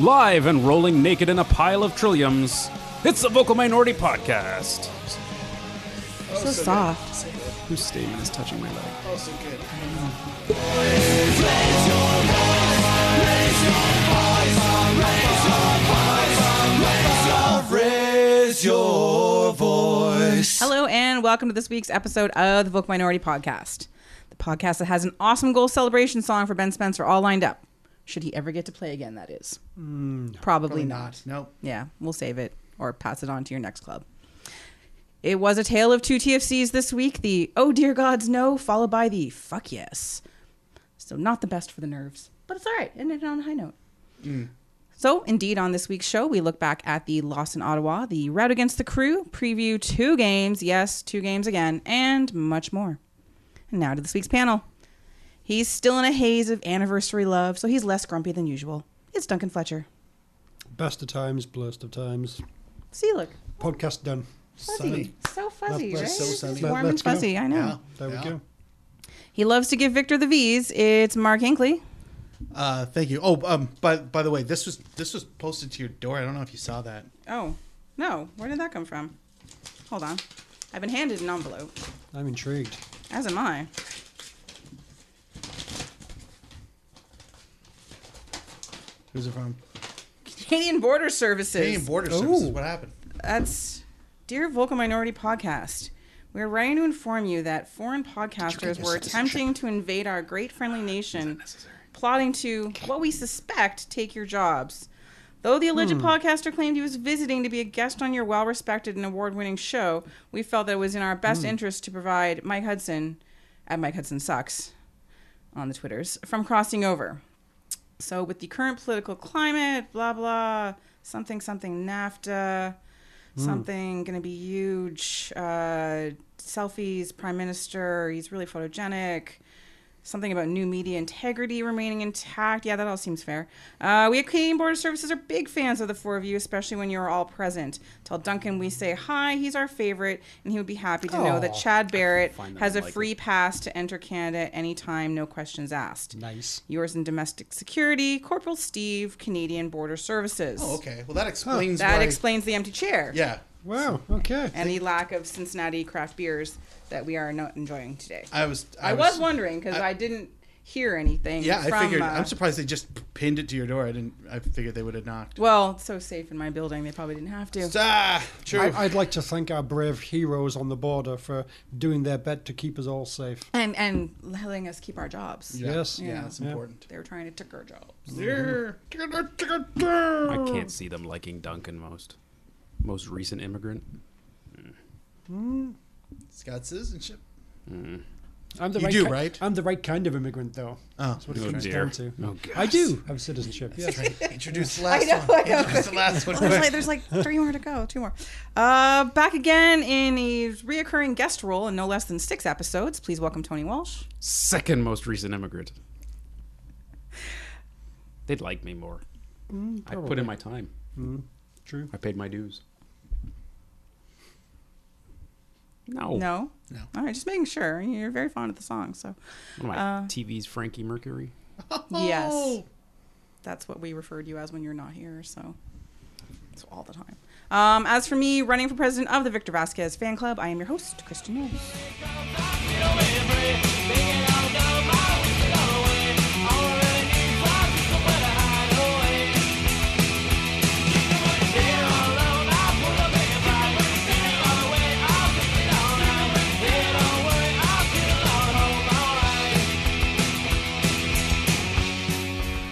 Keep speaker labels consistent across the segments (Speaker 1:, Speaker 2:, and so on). Speaker 1: Live and rolling naked in a pile of trilliums, it's the Vocal Minority Podcast.
Speaker 2: so soft.
Speaker 1: Whose stamen is touching my leg?
Speaker 2: Hello, and welcome to this week's episode of the Book Minority Podcast, the podcast that has an awesome goal celebration song for Ben Spencer all lined up. Should he ever get to play again, that is. Hmm. probably, not.
Speaker 3: No.
Speaker 2: Yeah, we'll save it or pass it on to your next club. It was a tale of two TFCs this week the oh dear gods no, followed by the fuck yes. So, not the best for the nerves, but it's all right. Ended on a high note. So, indeed, on this week's show, we look back at the loss in Ottawa, the rout against the crew, preview two games, yes, two games again, and much more. And now to this week's panel. He's still in a haze of anniversary love, so he's less grumpy than usual. It's Duncan Fletcher.
Speaker 4: Best of times, blurst of times.
Speaker 2: See, look,
Speaker 4: Podcast done.
Speaker 2: fuzzy. So fuzzy,
Speaker 4: That's
Speaker 2: right?
Speaker 4: so
Speaker 2: It's
Speaker 4: sunny.
Speaker 2: warm
Speaker 4: Let's
Speaker 2: and
Speaker 4: go.
Speaker 2: fuzzy, I know.
Speaker 4: There we go.
Speaker 2: He loves to give Victor the V's. It's Mark Hinkley.
Speaker 3: Uh, thank you. Oh, um, by by the way, this was this was posted to your door. I don't know if you saw that.
Speaker 2: Oh, no. Where did that come from? Hold on. I've been handed an envelope,
Speaker 4: I'm intrigued.
Speaker 2: as am I.
Speaker 3: Who's it from?
Speaker 2: Canadian Border Services.
Speaker 3: Canadian Border
Speaker 2: oh.
Speaker 3: Services.
Speaker 4: Ooh.
Speaker 3: What happened?
Speaker 2: That's Dear Vocal Minority Podcast. We're writing to inform you that foreign podcasters were attempting to invade our great friendly nation, plotting to, what we suspect, take your jobs. Though the alleged podcaster claimed he was visiting to be a guest on your well respected and award winning show, we felt that it was in our best interest to provide Mike Hudson, at Mike Hudson Sucks, on the Twitters, from crossing over. So, with the current political climate, blah, blah, something, something, NAFTA, something going to be huge, uh, selfies, prime minister, he's really photogenic, something about new media integrity remaining intact. Yeah, that all seems fair. Uh, we at Canadian Border Services are big fans of the four of you, especially when you're all present. Tell Duncan we say hi, he's our favorite, and he would be happy to know that
Speaker 4: Aw.
Speaker 2: Chad Barrett
Speaker 1: find that
Speaker 2: has a
Speaker 1: unlikely.
Speaker 2: free pass to enter Canada anytime, no questions asked.
Speaker 4: Nice.
Speaker 2: Yours in domestic security, Corporal Steve, Canadian Border Services.
Speaker 3: Oh, okay. Well, that explains.
Speaker 2: That
Speaker 3: why-
Speaker 2: explains the empty chair
Speaker 3: Yeah,
Speaker 4: Wow. Okay.
Speaker 2: and the lack of Cincinnati craft beers that we are not enjoying today. I,
Speaker 3: I was.
Speaker 2: was, wondering 'cause wondering because I,
Speaker 3: I-
Speaker 2: didn't hear anything.
Speaker 3: Yeah,
Speaker 2: from,
Speaker 3: I figured.
Speaker 2: uh,
Speaker 3: I'm surprised they just pinned it to your door. I didn't. I figured they would have knocked.
Speaker 2: Well, it's so safe in my building, they probably didn't have to.
Speaker 3: Ah, true.
Speaker 4: I, I'd like to thank our brave heroes on the border for doing their bit to keep us all safe.
Speaker 2: and and letting us keep our jobs.
Speaker 4: Yes.
Speaker 3: yeah, that's
Speaker 4: Yeah.
Speaker 3: important.
Speaker 2: They were trying to tick our jobs.
Speaker 1: I can't see them liking Duncan most. Most recent immigrant.
Speaker 3: It's got citizenship.
Speaker 4: I'm the
Speaker 3: You
Speaker 4: right
Speaker 3: do,
Speaker 4: ki-
Speaker 3: right?
Speaker 4: I'm the right kind of immigrant, though.
Speaker 3: Oh.
Speaker 4: That's what it
Speaker 1: Oh,
Speaker 4: comes
Speaker 1: dear.
Speaker 4: down to.
Speaker 1: Oh, gosh.
Speaker 4: I do have citizenship. Yes.
Speaker 3: Introduce the last
Speaker 2: know,
Speaker 3: one.
Speaker 2: I know.
Speaker 3: Introduce the last one.
Speaker 2: There's like, there's like three more to go, two more. Uh, back again in a reoccurring guest role in no less than six episodes. Please welcome Tony Walsh.
Speaker 1: Second most recent immigrant. They'd like me more. I put in my time.
Speaker 4: True.
Speaker 1: I paid my dues. No.
Speaker 2: No.
Speaker 3: No.
Speaker 2: All right, just making sure. You're very fond of the song, so
Speaker 1: One of my TV's Frankie Mercury.
Speaker 2: yes, that's what we referred you as when you're not here. So, so all the time. Um, as for me, running for president of the Victor Vasquez fan club, I am your host, Kristen Moore.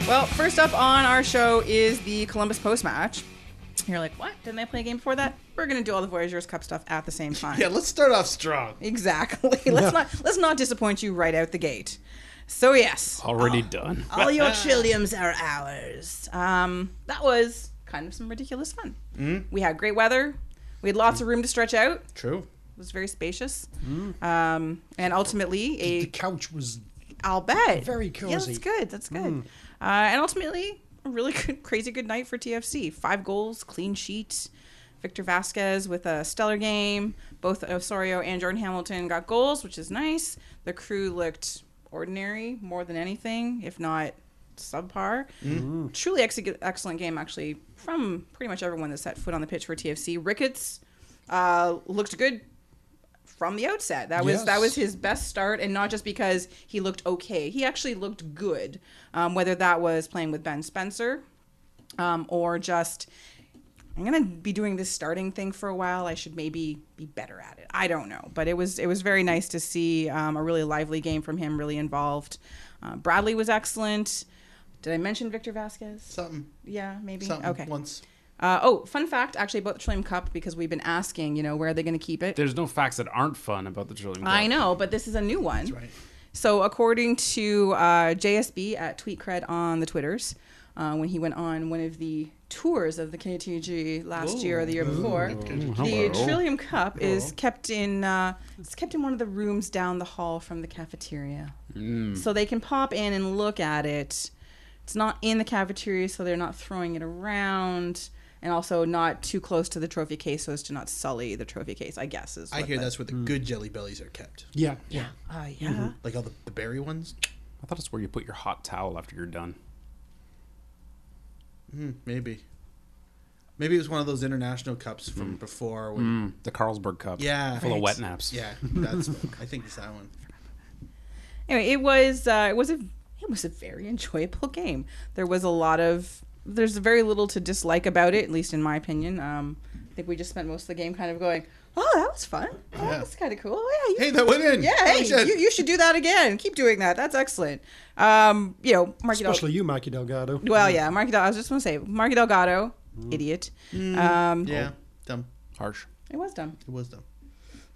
Speaker 2: Well, first up on our show is the Columbus Post match. You're like, what? Didn't they play a game before that? We're gonna do all the Voyagers Cup stuff at the same time.
Speaker 3: Yeah, let's start off strong.
Speaker 2: exactly. Let's not let's not disappoint you right out the gate. So yes,
Speaker 1: Already done.
Speaker 2: all your trilliums are ours. Um, that was kind of some ridiculous fun. We had great weather. We had lots of room to stretch out. It
Speaker 3: True.
Speaker 2: was very spacious. Um, and ultimately,
Speaker 4: The
Speaker 2: a
Speaker 4: couch was
Speaker 2: I'll bet
Speaker 4: Very
Speaker 2: Yeah,
Speaker 4: cozy. Mm.
Speaker 2: that's good. That's good. Uh, and ultimately, a really good, crazy good night for TFC. Five goals, clean sheet. Victor Vasquez with a stellar game. Both Osorio and Jordan Hamilton got goals, which is nice. The crew looked ordinary more than anything, if not subpar.
Speaker 4: Mm-hmm.
Speaker 2: Truly ex- excellent game, actually, from pretty much everyone that set foot on the pitch for TFC. Ricketts uh, looked good from the outset. That was that
Speaker 4: Yes.
Speaker 2: was his best start, and not just because he looked okay. He actually looked good. Um, whether that was playing with Ben Spencer, um, or just I'm gonna be doing this starting thing for a while. I should maybe be better at it. I don't know, but it was it was very nice to see um, a really lively game from him, really involved. Uh, Bradley was excellent. Did I mention Victor Vasquez?
Speaker 3: Something.
Speaker 2: Yeah, maybe.
Speaker 3: Something.
Speaker 2: Okay.
Speaker 3: Once.
Speaker 2: Uh, oh, fun fact actually about the Trillium Cup because we've been asking, you know, where are they going to keep it?
Speaker 1: There's no facts that aren't fun about the Trillium Club.
Speaker 2: I know, but this is a new one.
Speaker 3: right.
Speaker 2: So, according to uh, JSB at TweetCred on the Twitters, uh, when he went on one of the tours of the KTG last year or the year before, the
Speaker 1: hello.
Speaker 2: Trillium Cup is kept in uh, it's kept in one of the rooms down the hall from the cafeteria,
Speaker 3: Mm.
Speaker 2: so they can pop in and look at it. It's not in the cafeteria, so they're not throwing it around. And also not too close to the trophy case, so as to not sully the trophy case. I guess is.
Speaker 3: I
Speaker 2: what
Speaker 3: hear
Speaker 2: the-
Speaker 3: that's where the good jelly bellies are kept.
Speaker 4: Yeah, yeah.
Speaker 2: Uh, yeah.
Speaker 3: Like all the, the berry ones.
Speaker 1: I thought it's where you put your hot towel after you're done.
Speaker 3: Hmm, maybe. Maybe it was one of those international cups from before. When,
Speaker 1: The Carlsberg Cup.
Speaker 3: Yeah.
Speaker 1: Full of
Speaker 3: Right.
Speaker 1: wet naps.
Speaker 3: Yeah, that's. I think it's that one.
Speaker 2: anyway, it was uh, it was a it was a very enjoyable game. There was a lot of there's very little to dislike about it, at least in my opinion. Um, I think we just spent most of the game kind of going, "Oh, that was fun. Oh,
Speaker 3: Yeah.
Speaker 2: that was kind of cool. Oh, Yeah, you
Speaker 3: Hey, that went in.
Speaker 2: yeah,
Speaker 3: Holy
Speaker 2: hey,
Speaker 3: shit.
Speaker 2: you, you should do that again. Keep doing that. That's excellent. Um, you know, Mark Del-
Speaker 4: Especially you, Mikey Delgado.
Speaker 2: well,
Speaker 3: Mm.
Speaker 2: yeah, Marky Del- I was just gonna say, Marky Delgado, idiot. Um,
Speaker 3: Mm. yeah, dumb.
Speaker 1: Harsh.
Speaker 2: it was dumb.
Speaker 3: It was dumb.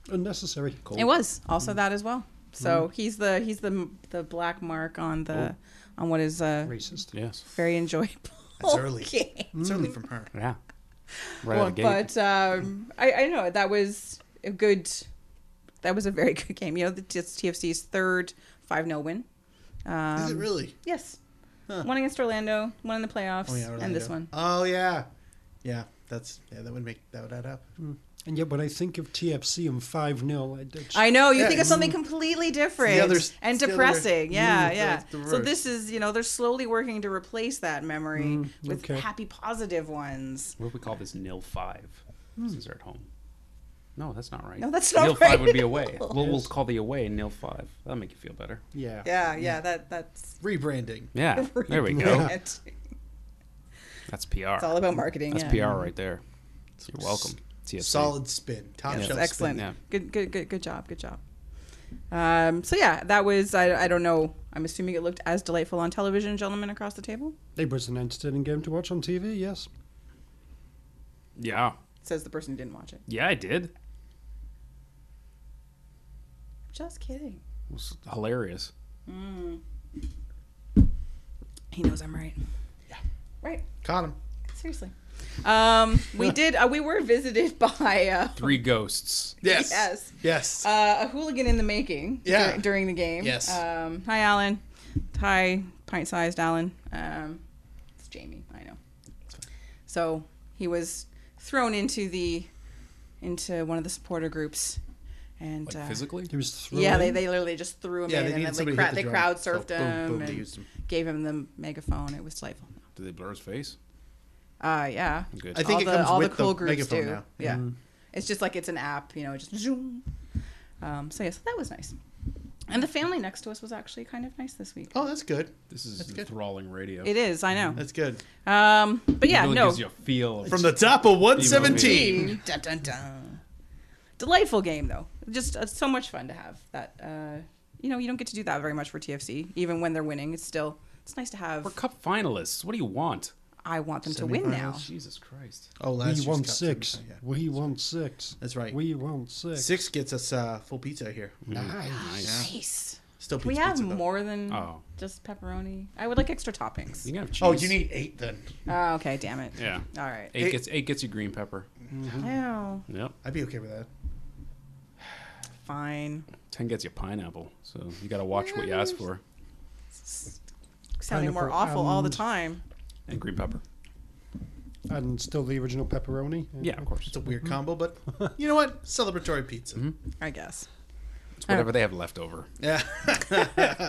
Speaker 4: Mm. Unnecessary. Cool.
Speaker 2: It was also
Speaker 3: Mm.
Speaker 2: that as well. So he's the he's the the black mark on
Speaker 3: Oh.
Speaker 2: the on what is uh
Speaker 4: Racist.
Speaker 1: Yes.
Speaker 2: very enjoyable.
Speaker 3: That's early.
Speaker 2: game.
Speaker 3: It's early from her.
Speaker 1: Yeah. Right out of the gate.
Speaker 2: but um, I, I know that was a good. That was a very good game. You know, the T- TFC's third 5 0 win. Um,
Speaker 3: Is it really?
Speaker 2: Yes. One against Orlando, one in the playoffs,
Speaker 3: Oh yeah,
Speaker 2: and
Speaker 3: Orlando.
Speaker 2: this one.
Speaker 3: Oh yeah, yeah. That's yeah. That would make that would add up.
Speaker 4: And yet, when I think of TFC and 5 0,
Speaker 2: I know you
Speaker 3: Yeah,
Speaker 2: think of
Speaker 3: it's-
Speaker 2: something completely different and
Speaker 3: other- it's the other-
Speaker 2: depressing. yeah,
Speaker 3: Mm,
Speaker 2: yeah.
Speaker 3: it's the
Speaker 2: so
Speaker 3: worst.
Speaker 2: this is, you know, they're slowly working to replace that memory with
Speaker 4: okay.
Speaker 2: happy, positive ones.
Speaker 1: what do we call this? Nil five. Since they're at home. No, that's not right.
Speaker 2: No, that's not
Speaker 1: nil
Speaker 2: right
Speaker 1: five would be
Speaker 2: at
Speaker 1: away.
Speaker 2: all.
Speaker 1: We'll, we'll call the away nil five. That'll make you feel better.
Speaker 4: Yeah.
Speaker 2: Yeah, yeah. That that's
Speaker 3: Rebranding.
Speaker 1: Yeah. There we go.
Speaker 2: brilliant.
Speaker 1: That's PR.
Speaker 2: It's all about marketing.
Speaker 1: That's
Speaker 2: yeah.
Speaker 1: PR right there. You're welcome. TFC.
Speaker 3: Solid spin. Top
Speaker 2: Yes,
Speaker 3: shelf
Speaker 2: excellent.
Speaker 1: yeah.
Speaker 2: Good, good, good, good job. Good job. Um, so yeah, that was. I, I don't know. I'm assuming it looked as delightful on television, gentlemen across the table.
Speaker 4: It was an entertaining game to watch on TV, yes.
Speaker 1: Yeah.
Speaker 2: Says the person who didn't watch it.
Speaker 1: Yeah, I did. It
Speaker 2: Just kidding.
Speaker 1: was hilarious.
Speaker 2: He knows I'm right. Yeah. Right.
Speaker 3: spin. Caught him.
Speaker 2: Seriously. Um, we did. Uh, we were visited by. Uh,
Speaker 1: Three ghosts.
Speaker 3: Yes.
Speaker 2: Yes.
Speaker 3: Yes.
Speaker 2: uh, a hooligan in the making
Speaker 3: Yeah.
Speaker 2: dur- during the game.
Speaker 3: Yes.
Speaker 2: Um, hi, Alan. Hi, pint sized Alan. Um, it's Jamie, I know. So he was thrown into the into one of the supporter groups, and
Speaker 1: Like
Speaker 2: uh,
Speaker 1: physically?
Speaker 4: He was thrown
Speaker 2: yeah, they,
Speaker 4: in.
Speaker 2: they literally just threw him
Speaker 3: Yeah, they
Speaker 2: in,
Speaker 3: needed
Speaker 2: and then
Speaker 3: somebody
Speaker 2: like,
Speaker 3: to hit
Speaker 2: cra-
Speaker 3: the
Speaker 2: they crowd
Speaker 3: drum.
Speaker 2: surfed
Speaker 3: So, boom,
Speaker 2: him,
Speaker 3: boom, they
Speaker 2: and
Speaker 3: used him.
Speaker 2: gave him the megaphone. It was delightful.
Speaker 1: Did they blur his face?
Speaker 2: Uh, yeah.
Speaker 1: Good.
Speaker 3: I think
Speaker 2: all
Speaker 3: it
Speaker 2: the,
Speaker 3: comes
Speaker 2: all
Speaker 3: with
Speaker 2: the
Speaker 3: the
Speaker 2: cool groups
Speaker 3: megaphone
Speaker 2: do.
Speaker 3: now.
Speaker 2: Yeah. It's just like it's an app, you know, just zoom. Um, so yeah, so that was nice. And the family next to us was actually kind of nice this week.
Speaker 3: Oh, that's good.
Speaker 1: this is
Speaker 3: That's good.
Speaker 1: enthralling radio.
Speaker 2: It is, I know.
Speaker 3: That's good.
Speaker 2: Um, but yeah,
Speaker 1: really
Speaker 2: no.
Speaker 1: gives you a feel of
Speaker 3: From the top of 117.
Speaker 2: Dun, dun, dun. Delightful game though. Just uh, so much fun to have that. Uh, you know, you don't get to do that very much for TFC, even when they're winning. It's still it's nice to have.
Speaker 1: We're cup finalists. What do you want?
Speaker 2: I want them to win now.
Speaker 3: Semifinals.
Speaker 1: Jesus Christ.
Speaker 3: Oh, last
Speaker 4: We
Speaker 3: year's
Speaker 4: won
Speaker 3: cup
Speaker 4: six.
Speaker 3: semifinal, yeah.
Speaker 4: We won six.
Speaker 3: That's right.
Speaker 4: We won six.
Speaker 3: Six gets us uh, full pizza here.
Speaker 1: Mm.
Speaker 3: Mm.
Speaker 1: Nice.
Speaker 2: Nice.
Speaker 3: Still pizza.
Speaker 2: We have
Speaker 3: pizza, though.
Speaker 2: more than
Speaker 1: Oh.
Speaker 2: just pepperoni. I would like extra toppings.
Speaker 1: You can have cheese.
Speaker 3: Oh, you need eight then.
Speaker 2: Oh, okay, damn it.
Speaker 1: Yeah.
Speaker 2: All right.
Speaker 1: Eight gets eight gets you green pepper.
Speaker 2: Ew.
Speaker 1: Yep.
Speaker 3: I'd be okay with that.
Speaker 2: Fine.
Speaker 1: Ten gets you pineapple. So you got to watch what you ask for.
Speaker 2: Sounding more
Speaker 4: Pineapple
Speaker 2: awful all the
Speaker 4: and-
Speaker 2: time.
Speaker 1: And green pepper.
Speaker 4: And still the original pepperoni.
Speaker 1: Yeah, of course.
Speaker 3: It's a weird combo, but you know what? Celebratory
Speaker 1: Mm-hmm.
Speaker 3: pizza.
Speaker 2: I guess.
Speaker 1: It's whatever they have left over.
Speaker 3: Yeah.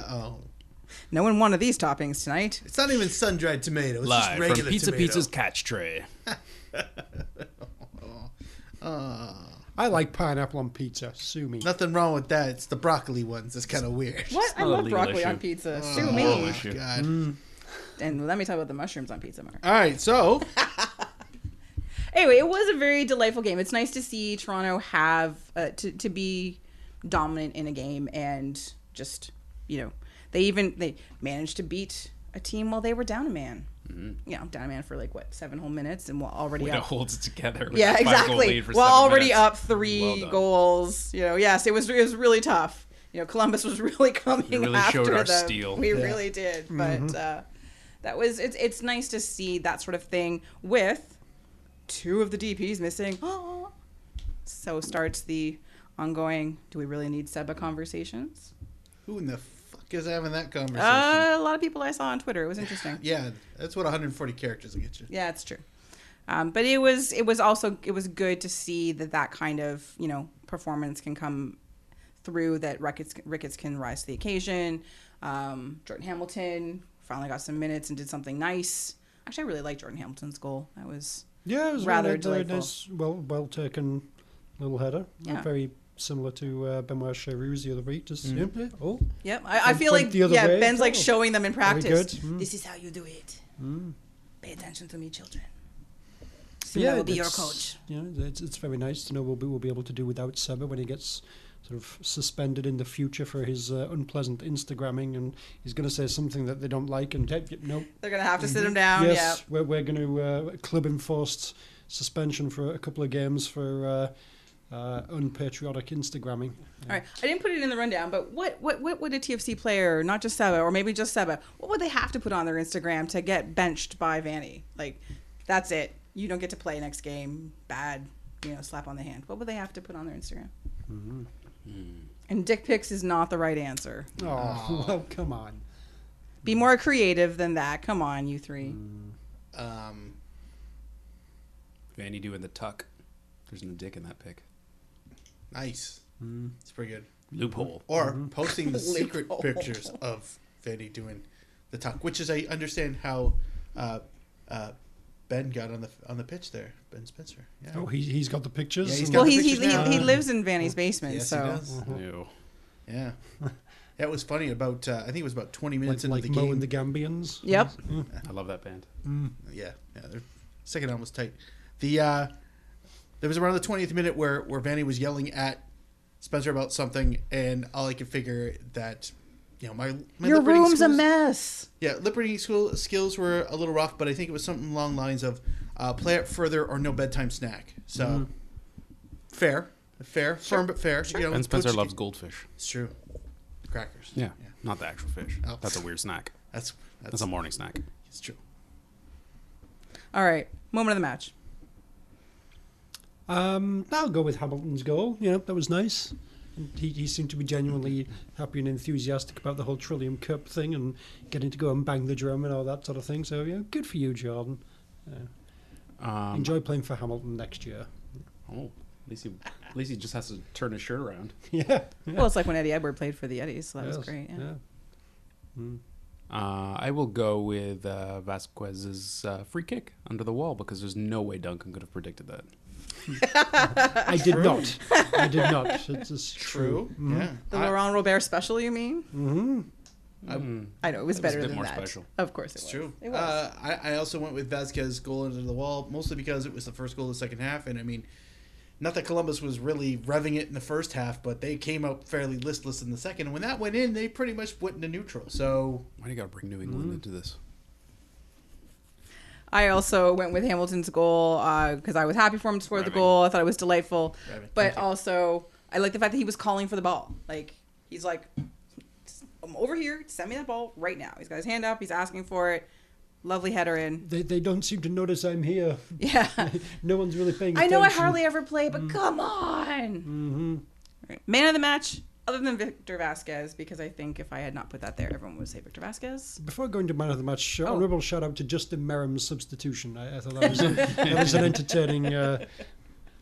Speaker 3: oh.
Speaker 2: No one wanted these toppings tonight.
Speaker 3: It's not even sun dried tomato. It's just
Speaker 1: Live
Speaker 3: regular
Speaker 1: from Pizza
Speaker 3: tomato.
Speaker 1: Pizza's catch tray.
Speaker 4: I like pineapple on pizza. Sue me.
Speaker 3: Nothing wrong with that. It's the broccoli ones. It's kind of weird. Oh,
Speaker 2: What? I
Speaker 1: not a
Speaker 2: love
Speaker 1: legal
Speaker 2: broccoli
Speaker 1: issue.
Speaker 2: on pizza. Sue
Speaker 1: Moral
Speaker 2: me.
Speaker 1: issue. Mm.
Speaker 3: God.
Speaker 2: And let me talk about the mushrooms on pizza, Mark.
Speaker 3: All right. So
Speaker 2: Anyway, it was a very delightful game. It's nice to see Toronto have uh, to to be dominant in a game and just you know they even they managed to beat a team while they were down a man. Yeah, down a man for like what seven whole minutes and we're already
Speaker 1: Way to
Speaker 2: up.
Speaker 1: hold it together. with
Speaker 2: yeah,
Speaker 1: a five-goal
Speaker 2: exactly.
Speaker 1: lead for
Speaker 2: Well,
Speaker 1: seven
Speaker 2: already
Speaker 1: minutes.
Speaker 2: up three
Speaker 1: Well done.
Speaker 2: goals. You know, yes, it was it was really tough. You know, Columbus was really coming.
Speaker 1: really
Speaker 2: after
Speaker 1: showed our
Speaker 2: them.
Speaker 1: steel. Mm-hmm.
Speaker 2: We really did, but uh, that was it's it's nice to see that sort of thing with two of the DPS missing. so starts the ongoing. Do we really need Seba conversations?
Speaker 3: who in the fuck is having that conversation?
Speaker 2: Uh, a lot of people I saw on Twitter. It was interesting.
Speaker 3: yeah, that's what 140 characters will get you.
Speaker 2: Yeah, it's true. Um, but it was it was also it was good to see that that kind of you know performance can come through that Ricketts Ricketts can rise to the occasion. Um, Jordan Hamilton finally got some minutes and did something nice. Actually, I really like Jordan Hamilton's goal. That was
Speaker 4: Yeah, it was rather
Speaker 2: Rather
Speaker 4: very
Speaker 2: delightful.
Speaker 4: nice, well, well taken little header.
Speaker 2: Yeah.
Speaker 4: Very similar to uh, Benoit Cheroux the other week. Just
Speaker 3: Mm.
Speaker 4: yeah, yeah, oh,
Speaker 2: yep. I, I
Speaker 4: And
Speaker 2: feel
Speaker 4: went
Speaker 2: like
Speaker 4: the other
Speaker 2: yeah,
Speaker 4: way.
Speaker 2: Ben's like
Speaker 4: Oh,
Speaker 2: showing them in practice.
Speaker 4: good. Mm.
Speaker 2: This is how you do it. Pay attention to me, children. Soon
Speaker 4: yeah,
Speaker 2: I will be your
Speaker 4: it's-
Speaker 2: coach.
Speaker 4: You know, it's, it's very nice to know what we will be able to do without Seba when he gets sort of suspended in the future for his uh, unpleasant Instagramming, and he's going to say something that they don't like, and take, no,
Speaker 2: They're gonna have to sit him down.
Speaker 4: Mm-hmm. yes,
Speaker 2: Yeah.
Speaker 4: we're, we're going to uh, club enforced suspension for a couple of games for uh, uh, unpatriotic Instagramming.
Speaker 2: All right, I didn't put it in the rundown, but what what what would a TFC player, not just Seba, or maybe just Seba, what would they have to put on their Instagram to get benched by Vanny? Like, that's it. You don't get to play next game. Bad, you know, slap on the hand. What would they have to put on their Instagram? And dick pics is not the right answer.
Speaker 4: Oh, well, come on.
Speaker 2: Be more creative than that. Come on, you three.
Speaker 3: Um,
Speaker 1: Vanny doing the tuck. There's no dick in that pick.
Speaker 3: nice.
Speaker 1: Mm.
Speaker 3: It's pretty good.
Speaker 1: Loophole.
Speaker 2: Oh.
Speaker 3: Or
Speaker 4: Mm-hmm.
Speaker 3: posting the secret pictures of Fanny doing the talk, which is I understand how uh, uh, Ben got on the on the pitch there. Ben Spencer. Yeah.
Speaker 4: Oh, he, he's got the pictures.
Speaker 3: Yeah, he's
Speaker 4: and-
Speaker 3: got
Speaker 2: Well,
Speaker 3: the
Speaker 2: he, he,
Speaker 3: pictures now.
Speaker 2: he, he lives in Vanny's basement,
Speaker 3: yes,
Speaker 2: so
Speaker 3: he does.
Speaker 1: Ew.
Speaker 3: Yeah. That was funny. About uh, I think it was about 20
Speaker 4: like,
Speaker 3: minutes into
Speaker 4: like
Speaker 3: the
Speaker 4: Mo
Speaker 3: game.
Speaker 4: and the Gambians.
Speaker 2: yep.
Speaker 1: I love that band.
Speaker 3: yeah, yeah. Their second half was tight. The uh, there was around the twentieth minute where where Vanny was yelling at Spencer about something, and all I could figure that you know my, my
Speaker 2: Your
Speaker 3: liberating
Speaker 2: room's a
Speaker 3: skills-
Speaker 2: mess.
Speaker 3: Yeah, liberating school skills were a little rough, but I think it was something along the lines of uh, play it further or no bedtime snack. So
Speaker 2: Mm-hmm.
Speaker 3: fair, fair, firm but fair. You know,
Speaker 1: Ben Spencer
Speaker 3: Coach-
Speaker 1: loves goldfish.
Speaker 3: It's true. Crackers.
Speaker 1: Yeah. Not the actual fish.
Speaker 3: Oh.
Speaker 1: That's a weird snack.
Speaker 3: That's that's,
Speaker 1: That's a morning snack.
Speaker 3: it's true.
Speaker 2: All right, moment of the match.
Speaker 4: Um, I'll go with Hamilton's goal. You know, that was nice. And He, he seemed to be genuinely happy and enthusiastic about the whole Trillium Cup thing and getting to go and bang the drum and all that sort of thing. So, yeah, good for you, Jordan.
Speaker 1: Um,
Speaker 4: Enjoy playing for Hamilton next year.
Speaker 1: oh, at least, he, at least he just has to turn his shirt around.
Speaker 4: yeah. yeah.
Speaker 2: Well, it's like when Eddie Edward played for the Eddies, so that was
Speaker 4: Yes,
Speaker 2: great. yeah.
Speaker 1: Uh, I will go with uh, Vasquez's uh, free kick under the wall because there's no way Duncan could have predicted that.
Speaker 4: I did not. I did not. It's, it's true.
Speaker 3: True. Yeah.
Speaker 2: Mm-hmm. The
Speaker 3: I- Mm-hmm.
Speaker 2: Laurent Robert special, you mean?
Speaker 3: I'm-
Speaker 2: I know it was
Speaker 1: It Mm-hmm. was a
Speaker 2: better
Speaker 1: bit
Speaker 2: than
Speaker 1: more
Speaker 2: that.
Speaker 1: special.
Speaker 2: Of course, it
Speaker 3: It's
Speaker 2: was.
Speaker 3: true.
Speaker 2: It was.
Speaker 3: Uh, I, I also went with Vasquez goal into the wall, mostly because it was the first goal of the second half, and I mean, not that Columbus was really revving it in the first half, but they came out fairly listless in the second. And when that went in, they pretty much went into neutral. So
Speaker 1: Why do you got to bring New England into this?
Speaker 2: I also went with Hamilton's goal because I was happy for him to score the
Speaker 1: Revving.
Speaker 2: goal. I thought it was delightful,
Speaker 3: Revving.
Speaker 2: but
Speaker 3: Thank you.
Speaker 2: also I like the fact that he was calling for the ball. Like he's like, "I'm over here. Send me that ball right now." He's got his hand up. He's asking for it. Lovely header in.
Speaker 4: They, they don't seem to notice I'm here.
Speaker 2: Yeah,
Speaker 4: No one's really paying
Speaker 2: I
Speaker 4: attention.
Speaker 2: know I hardly ever play, but come on. Mm-hmm. Man of the match, other than Victor Vasquez, because I think if I had not put that there, everyone would say Victor Vasquez.
Speaker 4: Before going to man of the match, uh
Speaker 2: Oh.
Speaker 4: honourable shout out to Justin Merrim's substitution. I, I thought that was, that was an entertaining uh,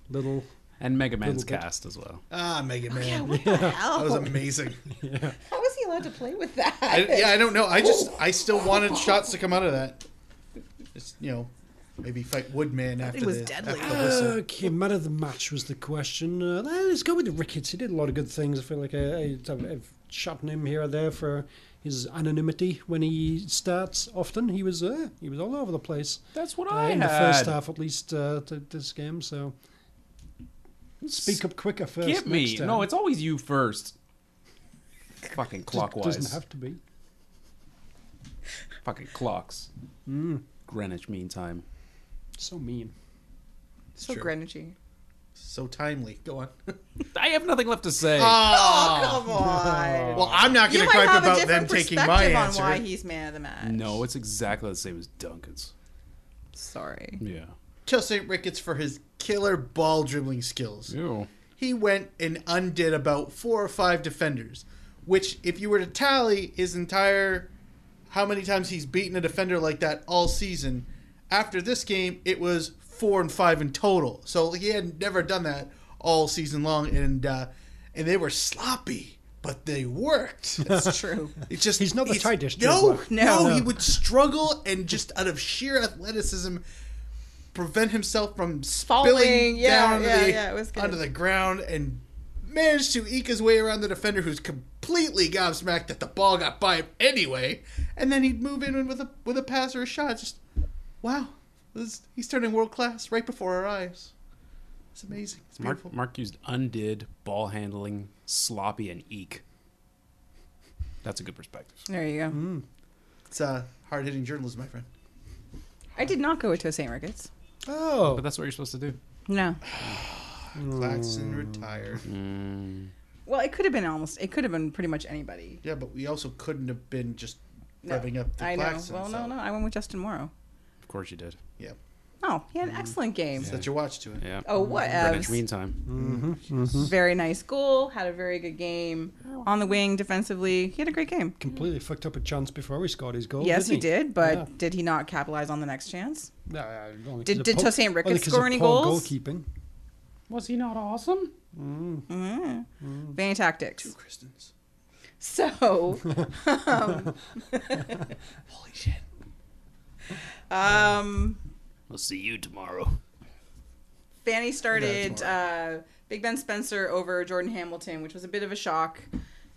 Speaker 4: little.
Speaker 1: And Mega Man's
Speaker 4: Little bit.
Speaker 1: cast as well.
Speaker 2: Oh,
Speaker 3: ah, Mega Man,
Speaker 2: What the hell?
Speaker 3: that was amazing.
Speaker 2: How was he he allowed to play with that?
Speaker 3: I, yeah, I don't know. I just I still wanted shots to come out of that. Just you know, maybe fight Woodman after
Speaker 2: was
Speaker 3: the
Speaker 2: deadly.
Speaker 3: after the whistle.
Speaker 4: Okay, man of the match was the question. Uh, let's go with Ricketts. He did a lot of good things. I feel like I, I, I've, I've shot him here or there for his anonymity when he starts. Often he was uh, he was all over the place
Speaker 1: That's what
Speaker 4: uh,
Speaker 1: I
Speaker 4: in the
Speaker 1: had.
Speaker 4: first half, at least uh, to this game. So speak up quicker first.
Speaker 1: Get me.
Speaker 4: next time.
Speaker 1: No, it's always you first. Fucking
Speaker 4: Doesn't-
Speaker 1: clockwise.
Speaker 4: Doesn't have to be.
Speaker 1: Fucking clocks. Mm. Greenwich Mean Time.
Speaker 4: So mean.
Speaker 2: so
Speaker 3: Sure.
Speaker 2: Greenwichy.
Speaker 3: So timely. Go on.
Speaker 1: I have nothing left to say.
Speaker 2: Oh, come on.
Speaker 3: well, I'm not
Speaker 2: you
Speaker 3: going to
Speaker 2: might
Speaker 3: gripe
Speaker 2: have a
Speaker 3: about them
Speaker 2: different
Speaker 3: taking
Speaker 2: perspective
Speaker 3: my
Speaker 2: on
Speaker 3: answer.
Speaker 2: why he's man of the match.
Speaker 1: no, it's exactly the same as Duncan's.
Speaker 2: sorry.
Speaker 1: Yeah.
Speaker 3: Just St. Ricketts for his killer ball dribbling skills.
Speaker 1: Ew.
Speaker 3: He went and undid about four or five defenders, which, if you were to tally his entire how many times he's beaten a defender like that all season, after this game, it was four and five in total. So he had never done that all season long, and uh, and they were sloppy, but they worked.
Speaker 2: It's true.
Speaker 3: It's just
Speaker 4: He's not the tight dish
Speaker 3: No,
Speaker 4: dribbler.
Speaker 3: no,
Speaker 4: No.
Speaker 3: he would struggle and just out of sheer athleticism prevent himself from
Speaker 2: Falling,
Speaker 3: spilling
Speaker 2: yeah,
Speaker 3: down onto
Speaker 2: yeah,
Speaker 3: the,
Speaker 2: yeah, it was good.
Speaker 3: onto the ground and managed to eke his way around the defender who's completely gobsmacked that the ball got by him anyway. And then he'd move in with a with a pass or a shot. Just wow, this, he's turning world class right before our eyes. It's amazing. It's beautiful.
Speaker 1: Mark, Mark used undid, ball handling, sloppy, and eek. That's a good perspective.
Speaker 2: There you go.
Speaker 3: Mm-hmm. It's uh, hard hitting journalism, my friend.
Speaker 2: I did not go with St. Ricketts.
Speaker 4: Oh,
Speaker 1: But that's what you're supposed to do.
Speaker 2: No.
Speaker 1: Hmm.
Speaker 3: Claxon retired.
Speaker 2: Well, it could have been almost. It could have been pretty much anybody.
Speaker 3: Yeah, but we also couldn't have been just
Speaker 2: No,
Speaker 3: revving up the
Speaker 2: I know.
Speaker 3: Claxons,
Speaker 2: well,
Speaker 3: so-
Speaker 2: no, no. I went with Justin Morrow.
Speaker 1: Of course you did.
Speaker 3: Yeah.
Speaker 2: Oh, he had
Speaker 3: Mm-hmm.
Speaker 2: an excellent game.
Speaker 3: Set your watch to it.
Speaker 1: Yeah.
Speaker 2: Oh, what?
Speaker 1: Greenwich Mean Time.
Speaker 2: Very nice goal. Had a very good game on the wing defensively. He had a great game.
Speaker 4: completely fucked up a chance before he scored his goal.
Speaker 2: yes, he
Speaker 4: Oh, didn't
Speaker 2: did, but
Speaker 4: Yeah.
Speaker 2: did he not capitalize on the next chance?
Speaker 4: No, no, only 'cause
Speaker 2: Did-
Speaker 4: of
Speaker 2: did
Speaker 4: poor-
Speaker 2: Tosin
Speaker 4: only
Speaker 2: Ricketts
Speaker 4: 'cause of
Speaker 2: score any
Speaker 4: poor
Speaker 2: goals?
Speaker 4: Goalkeeping.
Speaker 1: Was he not awesome?
Speaker 2: Vain tactics.
Speaker 3: Two Kristens.
Speaker 2: So,
Speaker 3: Holy shit.
Speaker 2: um,
Speaker 1: We'll see you tomorrow.
Speaker 2: Fanny started
Speaker 3: it's
Speaker 2: uh, Big Ben Spencer over Jordan Hamilton, which was a bit of a shock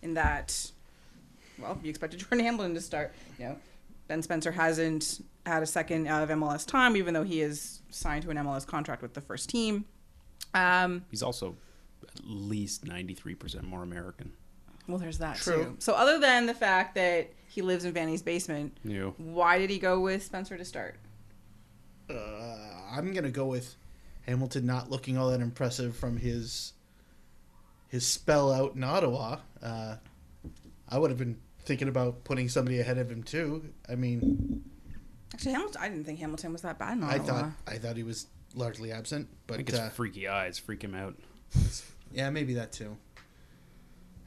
Speaker 2: in that, well, you expected Jordan Hamilton to start. You know, Ben Spencer hasn't had a second out of MLS time, even though he is signed to an MLS contract with the first team. Um,
Speaker 1: He's also at least 93% more American.
Speaker 2: well, there's that
Speaker 3: True.
Speaker 2: too. So, other than the fact that he lives in Fanny's basement,
Speaker 1: You.
Speaker 2: why did he go with Spencer to start?
Speaker 3: Uh, I'm gonna go with Hamilton not looking all that impressive from his his spell out in Ottawa. Uh, I would have been thinking about putting somebody ahead of him too. I mean,
Speaker 2: Actually, Hamilton. I didn't think Hamilton was that bad in Ottawa.
Speaker 3: I thought I thought he was largely absent,
Speaker 1: I think
Speaker 3: but
Speaker 1: his
Speaker 3: uh,
Speaker 1: freaky eyes freak him out.
Speaker 3: yeah, maybe that too.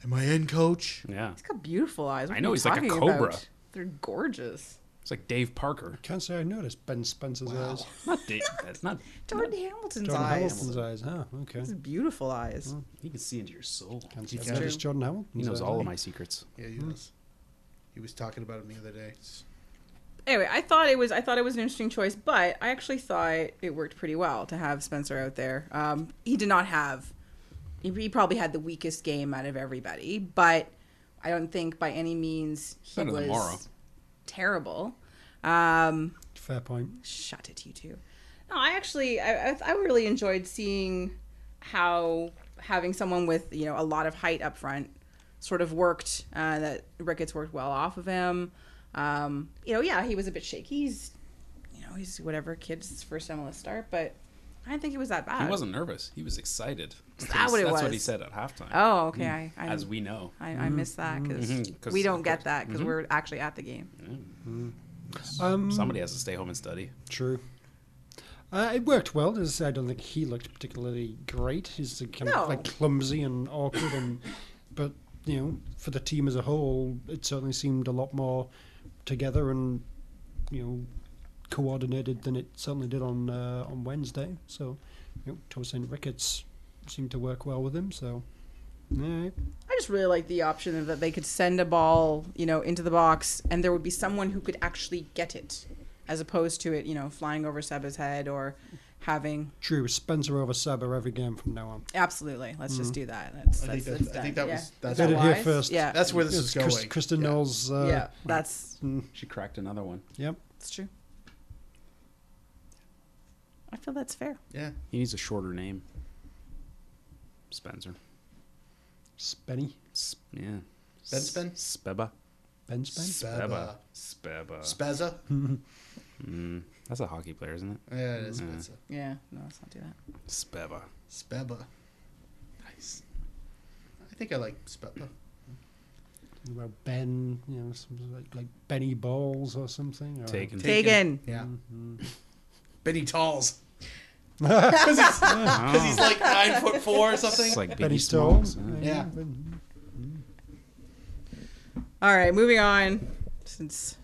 Speaker 3: Am I in, Coach?
Speaker 1: Yeah.
Speaker 2: He's got beautiful eyes. What
Speaker 1: I
Speaker 2: are
Speaker 1: know,
Speaker 2: you
Speaker 1: he's like a
Speaker 2: talking
Speaker 1: cobra.
Speaker 2: about? They're gorgeous.
Speaker 1: It's like Dave Parker.
Speaker 4: Can't say I noticed Ben Spencer's eyes.
Speaker 1: Not Dave. that's not.
Speaker 2: Jordan Hamilton's
Speaker 4: Jordan
Speaker 2: eyes.
Speaker 4: Hamilton's eyes. Huh? Okay.
Speaker 2: His beautiful eyes.
Speaker 1: He can see into your soul.
Speaker 4: Can't
Speaker 3: He
Speaker 4: say I
Speaker 3: can.
Speaker 4: noticed Jordan eh? Hamilton.
Speaker 1: He knows all of my secrets.
Speaker 3: Yeah,
Speaker 4: Hmm.
Speaker 3: he was. He was talking about him the other day. It's-
Speaker 2: Anyway, I thought it was I thought it was an interesting choice, but I actually thought it worked pretty well to have Spencer out there. Um, he did not have. He, he probably had the weakest game out of everybody, but I don't think by any means he
Speaker 1: Better than
Speaker 2: was
Speaker 1: Morrow.
Speaker 2: terrible. Um,
Speaker 4: Fair point.
Speaker 2: shut it you two no i actually I, I, I really enjoyed seeing how having someone with you know a lot of height up front sort of worked uh, that ricketts worked well off of him um, you know yeah he was a bit shaky he's you know he's whatever kid's his first mls start but i didn't think it was that bad
Speaker 1: He wasn't nervous. He was excited. Is
Speaker 2: that what it
Speaker 1: That's what
Speaker 2: was?
Speaker 1: he said at halftime.
Speaker 2: oh okay I, I,
Speaker 1: Mm. as we know.
Speaker 2: I, I missed that because
Speaker 1: Mhm, 'cause-
Speaker 2: we don't
Speaker 1: of
Speaker 2: get
Speaker 1: course.
Speaker 2: that because we're actually at the game
Speaker 4: Um,
Speaker 1: Somebody has to stay home and study.
Speaker 4: True. Uh, it worked well. As I said, I don't think he looked particularly great. He's like, kind
Speaker 2: No.
Speaker 4: of like clumsy and awkward, and but you know, for the team as a whole, it certainly seemed a lot more together and you know coordinated than it certainly did on uh, on Wednesday. So, you know, Tosin Ricketts seemed to work well with him. So, yeah,
Speaker 2: I just really like the option of that they could send a ball, you know, into the box, and there would be someone who could actually get it, as opposed to it, you know, flying over Seba's head or having.
Speaker 4: True, Spencer over Saba every game from now on.
Speaker 2: Absolutely, let's just do that. That's,
Speaker 3: I
Speaker 2: that's,
Speaker 3: think
Speaker 2: that's,
Speaker 3: that's- I
Speaker 2: done.
Speaker 3: think that
Speaker 2: yeah.
Speaker 3: was-
Speaker 2: Is
Speaker 3: that's
Speaker 2: that
Speaker 4: Did it here
Speaker 2: wise?
Speaker 4: first.
Speaker 2: Yeah,
Speaker 3: That's where this
Speaker 4: It's
Speaker 3: is going.
Speaker 4: Chris, Kristen
Speaker 3: Yeah.
Speaker 4: Knowles. Uh,
Speaker 2: yeah, that's
Speaker 1: She cracked another one.
Speaker 4: Yep.
Speaker 2: that's true. I feel that's fair.
Speaker 3: Yeah.
Speaker 1: He needs a shorter name. Spencer.
Speaker 4: Spenny.
Speaker 1: S- yeah.
Speaker 3: Ben Spen?
Speaker 1: S- Speba.
Speaker 4: Ben Spen.
Speaker 3: Speba.
Speaker 4: Uh.
Speaker 1: Speba.
Speaker 3: Spezza.
Speaker 4: Hmm.
Speaker 1: mm, that's a hockey player, isn't it?
Speaker 3: Yeah, it is
Speaker 1: Yeah.
Speaker 4: Hmm.
Speaker 3: Spezza.
Speaker 2: Yeah, no, let's not do that.
Speaker 1: Speba.
Speaker 3: Speba. Nice. I think I like Speba.
Speaker 4: Well, Ben, you know, something like, like Benny Balls or something. Or
Speaker 1: Taken.
Speaker 2: Taken.
Speaker 3: Yeah.
Speaker 4: Mhm.
Speaker 3: Benny Talls. Because he's, 'cause he's like nine foot four or something.
Speaker 1: It's like
Speaker 4: Benny
Speaker 1: Benny
Speaker 4: Stoll.
Speaker 1: Smalls. huh?
Speaker 3: Yeah.
Speaker 4: Ben-
Speaker 2: All right, moving on. Since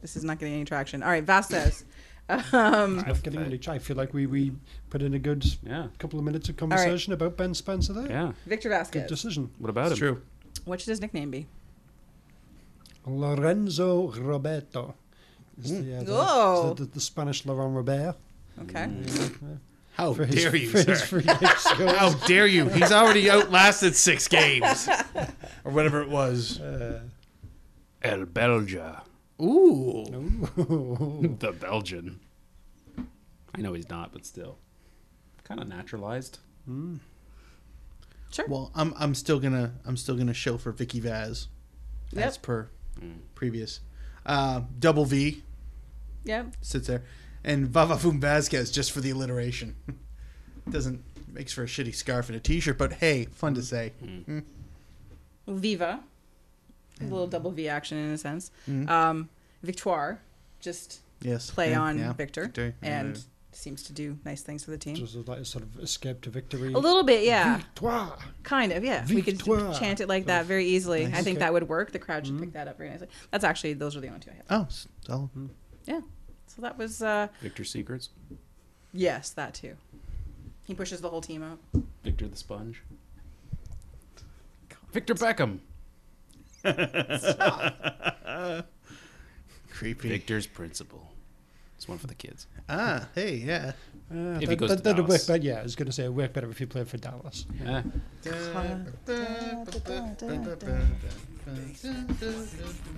Speaker 2: this is not getting any traction. All right, Vasquez. um,
Speaker 4: Not getting any- I feel like we, we put in a good
Speaker 1: Yeah.
Speaker 4: couple of minutes of conversation about Ben Spencer there.
Speaker 1: Yeah.
Speaker 2: Victor
Speaker 4: Good
Speaker 2: Vasquez.
Speaker 4: decision.
Speaker 1: What about him?
Speaker 3: true.
Speaker 2: What should his nickname be?
Speaker 4: Lorenzo Roberto. Is the, uh, the,
Speaker 2: Oh.
Speaker 4: is the, the, the Spanish Laurent Robert.
Speaker 2: Okay.
Speaker 4: Mm.
Speaker 3: How
Speaker 4: For his,
Speaker 3: dare you,
Speaker 4: for
Speaker 3: sir?
Speaker 4: his free kicks goals.
Speaker 3: How dare you? He's already outlasted six games. or whatever it was.
Speaker 4: Uh,
Speaker 1: El Belgia.
Speaker 3: Ooh.
Speaker 4: ooh.
Speaker 1: The Belgian. I know he's not, but still. Kind of naturalized.
Speaker 3: Well, I'm I'm still gonna I'm still gonna show for Vicky Vaz, as
Speaker 2: Yep.
Speaker 3: per previous. Uh, double V
Speaker 2: Yep.
Speaker 3: sits there, and Vavafum Vasquez just for the alliteration. Doesn't makes for a shitty scarf and a T-shirt, but hey, fun to say.
Speaker 2: Viva. A
Speaker 4: Mm.
Speaker 2: little double V action in a sense. Um, Victoire. Just
Speaker 3: Yes,
Speaker 2: play
Speaker 3: yeah,
Speaker 2: on
Speaker 3: yeah.
Speaker 2: Victor.
Speaker 3: Victor, yeah.
Speaker 2: And seems to do nice things for the team.
Speaker 4: Just like a sort of escape to victory.
Speaker 2: A little bit, yeah.
Speaker 4: Trois.
Speaker 2: Kind of, yeah. We could
Speaker 4: Victoire. Mm-hmm.
Speaker 2: chant it like that very easily. I think
Speaker 4: Okay.
Speaker 2: that would work. The crowd should pick that up very nicely. That's actually, those are the only two I have.
Speaker 3: Oh, solid.
Speaker 2: Yeah. So that was. Uh,
Speaker 1: Victor Secrets.
Speaker 2: Yes, that too. He pushes the whole team out.
Speaker 1: Victor the Sponge. Victor Beckham.
Speaker 3: creepy.
Speaker 1: Victor's Principal. It's one for the kids.
Speaker 3: Ah, hey, yeah.
Speaker 4: Uh,
Speaker 1: he
Speaker 4: that,
Speaker 1: goes
Speaker 4: that,
Speaker 1: to
Speaker 4: that'd
Speaker 1: Dallas.
Speaker 4: work better. Yeah, I was going to say it'd work better if he played for Dallas.
Speaker 1: Yeah.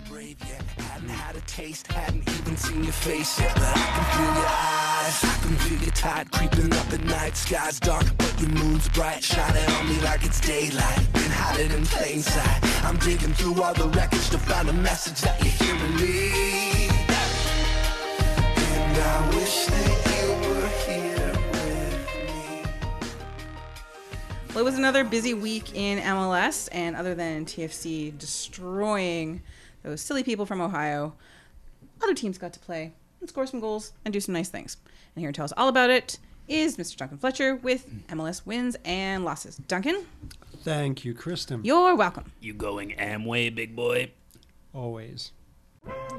Speaker 5: brave yet. Hadn't had a taste, hadn't even seen your face yet. But I can feel your eyes, I can feel your tide creeping up at night. Sky's dark, but your moon's bright, shining on me like it's daylight. Been hiding in plain sight. I'm digging through all the wreckage to find a message that you're hearing me. And I wish that you were here with me.
Speaker 2: Well, it was another busy week in MLS, and other than TFC destroying those silly people from Ohio, other teams got to play and score some goals and do some nice things. And here to tell us all about it is Mr. Duncan Fletcher with MLS wins and losses. Duncan,
Speaker 4: Thank you, Kristen.
Speaker 2: you're welcome.
Speaker 1: You going Amway, big boy?
Speaker 4: Always.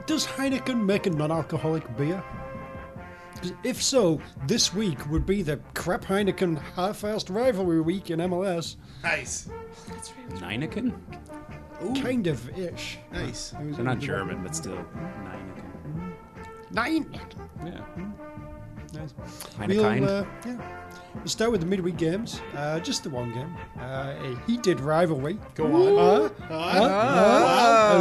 Speaker 4: Does Heineken make a non alcoholic beer? 'Cause If so, this week would be the crap Heineken half assed rivalry week in MLS.
Speaker 3: Nice,
Speaker 1: Nineken?
Speaker 4: Kind of ish.
Speaker 3: nice.
Speaker 1: They're not German, but still. Nineken.
Speaker 4: Nine!
Speaker 1: Yeah.
Speaker 4: Nice.
Speaker 1: Heineken.
Speaker 4: We'll, uh, yeah. We'll start with the midweek games. Uh, just the one game. Uh, a heated rivalry.
Speaker 3: Go on. Ah.
Speaker 4: Uh, uh,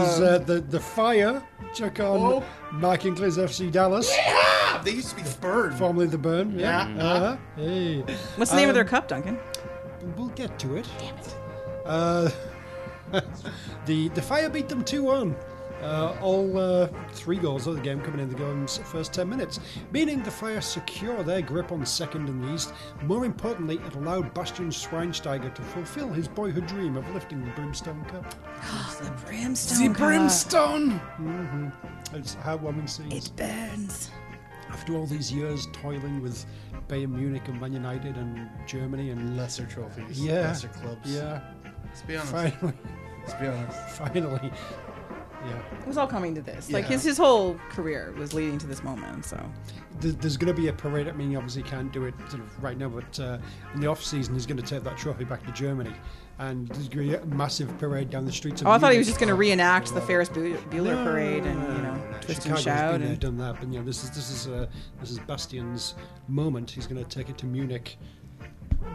Speaker 4: uh, as uh, the, the Fire took on Mark Inkley's FC Dallas,
Speaker 3: Ah, Oh. they used to be the bird.
Speaker 4: formerly the Burn. Yeah.
Speaker 3: Yeah.
Speaker 4: Uh-huh. Hey.
Speaker 2: What's the name of their cup, Duncan?
Speaker 4: We'll get to it. Damn it. Uh, the the Fire beat them 2 1. Uh, all uh, three goals of the game coming in the game's first 10 minutes, meaning the Fire secure their grip on second in the East. More importantly, it allowed Bastian Schweinsteiger to fulfill his boyhood dream of lifting the Brimstone Cup.
Speaker 2: The Brimstone. The
Speaker 4: It's how woman sees.
Speaker 2: burns.
Speaker 4: After all these years toiling with Bayern Munich and Man United and Germany and.
Speaker 3: lesser trophies.
Speaker 4: Yeah.
Speaker 3: Lesser clubs.
Speaker 4: Yeah,
Speaker 3: Let's be honest.
Speaker 4: finally.
Speaker 3: Let's be honest.
Speaker 4: finally Yeah.
Speaker 2: It was all coming to this. Like
Speaker 3: Yeah.
Speaker 2: his his whole career was leading to this moment. So
Speaker 4: Th- There's going to be a parade. I mean, you obviously can't do it sort of right now, but uh, in the off season, he's going to take that trophy back to Germany, and there's going to be a massive parade down the streets. Of
Speaker 2: oh, I thought he
Speaker 4: Munich.
Speaker 2: was just going to reenact the Ferris Bu- Bueller parade and you know twist and
Speaker 4: Chicago's
Speaker 2: shout
Speaker 4: been there,
Speaker 2: and
Speaker 4: done that, but you know, this is this is uh, this is Bastian's moment. He's going to take it to Munich.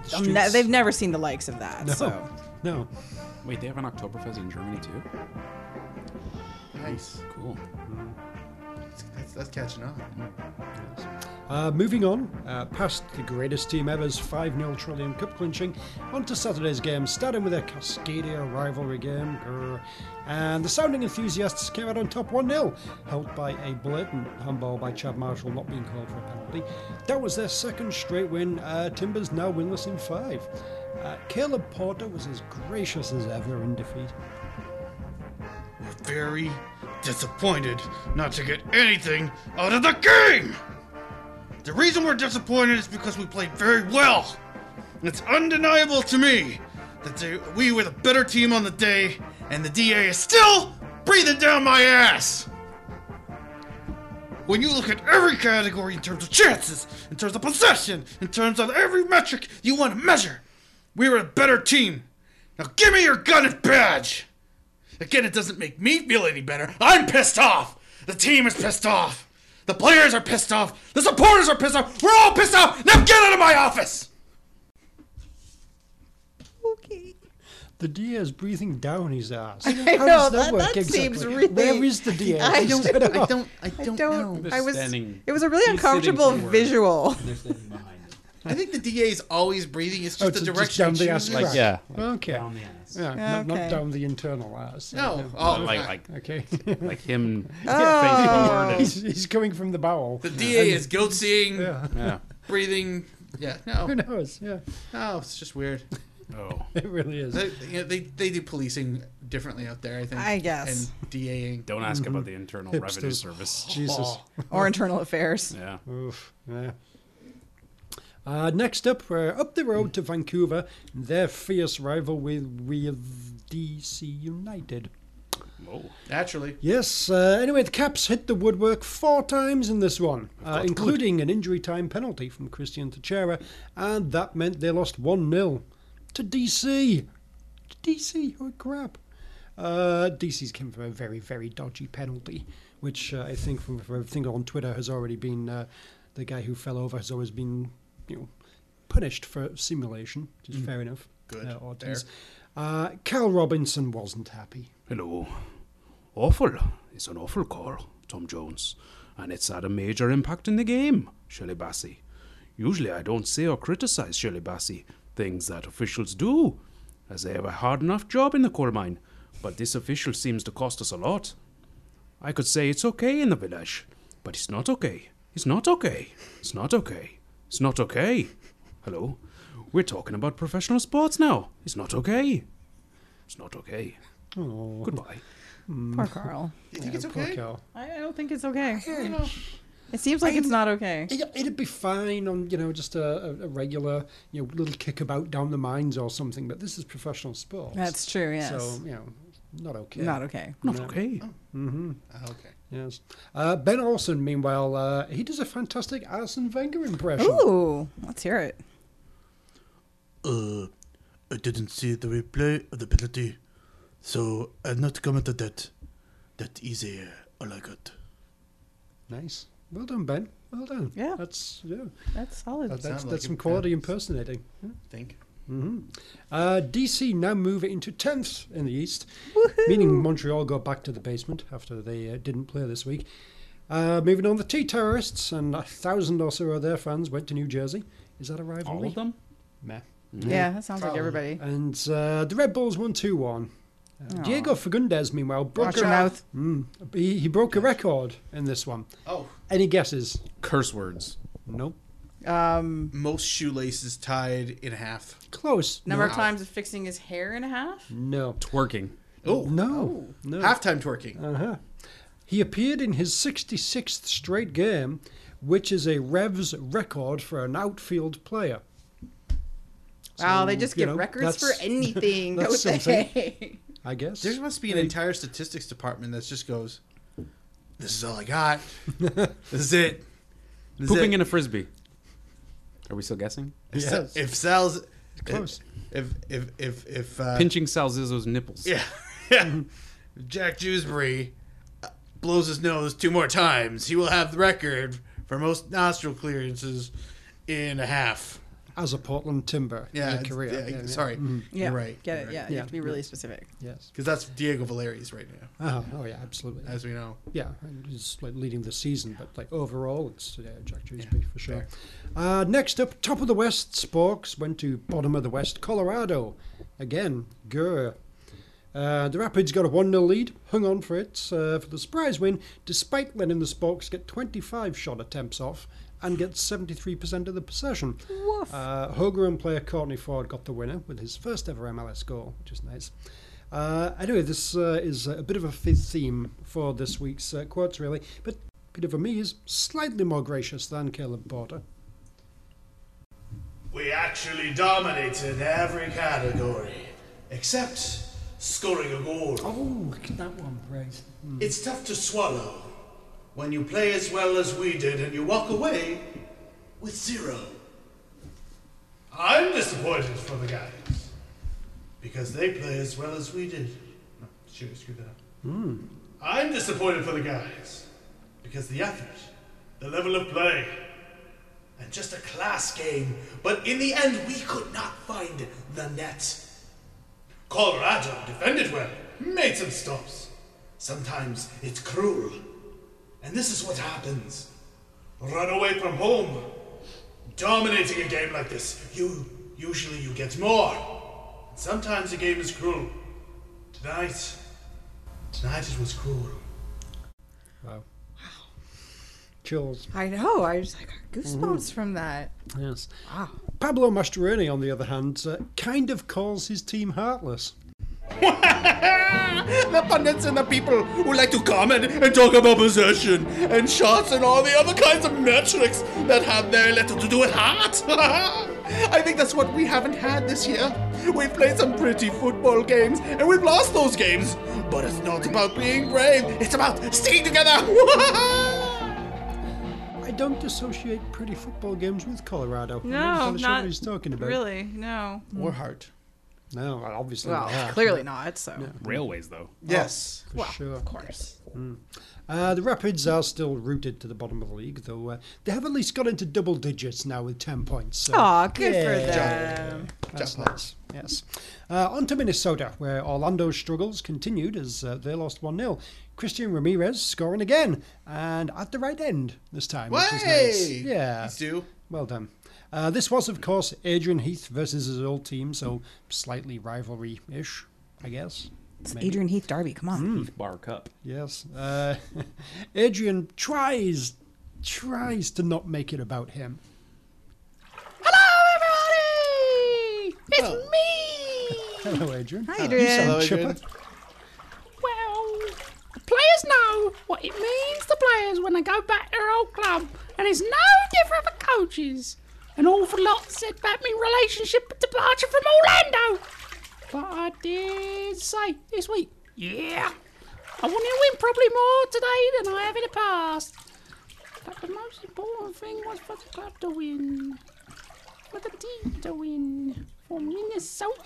Speaker 4: The
Speaker 2: Um, ne-
Speaker 4: streets-
Speaker 2: they've never seen the likes of that.
Speaker 4: no,
Speaker 2: So
Speaker 4: no.
Speaker 1: Wait, they have an Oktoberfest in Germany too?
Speaker 3: Nice.
Speaker 1: Cool.
Speaker 3: That's, that's catching on.
Speaker 4: Uh, moving on, uh, past the greatest team ever's 5 0 Trillium Cup clinching, on to Saturday's game, starting with a Cascadia rivalry game. grr. And the sounding enthusiasts came out on top 1 0, helped by a blatant handball by Chad Marshall not being called for a penalty. That was their second straight win. Uh, Timbers now winless in five. Uh, Caleb Porter was as gracious as ever in defeat.
Speaker 6: We're very disappointed not to get anything out of the game! The reason we're disappointed is because we played very well! And it's undeniable to me that they, we were the better team on the day, and the DA is still breathing down my ass! When you look at every category in terms of chances, in terms of possession, in terms of every metric you want to measure, we were a better team. Now give me your gun and badge! Again, it doesn't make me feel any better. I'm pissed off. The team is pissed off. The players are pissed off. The supporters are pissed off. We're all pissed off. Now get out of my office.
Speaker 2: okay.
Speaker 4: The DA is breathing down his ass.
Speaker 2: I
Speaker 4: How
Speaker 2: know,
Speaker 4: does
Speaker 2: that-
Speaker 4: work
Speaker 2: that
Speaker 4: exactly?
Speaker 2: seems really-
Speaker 4: Where is the DA?
Speaker 2: I don't-
Speaker 4: Set up.
Speaker 3: I don't. I don't,
Speaker 2: I don't.
Speaker 1: know.
Speaker 2: I was.
Speaker 1: Standing-
Speaker 2: It was a really
Speaker 1: he's sitting
Speaker 2: uncomfortable
Speaker 1: somewhere.
Speaker 2: visual.
Speaker 7: They're standing behind him.
Speaker 3: I think the DA is always breathing. It's just
Speaker 4: it's
Speaker 3: the
Speaker 4: Oh, just
Speaker 3: direction.
Speaker 4: down the
Speaker 3: he
Speaker 4: ass
Speaker 3: chooses.
Speaker 4: crack.
Speaker 1: Yeah.
Speaker 4: Okay.
Speaker 7: Down the ass.
Speaker 4: Yeah, Not,
Speaker 2: Okay.
Speaker 4: not down the internal ass.
Speaker 3: No. Oh,
Speaker 1: Like like
Speaker 4: Okay.
Speaker 1: like him
Speaker 2: Oh.
Speaker 1: face
Speaker 4: he's, he's coming from the bowel.
Speaker 3: the DA is goat seeing,
Speaker 4: Yeah.
Speaker 1: forward. and-
Speaker 3: breathing. Yeah. No.
Speaker 4: Who knows? Yeah.
Speaker 3: No. It's just weird.
Speaker 1: Yeah. Oh.
Speaker 4: It really is.
Speaker 3: They, you know, they they do policing differently out there. I think.
Speaker 2: I guess.
Speaker 3: And DAing.
Speaker 1: Don't ask about the Internal Revenue
Speaker 4: Hipsters.
Speaker 1: Service.
Speaker 4: Jesus.
Speaker 3: Oh.
Speaker 2: or internal affairs.
Speaker 1: Yeah.
Speaker 4: Oof. Yeah. Uh, next up, we're up the road to Vancouver. Their fierce rival with with DC United.
Speaker 1: Oh.
Speaker 3: Naturally.
Speaker 4: Yes. Uh, anyway, the Caps hit the woodwork four times in this one, uh, including an injury time penalty from Christian Teixeira, and that meant they lost 1 0 to DC. To DC, oh crap. Uh, DC's came from a very, very dodgy penalty, which uh, I think from, from everything on Twitter has already been uh, the guy who fell over has always been, you know, punished for simulation, which is fair enough.
Speaker 3: Mm. Good,
Speaker 4: Uh, Ortiz.
Speaker 3: fair.
Speaker 4: Uh, Cal Robinson wasn't happy.
Speaker 1: Hello. Awful. It's an awful call, Tom Jones. And it's had a major impact in the game, Shirley Bassey. Usually I don't say or criticize Shirley Bassey, things that officials do, as they have a hard enough job in the coal mine. But this official seems to cost us a lot. I could say it's okay in the village, but it's not okay. It's not okay. It's not okay. It's not okay. Hello? We're talking about professional sports now. It's not okay. It's not okay.
Speaker 4: Oh,
Speaker 1: Goodbye.
Speaker 2: Poor Carl.
Speaker 3: You think it's
Speaker 4: poor
Speaker 3: okay?
Speaker 4: Cal.
Speaker 2: I, I don't think it's okay. It seems like it's not okay.
Speaker 4: It, it'd be fine on you know just a, a, a regular you know little kickabout down the mines or something, but this is professional sports.
Speaker 2: That's true. Yes.
Speaker 4: So you know, not okay.
Speaker 2: Not okay.
Speaker 1: Not okay.
Speaker 2: Oh,
Speaker 3: Ah, okay.
Speaker 4: Yes. Uh, ben Olsen, meanwhile, uh, he does a fantastic Arsene Wenger impression.
Speaker 2: Ooh, let's hear it.
Speaker 6: Uh, I didn't see the replay of the penalty, so I've not commented that. That is uh, all I got.
Speaker 4: Nice. Well done, Ben. Well done.
Speaker 2: Yeah.
Speaker 4: That's yeah.
Speaker 2: That's solid.
Speaker 4: That, that's
Speaker 3: sounded like
Speaker 4: that's some
Speaker 3: him.
Speaker 4: quality
Speaker 3: Yeah.
Speaker 4: impersonating.
Speaker 3: Think.
Speaker 4: hmm Uh, DC now move into 10th in the East, meaning Montreal got back to the basement after they uh, didn't play this week. Uh, moving on, the Tea Terrorists and a thousand or so of their fans went to New Jersey. Is that a rivalry?
Speaker 1: All of them?
Speaker 4: Meh.
Speaker 2: yeah, that sounds like
Speaker 3: Probably.
Speaker 2: everybody.
Speaker 4: And uh, the Red Bulls won 2 1.
Speaker 2: Aw.
Speaker 4: Diego Fagundes, meanwhile, broke
Speaker 2: Oh. Watch your
Speaker 4: a,
Speaker 2: mouth.
Speaker 4: Mm, he, he broke a record in this one.
Speaker 3: Oh,
Speaker 4: Any guesses?
Speaker 1: Curse words.
Speaker 4: Nope.
Speaker 2: Um,
Speaker 3: most shoelaces tied in half.
Speaker 4: Close.
Speaker 2: number
Speaker 4: no.
Speaker 2: of times of fixing his hair in half.
Speaker 4: No.
Speaker 1: Twerking.
Speaker 3: Oh,
Speaker 4: No. No.
Speaker 3: halftime
Speaker 2: Oh.
Speaker 3: twerking.
Speaker 4: Uh-huh. He appeared in his 66th straight game, which is a Revs record for an outfield player.
Speaker 2: Wow,
Speaker 4: So,
Speaker 2: they just
Speaker 4: you
Speaker 2: give
Speaker 4: know,
Speaker 2: records for
Speaker 4: that's-
Speaker 2: anything, don't
Speaker 4: that's
Speaker 2: they?
Speaker 4: I guess.
Speaker 3: There must be an
Speaker 4: Hey.
Speaker 3: entire statistics department that just goes, "This is all I got. this is it." This is
Speaker 8: Pooping
Speaker 3: it.
Speaker 8: in a frisbee. Are we still guessing?
Speaker 3: If Sal-
Speaker 4: Yes.
Speaker 3: If Sal's
Speaker 4: Close.
Speaker 3: If if if if uh,
Speaker 8: Pinching Sal Zizzo's nipples.
Speaker 3: yeah, yeah. If Jack Jewsbury uh, blows his nose two more times, he will have the record for most nostril clearances in a half.
Speaker 4: as a Portland Timber
Speaker 3: Yeah,
Speaker 4: in
Speaker 3: it's-
Speaker 4: Korea.
Speaker 3: yeah,
Speaker 4: yeah. Mm-hmm.
Speaker 3: sorry,
Speaker 2: yeah,
Speaker 3: you're right.
Speaker 2: Get it? Yeah, you
Speaker 4: Yeah.
Speaker 2: have to be really specific.
Speaker 4: Yes.
Speaker 3: because that's Diego Valeri's right now,
Speaker 4: Uh-huh. Oh yeah, absolutely.
Speaker 3: as we know.
Speaker 4: Yeah, and it's like leading the season, but like overall, it's uh, Jack Jewsby for sure. Uh, next up, top of the West, Sporks went to bottom of the West, Colorado. Again, Gurr. Uh, the Rapids got a 1 0 lead, hung on for it uh, for the surprise win, despite letting the Sporks get 25 shot attempts off and get 73% of the possession.
Speaker 2: Woof.
Speaker 4: Uh, Hogerham player Courtney Ford got the winner with his first ever MLS goal, which is nice. Uh, anyway, this uh, is a bit of a fifth theme for this week's uh, quotes, really, but Peter Vermees is slightly more gracious than Caleb Porter.
Speaker 6: We actually dominated every category, except scoring a goal.
Speaker 4: Oh, that one, Hmm. right.
Speaker 6: It's tough to swallow when you play as well as we did and you walk away with zero. I'm disappointed for the guys because they play as well as we did. No, shoot, I screwed that up.
Speaker 4: Hmm.
Speaker 6: I'm disappointed for the guys because the effort, the level of play, and just a class game, but in the end we could not find the net. Colorado defended well, made some stops. Sometimes it's cruel. And this is what happens. Run away from home. Dominating a game like this, you usually you get more. Sometimes the game is cruel. Tonight, tonight it was cruel.
Speaker 4: Wow. Chills.
Speaker 2: I know. I just I got goosebumps from that.
Speaker 4: Yes. Wow. Pablo Mastroianni, on the other hand, uh, kind of calls his team heartless.
Speaker 3: the pundits and the people who like to comment and talk about possession and shots and all the other kinds of metrics that have very little to do with heart. I think that's what we haven't had this year. We've played some pretty football games and we've lost those games. But it's not about being brave, it's about sticking together.
Speaker 4: I don't associate pretty football games with Colorado. I'm
Speaker 2: No,
Speaker 4: entirely sure
Speaker 2: not
Speaker 4: what he's talking about. Mm.
Speaker 2: Really? No.
Speaker 3: or heart.
Speaker 4: No, obviously
Speaker 2: Well,
Speaker 4: not. that,
Speaker 2: clearly not. So,
Speaker 8: Railways, though.
Speaker 3: Yes.
Speaker 4: for
Speaker 2: well,
Speaker 4: sure.
Speaker 2: of course.
Speaker 4: Uh, the Rapids are still rooted to the bottom of the league, though uh, they have at least got into double digits now with 10 points. So
Speaker 2: Aw, good
Speaker 4: Yeah.
Speaker 2: for them.
Speaker 4: that's nice. Yes. Uh, on to Minnesota, where Orlando's struggles continued as uh, they lost 1 0. Christian Ramirez scoring again, and at the right end this time. Which is nice.
Speaker 3: Way!
Speaker 4: Yeah.
Speaker 3: He's due.
Speaker 4: Well done. Uh, this was, of course, Adrian Heath versus his old team, so slightly rivalry ish, I guess. Maybe.
Speaker 2: Adrian Heath Darby, come on.
Speaker 4: Mm.
Speaker 8: Bar Cup.
Speaker 4: Yes. Uh, Adrian tries tries to not make it about him.
Speaker 2: Hello, everybody! It's me!
Speaker 4: Hello, Adrian.
Speaker 2: Hi, Adrian.
Speaker 3: Hello,
Speaker 4: Chipper.
Speaker 3: Adrian.
Speaker 9: Well, the players know what it means to players when they go back to their old club, and it's no different for coaches. An awful lot said about me relationship with departure from Orlando, but I did say this week, yeah, I want to win probably more today than I have in the past. But the most important thing was for the club to win, for the team to win, for Minnesota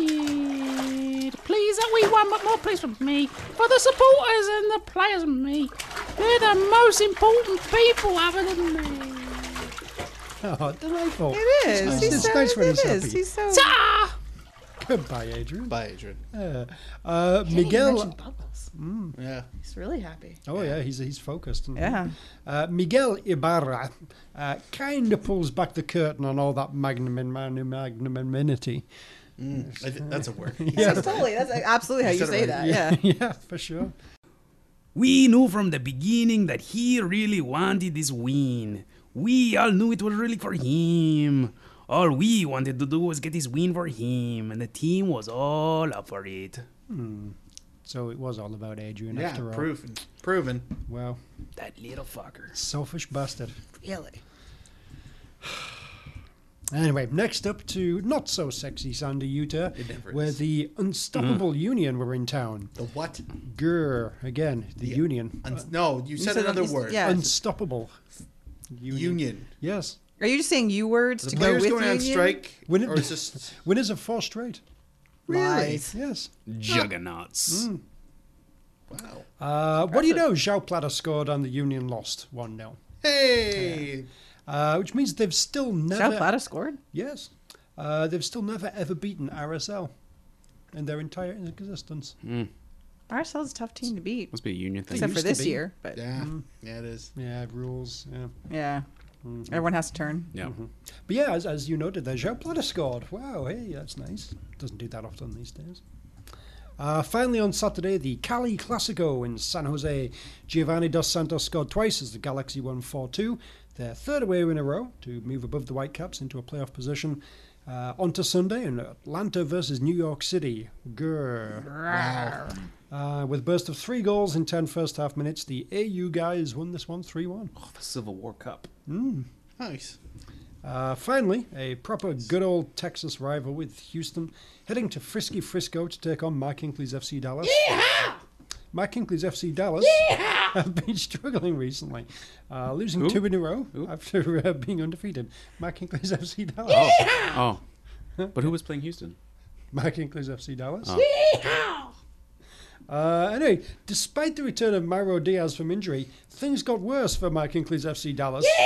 Speaker 9: United. Please that we won, but more please for me, for the supporters and the players and me. They're the most important people other than me.
Speaker 4: Oh, delightful.
Speaker 2: It is.
Speaker 4: It's nice,
Speaker 2: He's
Speaker 4: it's
Speaker 2: so,
Speaker 4: nice when
Speaker 2: it
Speaker 4: he's
Speaker 2: is.
Speaker 4: happy.
Speaker 2: He's so.
Speaker 9: Ta!
Speaker 4: Goodbye, Adrian.
Speaker 3: Bye, Adrian.
Speaker 4: Uh, uh, Miguel.
Speaker 3: Yeah.
Speaker 2: He's really happy.
Speaker 4: Oh yeah, he's he's focused. and-
Speaker 2: Yeah.
Speaker 4: Uh, Miguel Ibarra uh, kind of pulls back the curtain on all that magnum and manu- magnanimity.
Speaker 3: I thi- that's a word.
Speaker 2: That's totally. That's absolutely how you say that. Uh, Yeah.
Speaker 4: yeah, for sure.
Speaker 8: We knew from the beginning that he really wanted this win. We all knew it was really for him. All we wanted to do was get this win for him, and the team was all up for it.
Speaker 4: So it was all about Adrian
Speaker 3: Yeah,
Speaker 4: after all.
Speaker 3: proven. Proven.
Speaker 4: Wow,
Speaker 8: That little fucker.
Speaker 4: selfish bastard.
Speaker 2: Really.
Speaker 4: Anyway, next up to not so sexy Sandy, Utah,
Speaker 3: never
Speaker 4: where
Speaker 3: is. Mm.
Speaker 4: the Unstoppable Union were in town.
Speaker 3: The what?
Speaker 4: Grr, again, the Union.
Speaker 3: Un- no, you said
Speaker 2: said-
Speaker 3: another
Speaker 2: you said-
Speaker 3: word.
Speaker 2: yeah.
Speaker 4: Unstoppable.
Speaker 3: Union.
Speaker 4: Yes.
Speaker 2: Are you just saying you words to go
Speaker 3: Players
Speaker 2: with
Speaker 3: going on
Speaker 2: union?
Speaker 3: strike,
Speaker 4: Wouldn't it
Speaker 3: or
Speaker 4: be-
Speaker 3: it's just
Speaker 4: Winners of four straight.
Speaker 2: Lies.
Speaker 4: Yes.
Speaker 1: Juggernauts.
Speaker 3: wow.
Speaker 4: Uh, what do you know? Zhao Plata scored and the Union lost 1 0.
Speaker 3: Hey,
Speaker 4: Uh, which means they've still never.
Speaker 2: Shao Plata scored.
Speaker 4: Yes. Uh, they've still never ever beaten RSL in their entire existence.
Speaker 2: RSL's a tough team to beat,
Speaker 1: Must be a union thing.
Speaker 2: except for
Speaker 4: used to
Speaker 2: this
Speaker 4: be.
Speaker 2: year. But yeah,
Speaker 8: Mm-hmm.
Speaker 3: yeah, yeah, it is.
Speaker 4: Yeah, rules. Yeah. Mm.
Speaker 2: everyone has to turn.
Speaker 1: Yeah.
Speaker 4: But yeah, as, as you noted there, Joe Plata scored. Wow, hey, that's nice. Doesn't do that often these days. Uh, finally, on Saturday, the Cali Classico in San Jose. Giovanni Dos Santos scored twice as the Galaxy won 4 2, their third away in a row to move above the Whitecaps into a playoff position. Uh, on to Sunday in Atlanta versus New York City. Grr. Uh, with a burst of three goals in 10 first half minutes, the AU guys won this one 3 1.
Speaker 1: Oh, the Civil War Cup.
Speaker 3: Nice.
Speaker 4: Uh, finally, a proper good old Texas rival with Houston, heading to Frisky Frisco to take on Mark Hinckley's FC Dallas. Mark Hinckley's FC Dallas have been struggling recently, uh, losing two in a row after uh, being undefeated. Mark Hinckley's FC Dallas.
Speaker 1: Oh. But who was playing Houston?
Speaker 4: Mark Hinckley's FC Dallas. Uh, anyway, despite the return of Mauro Diaz from injury, things got worse for Mark Hinckley's FC Dallas.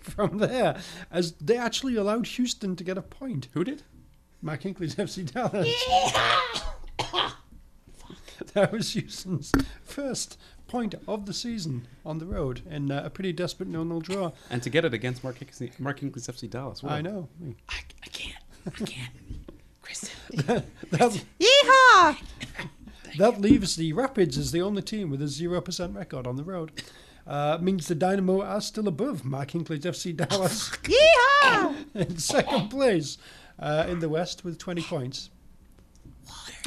Speaker 4: From there, as they actually allowed Houston to get a point.
Speaker 1: Who did?
Speaker 4: Mark Hinckley's FC Dallas. that was Houston's first point of the season on the road in uh, a pretty desperate nil-nil draw.
Speaker 1: And to get it against Mark, Hinckley, Mark Hinckley's FC Dallas. Wow.
Speaker 4: I know.
Speaker 9: I, I can't. I can't. Chris,
Speaker 4: That,
Speaker 2: Yeehaw!
Speaker 4: that leaves the Rapids as the only team with a 0% record on the road. Uh, means the Dynamo are still above Mark Hinckley's FC Dallas
Speaker 2: Yeehaw!
Speaker 4: in second place uh, in the West with 20 points.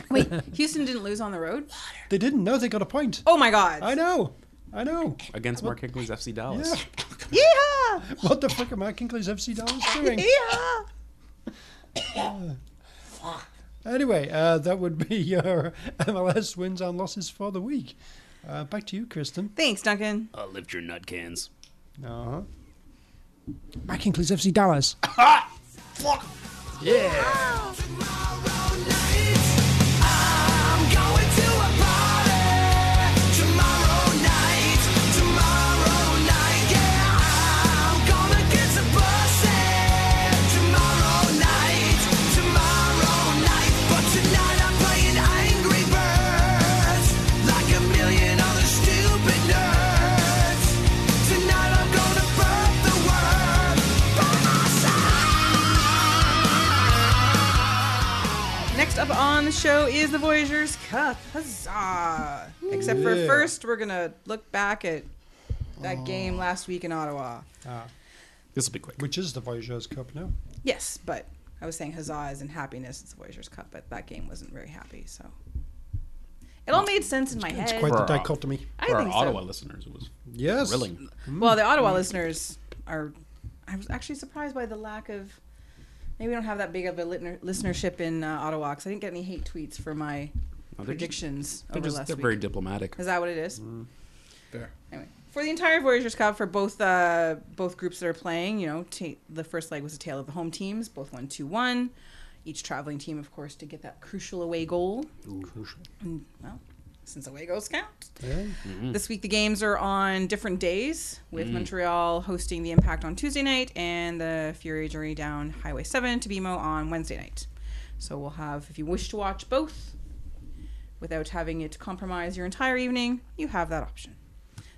Speaker 2: Wait, Houston didn't lose on the road.
Speaker 4: They didn't know they got a point.
Speaker 2: Oh my God!
Speaker 4: I know. I know.
Speaker 1: Against Mark Hinckley's FC Dallas.
Speaker 4: Yeah.
Speaker 2: Yeehaw!
Speaker 4: What the fuck are Mark Hinckley's FC Dallas doing?
Speaker 2: Yeehaw!
Speaker 4: Anyway, uh, that would be your MLS wins and losses for the week. Uh, back to you, Kristen.
Speaker 2: Thanks, Duncan.
Speaker 1: I'll Uh, lift your nut cans.
Speaker 4: Uh-huh. Back includes FC Dallas.
Speaker 5: Tonight I'm gonna burn the world by
Speaker 2: Next up on the show is the Voyagers Cup. Huzzah! Except for
Speaker 4: Yeah.
Speaker 2: first, we're gonna look back at that game last week in Ottawa.
Speaker 1: This will be quick.
Speaker 4: Which is the Voyageurs Cup now.
Speaker 2: Yes, but I was saying huzzah is in happiness. It's the Voyagers Cup, but that game wasn't very happy, so it all made sense in my head.
Speaker 4: Quite the
Speaker 1: Bruh.
Speaker 4: dichotomy.
Speaker 2: I
Speaker 1: for our
Speaker 2: think so.
Speaker 1: Ottawa listeners, it was
Speaker 4: Yes.
Speaker 1: thrilling.
Speaker 2: Well, the Ottawa listeners are. I was actually surprised by the lack of. Maybe we don't have that big of a litner, listenership in uh, Ottawa because I didn't get any hate tweets for my
Speaker 1: they're just-
Speaker 2: predictions
Speaker 1: They're,
Speaker 2: over
Speaker 1: just,
Speaker 2: last
Speaker 1: they're
Speaker 2: week.
Speaker 1: very diplomatic.
Speaker 2: Is that what it is?
Speaker 3: Fair.
Speaker 2: Anyway, for the entire Voyagers Cup, for both uh, both groups that are playing, you know, ta the first leg was a tale of the home teams. Both won two one. Each traveling team, of course, to get that crucial away goal.
Speaker 4: Crucial.
Speaker 2: And, well, since away goals count.
Speaker 4: Yeah.
Speaker 1: Hmm.
Speaker 2: This week the games are on different days, with Montreal hosting the Impact on Tuesday night and the Fury journey down Highway 7 to BMO on Wednesday night. So we'll have, if you wish to watch both without having it compromise your entire evening, you have that option.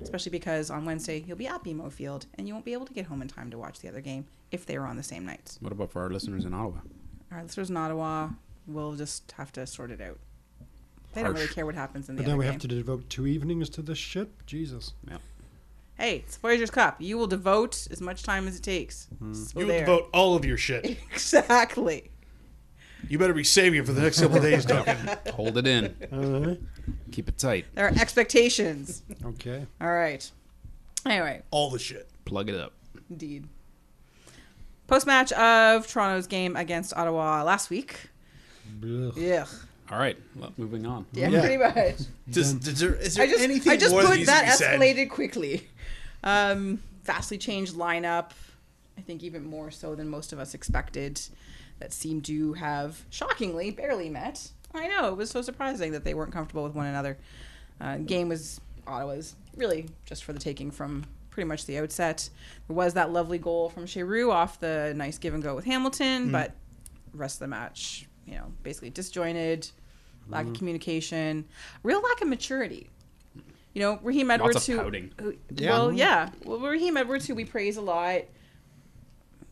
Speaker 2: Especially because on Wednesday you'll be at BMO Field and you won't be able to get home in time to watch the other game if they were on the same nights.
Speaker 1: What about for our listeners in Ottawa?
Speaker 2: Our listeners in Ottawa will just have to sort it out. They don't really
Speaker 1: Harsh.
Speaker 2: care what happens in the
Speaker 4: But now
Speaker 2: other
Speaker 4: we
Speaker 2: game.
Speaker 4: have to devote two evenings to this shit. Jesus.
Speaker 2: Hey, it's Voyager's Cup. You will devote as much time as it takes. So
Speaker 6: You
Speaker 2: there.
Speaker 6: devote all of your shit.
Speaker 2: Exactly.
Speaker 6: You better be saving it for the next couple of days, Duncan.
Speaker 1: Hold it in.
Speaker 4: Uh,
Speaker 1: Keep it tight.
Speaker 2: There are expectations.
Speaker 4: okay.
Speaker 2: All right. Anyway,
Speaker 6: All the shit.
Speaker 1: Plug it up.
Speaker 2: indeed. Post match of Toronto's game against Ottawa last week. Yeah.
Speaker 8: All right, well, moving on.
Speaker 2: Yeah, pretty much.
Speaker 3: Does, does there, is there
Speaker 2: I just,
Speaker 3: anything
Speaker 2: I just
Speaker 3: more that
Speaker 2: put
Speaker 3: needs to
Speaker 2: that
Speaker 3: be said?
Speaker 2: escalated quickly. Um, vastly changed lineup. I think even more so than most of us expected. That seemed to have shockingly barely met. I know it was so surprising that they weren't comfortable with one another. Uh, game was Ottawa's really just for the taking from pretty much the outset. There was that lovely goal from Cheru off the nice give and go with Hamilton,
Speaker 3: Mm.
Speaker 2: but rest of the match, you know, basically disjointed, lack of communication, real lack of maturity. You know, Raheem Edwards,
Speaker 8: of
Speaker 2: who,
Speaker 8: pouting.
Speaker 2: who- well, yeah, well, Raheem Edwards, who we praise a lot,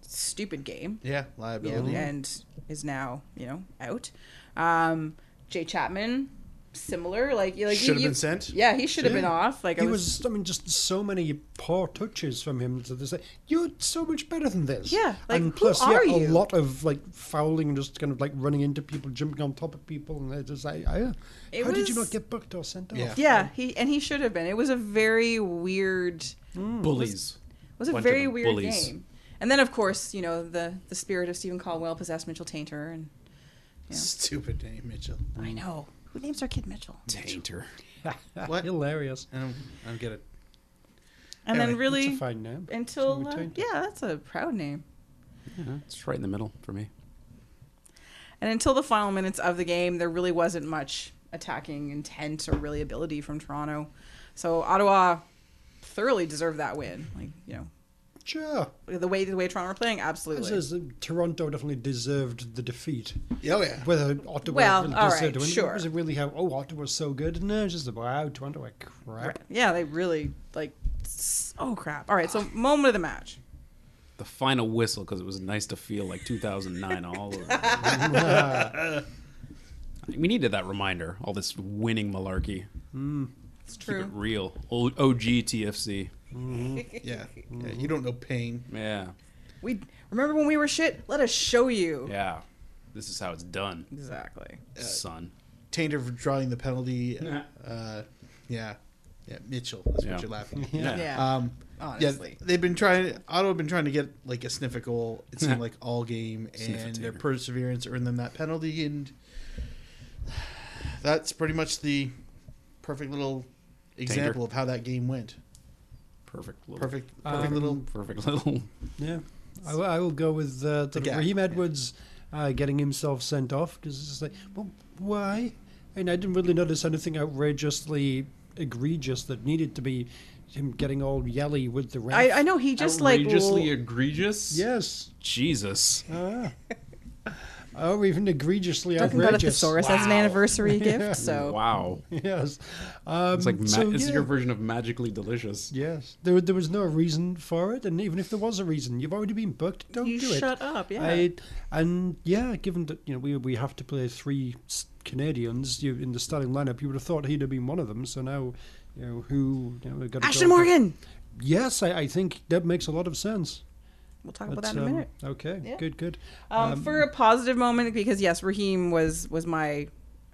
Speaker 2: stupid game,
Speaker 3: Yeah, Mm-hmm.
Speaker 2: you know,
Speaker 3: liability.
Speaker 2: and is now you know out. Um, Jay Chapman, similar, like you- like you-
Speaker 3: Should have
Speaker 2: you-
Speaker 3: been sent.
Speaker 2: Yeah, he should have been off. Like I
Speaker 4: He
Speaker 2: was,
Speaker 4: was, I mean, just so many poor touches from him to this. You're so much better than this.
Speaker 2: Yeah, like,
Speaker 4: and
Speaker 2: who
Speaker 4: plus,
Speaker 2: are
Speaker 4: yeah,
Speaker 2: you?
Speaker 4: a lot of like fouling, just kind of like running into people, jumping on top of people, and they're just like, I,
Speaker 2: It
Speaker 4: how did you
Speaker 2: was-
Speaker 4: not get booked or sent
Speaker 3: Yeah.
Speaker 4: off?
Speaker 2: yeah, he and he should have been. It was a very weird.
Speaker 8: Bullies.
Speaker 2: It was a
Speaker 8: Bunch of
Speaker 2: very
Speaker 8: them
Speaker 2: weird
Speaker 8: bullies.
Speaker 2: game. And then, of course, you know the the spirit of Stephen Caldwell possessed Mitchell Tainter, and
Speaker 3: Stupid name, Mitchell.
Speaker 2: I know who names our kid Mitchell.
Speaker 8: Tainter.
Speaker 3: What?
Speaker 4: Hilarious.
Speaker 3: I don't, I don't get it.
Speaker 2: And then
Speaker 3: Anyway,
Speaker 4: It's
Speaker 2: really
Speaker 4: a fine name.
Speaker 2: until
Speaker 4: Someone
Speaker 2: uh,
Speaker 4: tainted.
Speaker 2: yeah, that's a proud name.
Speaker 8: Yeah, it's right in the middle for me.
Speaker 2: And until the final minutes of the game, there really wasn't much attacking intent or really ability from Toronto. So Ottawa thoroughly deserved that win. Like you
Speaker 4: Sure.
Speaker 2: know the way the way Toronto were playing,
Speaker 4: It
Speaker 2: absolutely.
Speaker 4: says that Toronto definitely deserved the defeat.
Speaker 3: Oh yeah.
Speaker 4: Whether Ottawa
Speaker 2: Well,
Speaker 4: really
Speaker 2: all
Speaker 4: deserved
Speaker 2: right,
Speaker 4: it,
Speaker 2: sure.
Speaker 4: was it really how oh Ottawa's so good? No, it's just wow, Toronto are crap.
Speaker 2: yeah, they really like so crap. All right, so moment of the match.
Speaker 8: The final whistle because it was nice to feel like 2009 all over. we needed that reminder. All this winning malarkey.
Speaker 2: It's
Speaker 8: Keep it
Speaker 2: true.
Speaker 8: real. Old OG TFC.
Speaker 3: Yeah.
Speaker 8: Mm-hmm.
Speaker 3: yeah. You don't know pain.
Speaker 8: Yeah,
Speaker 2: We remember when we were shit. Let us show you.
Speaker 8: yeah. This is how it's done,
Speaker 2: Exactly.
Speaker 8: Uh, son.
Speaker 3: Tainter for drawing the penalty.
Speaker 8: Yeah.
Speaker 3: Uh, yeah. Yeah. Mitchell. That's
Speaker 8: Yeah.
Speaker 3: what you're laughing at.
Speaker 2: Yeah.
Speaker 8: Yeah.
Speaker 3: Um,
Speaker 2: honestly.
Speaker 3: Yeah, they've been trying. Otto have been trying to get like a sniff a goal. It seemed like all game,
Speaker 8: Sniff a
Speaker 3: and their
Speaker 8: tater.
Speaker 3: perseverance earned them that penalty, and that's pretty much the perfect little example of how that game went.
Speaker 8: Perfect little.
Speaker 3: Perfect, perfect
Speaker 4: Um,
Speaker 3: little.
Speaker 8: Perfect little.
Speaker 4: Yeah, I, will- I will go with uh, the
Speaker 3: gap,
Speaker 4: Raheem Edwards uh, getting himself sent off because it's just like, well, why? And I didn't really notice anything outrageously egregious that needed to be him getting all yelly with the ref.
Speaker 2: I, I know he just like
Speaker 8: outrageously
Speaker 2: l-
Speaker 8: egregious.
Speaker 4: Yes.
Speaker 8: Jesus.
Speaker 1: Uh,
Speaker 4: Oh, even egregiously
Speaker 2: talking about a
Speaker 4: outrageous.
Speaker 2: thesaurus as an anniversary gift. So
Speaker 8: Wow.
Speaker 4: Yes. Um,
Speaker 8: It's like ma-
Speaker 4: so,
Speaker 8: it's
Speaker 4: yeah.
Speaker 8: your version of magically delicious.
Speaker 4: Yes, there, there was no reason for it, and even if there was a reason, you've already been booked. Don't
Speaker 2: you
Speaker 4: do it.
Speaker 2: shut up. Yeah.
Speaker 4: I, and yeah, given that you know we we have to play three s- Canadians you, in the starting lineup, you would have thought he'd have been one of them. So now, you know who you know, we've got to go
Speaker 2: Ashton
Speaker 4: for-
Speaker 2: Morgan.
Speaker 4: Yes, I, I think that makes a lot of sense.
Speaker 2: We'll talk about
Speaker 4: That's,
Speaker 2: that in a
Speaker 4: um,
Speaker 2: minute.
Speaker 4: Okay,
Speaker 2: Yeah.
Speaker 4: good, good.
Speaker 2: Um, for a positive moment, because yes, Raheem was was my.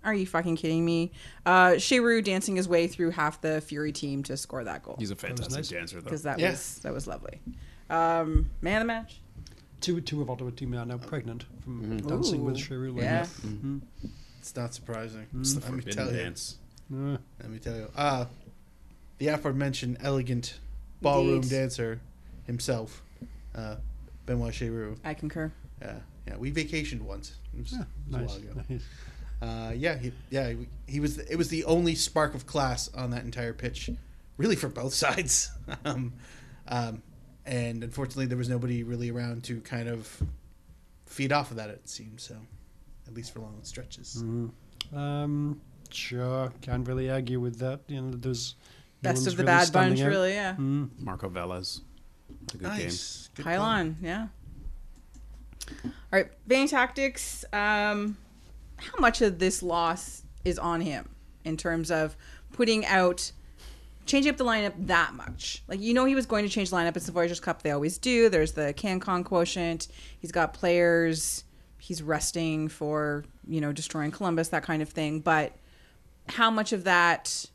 Speaker 2: Are you fucking kidding me? Uh, Sheru dancing his way through half the Fury team to score that goal
Speaker 8: He's a fantastic
Speaker 4: nice.
Speaker 8: dancer, though.
Speaker 2: because that
Speaker 3: Yeah.
Speaker 2: was that was lovely. Um, man of the match.
Speaker 4: Two two of Ottawa team are now pregnant from
Speaker 3: Mm-hmm.
Speaker 4: dancing with
Speaker 2: Ooh,
Speaker 4: Sherry Lane.
Speaker 2: Yeah.
Speaker 3: It's not surprising.
Speaker 8: It's the
Speaker 3: Let me
Speaker 8: forbidden
Speaker 3: tell you.
Speaker 8: dance.
Speaker 4: Uh,
Speaker 3: Let me tell you. Uh, the aforementioned elegant ballroom
Speaker 2: Indeed.
Speaker 3: dancer himself, uh, Benoit Cheru.
Speaker 2: I concur.
Speaker 3: Yeah, yeah. We vacationed once. It was, it was
Speaker 4: nice.
Speaker 3: a while ago.
Speaker 4: nice.
Speaker 3: Uh, yeah, he, yeah. He, he was. It was the only spark of class on that entire pitch, really for both sides. um, um, and unfortunately, there was nobody really around to kind of feed off of that. It seemed so, at least for long stretches.
Speaker 8: Mm-hmm.
Speaker 4: Um, sure, can't really argue with that. You know, there's no
Speaker 2: Best
Speaker 4: one's
Speaker 2: of the
Speaker 4: really
Speaker 2: bad
Speaker 4: standing
Speaker 2: bunch,
Speaker 4: out.
Speaker 2: really. Yeah.
Speaker 4: Mm.
Speaker 8: Marco Velas. It's a good
Speaker 3: Nice. Good call.
Speaker 2: Pylon, yeah. All right, Vayne Tactics. Um, how much of this loss is on him in terms of putting out, changing up the lineup that much? Like, you know, he was going to change the lineup. It's the Voyagers Cup. They always do. There's the CanCon quotient. He's got players. He's resting for, you know, destroying Columbus, that kind of thing. But how much of that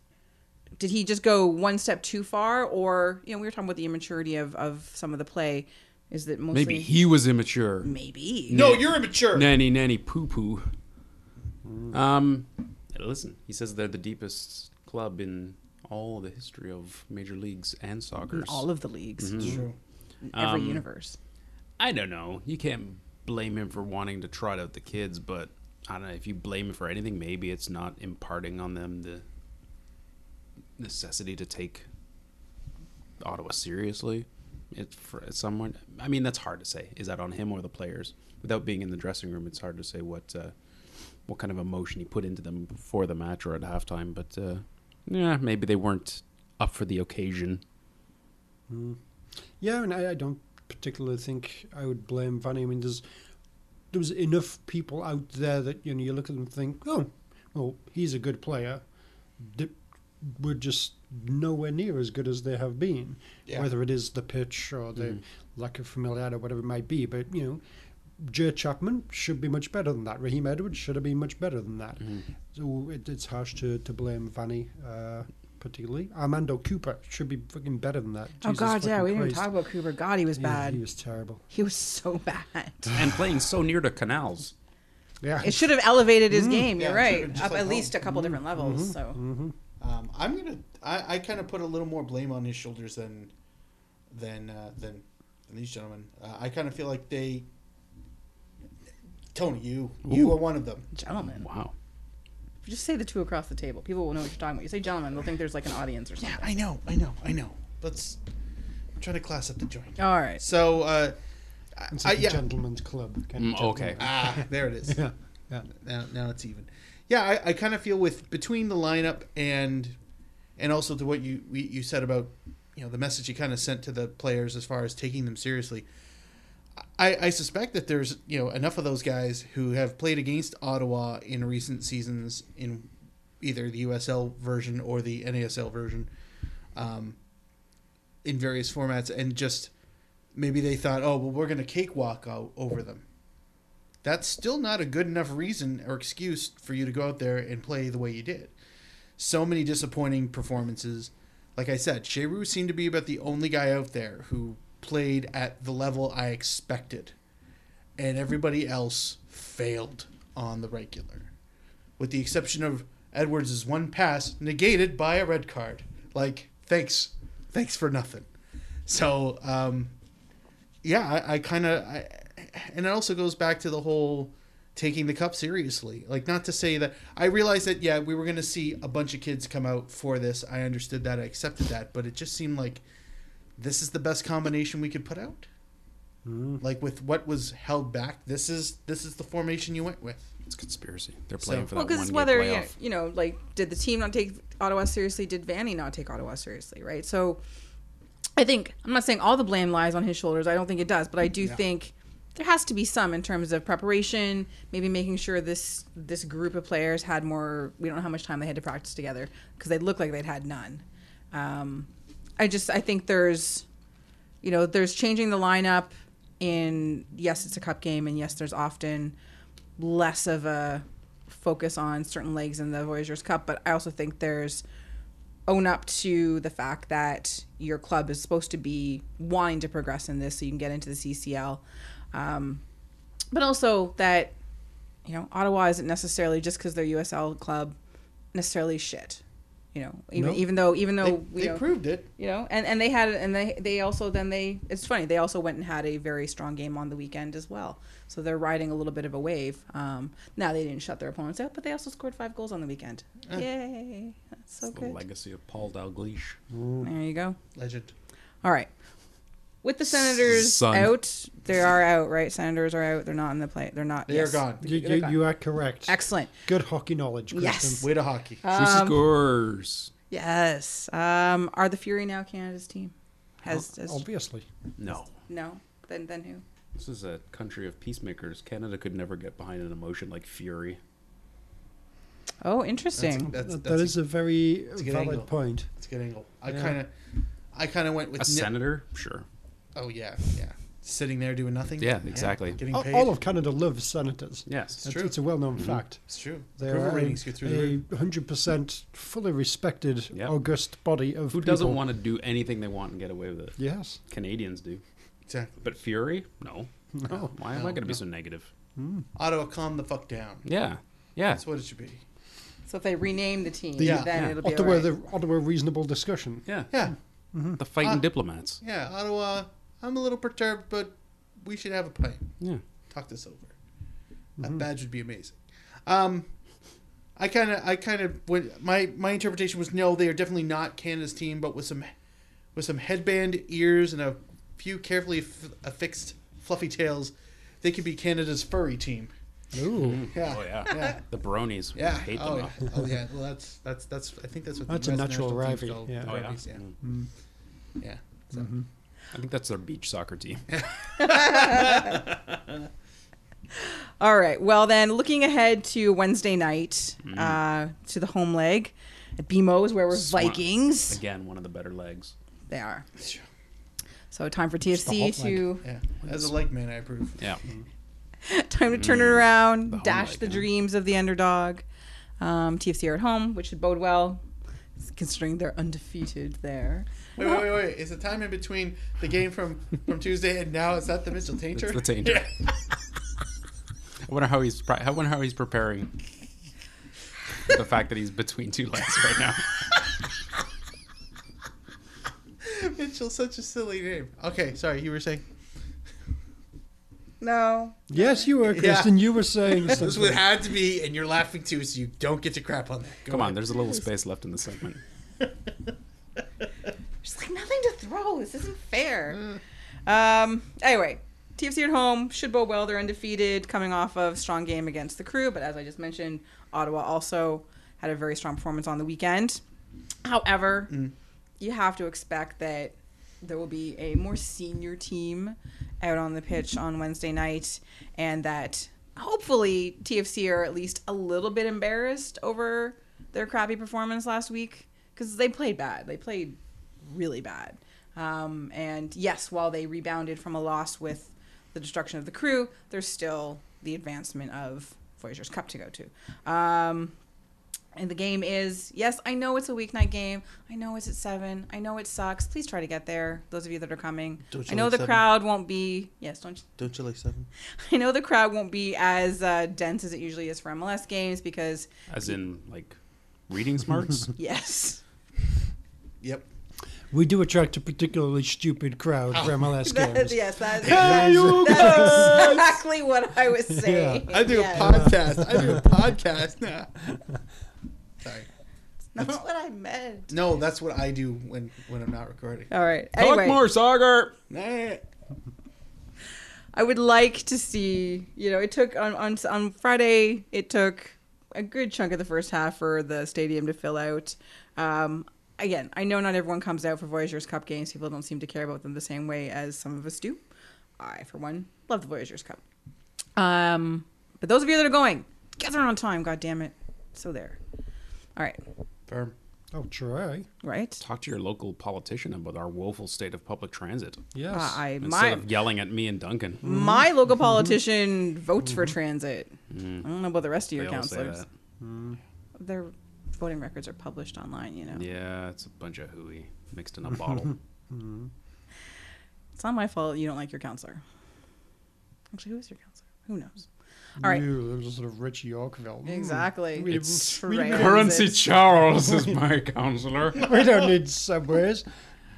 Speaker 2: did he just go one step too far or you know we were talking about the immaturity of of some of the play Is that mostly
Speaker 8: Maybe he was immature.
Speaker 2: Maybe.
Speaker 3: No, you're immature.
Speaker 8: Nanny, nanny, poo poo. Um, listen, he says they're the deepest club in all the history of major leagues and soccer.
Speaker 2: All of the leagues.
Speaker 4: Mm-hmm.
Speaker 2: In
Speaker 4: Um,
Speaker 2: every universe. Oh,
Speaker 8: I don't know. You can't blame him for wanting to trot out the kids, but I don't know. If you blame him for anything, maybe it's not imparting on them the necessity to take Ottawa seriously. It for someone. I mean, that's hard to say. Is that on him or the players? Without being in the dressing room, it's hard to say what uh, what kind of emotion he put into them before the match or at halftime. But uh, yeah, maybe they weren't up for the occasion.
Speaker 4: Yeah, and I, I don't particularly think I would blame Vanny. I mean, there's there was enough people out there that you know you look at them and think, oh, well, he's a good player. D- We're just nowhere near as good as they have been,
Speaker 3: Yeah.
Speaker 4: whether it is the pitch or the lack of familiarity or whatever it might be. But you know, Jay Chapman should be much better than that. Raheem Edwards should have been much better than that. So it, it's harsh to to blame Vanny. Uh, Particularly, Armando Cooper should be fucking better than that.
Speaker 2: Oh
Speaker 4: Jesus
Speaker 2: God, yeah,
Speaker 4: fucking
Speaker 2: we didn't even
Speaker 4: Christ.
Speaker 2: talk about Cooper. God, he was
Speaker 4: Yeah,
Speaker 2: bad.
Speaker 4: He
Speaker 2: He was,
Speaker 4: was terrible.
Speaker 2: so bad.
Speaker 8: and playing so near to canals.
Speaker 4: Yeah,
Speaker 2: It should have elevated his game.
Speaker 3: Mm, yeah,
Speaker 2: You're
Speaker 3: it should've
Speaker 2: right.
Speaker 3: been just
Speaker 2: Up
Speaker 3: like oh, mm-hmm,
Speaker 2: at
Speaker 3: home.
Speaker 2: least a couple different levels. So
Speaker 3: Um, I'm gonna. I, I kind of put a little more blame on his shoulders than, than, uh, than, than these gentlemen. Uh, I kind of feel like they. Tony, you you are one of them.
Speaker 2: gentlemen,
Speaker 8: Wow.
Speaker 2: If you just say the two across the table. People will know what you're talking about. You say gentlemen, they'll think there's like an audience or something.
Speaker 3: I know, I know, I know. Let's. I'm trying to class up the joint.
Speaker 2: All right.
Speaker 3: So, uh, I-
Speaker 4: It's
Speaker 3: I,
Speaker 4: like a
Speaker 3: yeah.
Speaker 4: gentleman's club. Kind
Speaker 8: Mm, okay.
Speaker 3: Ah, there it is.
Speaker 4: Yeah. Yeah.
Speaker 3: now, now it's even. Yeah, I, I kind of feel with between the lineup and and also to what you we- you said about you know the message you kind of sent to the players as far as taking them seriously. I, I suspect that there's you know enough of those guys who have played against Ottawa in recent seasons in either the USL version or the NASL version, um, in various formats, and just maybe they thought, oh well, we're gonna cakewalk out over them that's still not a good enough reason or excuse for you to go out there and play the way you did. So many disappointing performances. Like I said, Sheru seemed to be about the only guy out there who played at the level I expected, and everybody else failed on the regular, with the exception of Edwards' one pass negated by a red card. Like, thanks, thanks for nothing. So, um, yeah, I, I kind of, I, and it also goes back to the whole taking the cup seriously. Like, not to say that I realized that yeah, we were gonna see a bunch of kids come out for this. I understood that, I accepted that, but it just seemed like this is the best combination we could put out.
Speaker 4: Mm-hmm.
Speaker 3: Like with what was held back, this is this is the formation you went with.
Speaker 8: It's conspiracy. They're playing for
Speaker 2: Well,
Speaker 8: that
Speaker 2: because
Speaker 8: one
Speaker 2: it's
Speaker 8: game
Speaker 2: whether you,
Speaker 8: playoff.
Speaker 2: you know, like, did the team not take Ottawa seriously? Did Vanny not take Ottawa seriously? Right. So, I think I'm not saying all the blame lies on his shoulders. I don't think it does, but I do think there has to be some in terms of preparation. Maybe making sure this this group of players had more. We don't know how much time they had to practice together because they looked like they'd had none. Um, I just I think there's you know, there's changing the lineup in yes, it's a cup game, and yes, there's often less of a focus on certain legs in the Voyagers Cup, but I also think there's own up to the fact that your club is supposed to be wanting to progress in this so you can get into the CCL. Um, but also that, you know, Ottawa isn't necessarily just because they're USL club necessarily shit. You know, even,
Speaker 4: No.
Speaker 2: even though even though
Speaker 3: They,
Speaker 2: Oh, we
Speaker 3: they
Speaker 2: know,
Speaker 3: proved it.
Speaker 2: you know and and they had and they they also then they it's funny they also went and had a very strong game on the weekend as well so they're riding a little bit of a wave um now they didn't shut their opponents out but they also scored five goals on the weekend yay that's so
Speaker 8: The
Speaker 2: good
Speaker 8: legacy of Paul Dalglish.
Speaker 2: there you go
Speaker 3: Legend.
Speaker 2: all right with the senators
Speaker 8: Son.
Speaker 2: out they are out right senators are out they're not in the play they're not
Speaker 3: They
Speaker 2: yes.
Speaker 3: are gone.
Speaker 4: You,
Speaker 2: They're
Speaker 4: you,
Speaker 2: gone.
Speaker 4: you are correct.
Speaker 2: excellent
Speaker 4: Good hockey knowledge, Kristen.
Speaker 2: Yes. Uh,
Speaker 3: Way to hockey.
Speaker 2: Um,
Speaker 8: She scores.
Speaker 2: yes um are the fury now canada's team has,
Speaker 3: Oh,
Speaker 2: has
Speaker 4: Obviously.
Speaker 8: No.
Speaker 2: no then then who
Speaker 8: This is a country of peacemakers. Canada could never get behind an emotion like fury.
Speaker 2: oh interesting
Speaker 3: that's,
Speaker 4: That-
Speaker 3: that's,
Speaker 4: that is a very
Speaker 3: a good
Speaker 4: valid
Speaker 3: angle.
Speaker 4: point.
Speaker 3: that's a good angle. I
Speaker 4: Yeah.
Speaker 3: kind of, I kind of went with
Speaker 8: A
Speaker 3: Nip-
Speaker 8: senator? Sure.
Speaker 3: Oh yeah, yeah. Sitting there doing nothing.
Speaker 8: Yeah, exactly.
Speaker 3: Getting
Speaker 4: All,
Speaker 3: paid.
Speaker 4: all of Canada loves senators.
Speaker 8: Yes.
Speaker 4: It's,
Speaker 3: true.
Speaker 4: it's a well known fact.
Speaker 3: it's true.
Speaker 4: They
Speaker 3: Approval
Speaker 4: are
Speaker 3: ratings go through the
Speaker 4: a
Speaker 3: roof.
Speaker 4: 100% fully respected,
Speaker 8: Yep.
Speaker 4: august body of
Speaker 8: Who
Speaker 4: people.
Speaker 8: doesn't want to do anything they want and get away with it?
Speaker 4: Yes.
Speaker 8: Canadians do.
Speaker 3: Exactly.
Speaker 8: But Fury? No. No. Why am I going to be so negative?
Speaker 3: Ottawa, calm the fuck down.
Speaker 8: Yeah. Yeah.
Speaker 3: That's what it should be.
Speaker 2: So if they rename the team,
Speaker 3: Yeah.
Speaker 2: then
Speaker 8: Yeah.
Speaker 2: it'll be
Speaker 4: Ottawa,
Speaker 2: alright.
Speaker 4: the Ottawa reasonable discussion.
Speaker 8: Yeah.
Speaker 3: Yeah. Uh,
Speaker 8: The fighting diplomats.
Speaker 3: Yeah, Ottawa, I'm a little perturbed, but we should have a pint.
Speaker 8: Yeah.
Speaker 3: Talk this over.
Speaker 4: Mm-hmm.
Speaker 3: That badge would be amazing. Um, I kind of, I kind of, went- my my interpretation was no, they are definitely not Canada's team, but with some, with some headband, ears, and a few carefully f- affixed fluffy tails, they could be Canada's furry team.
Speaker 4: Ooh,
Speaker 3: Yeah.
Speaker 8: Oh, yeah.
Speaker 3: Yeah.
Speaker 8: The bronies.
Speaker 3: Yeah.
Speaker 8: I hate
Speaker 3: oh,
Speaker 8: them.
Speaker 3: yeah. oh yeah. Well, that's that's that's. I think that's what.
Speaker 4: That's a
Speaker 3: U.S.
Speaker 4: natural Mm-hmm.
Speaker 3: national team's
Speaker 4: rival,
Speaker 3: called.
Speaker 4: yeah.
Speaker 8: Oh, yeah? Mm-hmm.
Speaker 3: Rivies, yeah. Yeah. So,
Speaker 4: Mm-hmm.
Speaker 8: I think that's their beach soccer team.
Speaker 2: All right. Well, then, looking ahead to Wednesday night, uh, to the home leg at BMO's, where we're
Speaker 8: Swan-
Speaker 2: Vikings.
Speaker 8: Again, one of the better legs.
Speaker 2: They are.
Speaker 3: Sure.
Speaker 2: So time for
Speaker 4: home
Speaker 2: TFC to
Speaker 3: yeah. As a leg man, I approve.
Speaker 8: Yeah.
Speaker 2: time to turn it around,
Speaker 8: home
Speaker 2: dash
Speaker 8: leg,
Speaker 2: the
Speaker 8: huh?
Speaker 2: dreams of the underdog. Um, TFC are at home, which should bode well, considering they're undefeated there.
Speaker 3: Wait, wait, wait, wait. Is the time in between the game from from Tuesday and now is that the Mitchell Tainter?
Speaker 8: It's the tainter. I wonder how he's. Pri- I wonder how he's preparing. for the fact that he's between two legs right now.
Speaker 3: Mitchell's such a silly name. Okay, sorry, you were saying.
Speaker 2: No.
Speaker 4: yes, you were, Kristen. You were saying
Speaker 3: This
Speaker 4: something.
Speaker 3: would have to be, and you're laughing too, so you don't get to crap on that. Go
Speaker 8: Come on,
Speaker 3: ahead.
Speaker 8: there's a little space left in the segment.
Speaker 2: There's like nothing to throw. This isn't fair. Um, anyway, TFC at home should bode well. They're undefeated, coming off of strong game against the crew. But as I just mentioned, Ottawa also had a very strong performance on the weekend. However, you have to expect that there will be a more senior team out on the pitch on Wednesday night, and that hopefully TFC are at least a little bit embarrassed over their crappy performance last week because they played bad. They played really bad. Um, and yes, while they rebounded from a loss with the destruction of the crew, there's still the advancement of Voyager's Cup to go to. Um, and the game is yes, I know it's a weeknight game. I know it's at seven. I know it sucks. Please try to get there. Those of you that are coming,
Speaker 3: Don't
Speaker 2: I
Speaker 3: you
Speaker 2: know
Speaker 3: like
Speaker 2: the
Speaker 3: seven?
Speaker 2: crowd won't be yes. Don't you-
Speaker 3: Don't you like seven?
Speaker 2: I know the crowd won't be as uh, dense as it usually is for MLS games because
Speaker 8: As in, like, reading smarts.
Speaker 2: yes,
Speaker 3: Yep.
Speaker 4: We do attract a particularly stupid crowd
Speaker 3: Oh.
Speaker 4: for MLS
Speaker 2: that,
Speaker 4: games.
Speaker 2: yes, that,
Speaker 4: There's-
Speaker 2: that's exactly what I was saying.
Speaker 3: I do
Speaker 2: Yes.
Speaker 3: a podcast. I do a podcast now. Sorry.
Speaker 2: Not what I meant.
Speaker 3: No, that's what I do when when I'm not recording.
Speaker 2: All right.
Speaker 8: Talk
Speaker 2: Anyway,
Speaker 8: more, Sagar.
Speaker 3: Nah.
Speaker 2: I would like to see. You know, it took on on on Friday. It took a good chunk of the first half for the stadium to fill out. Um, again, I know not everyone comes out for Voyagers Cup games. People don't seem to care about them the same way as some of us do. I, for one, love the Voyagers Cup. Um, but those of you that are going, get there on time. God damn it. So there. All right.
Speaker 3: Firm.
Speaker 4: I'll try.
Speaker 2: Right.
Speaker 8: Talk to your local politician about our woeful state of public transit
Speaker 4: Yes.
Speaker 2: Uh, I
Speaker 8: instead
Speaker 2: my
Speaker 8: of yelling at me and Duncan.
Speaker 2: my local
Speaker 8: Mm-hmm.
Speaker 2: politician votes for transit. I don't know about the rest of your
Speaker 8: They all say
Speaker 2: counselors.
Speaker 8: that. Mm-hmm.
Speaker 2: Their voting records are published online, you know.
Speaker 8: Yeah, it's a bunch of hooey mixed in a bottle.
Speaker 2: It's not my fault you don't like your counselor. Actually, who is your counselor? Who knows? All
Speaker 8: Mm-hmm.
Speaker 2: right.
Speaker 4: Ew, there's a sort of Rich Yorkville. Mm.
Speaker 2: Exactly.
Speaker 4: We-
Speaker 8: It's
Speaker 4: we- we-
Speaker 8: Currency
Speaker 2: Transit.
Speaker 8: Charles is my counselor.
Speaker 4: we don't need subways.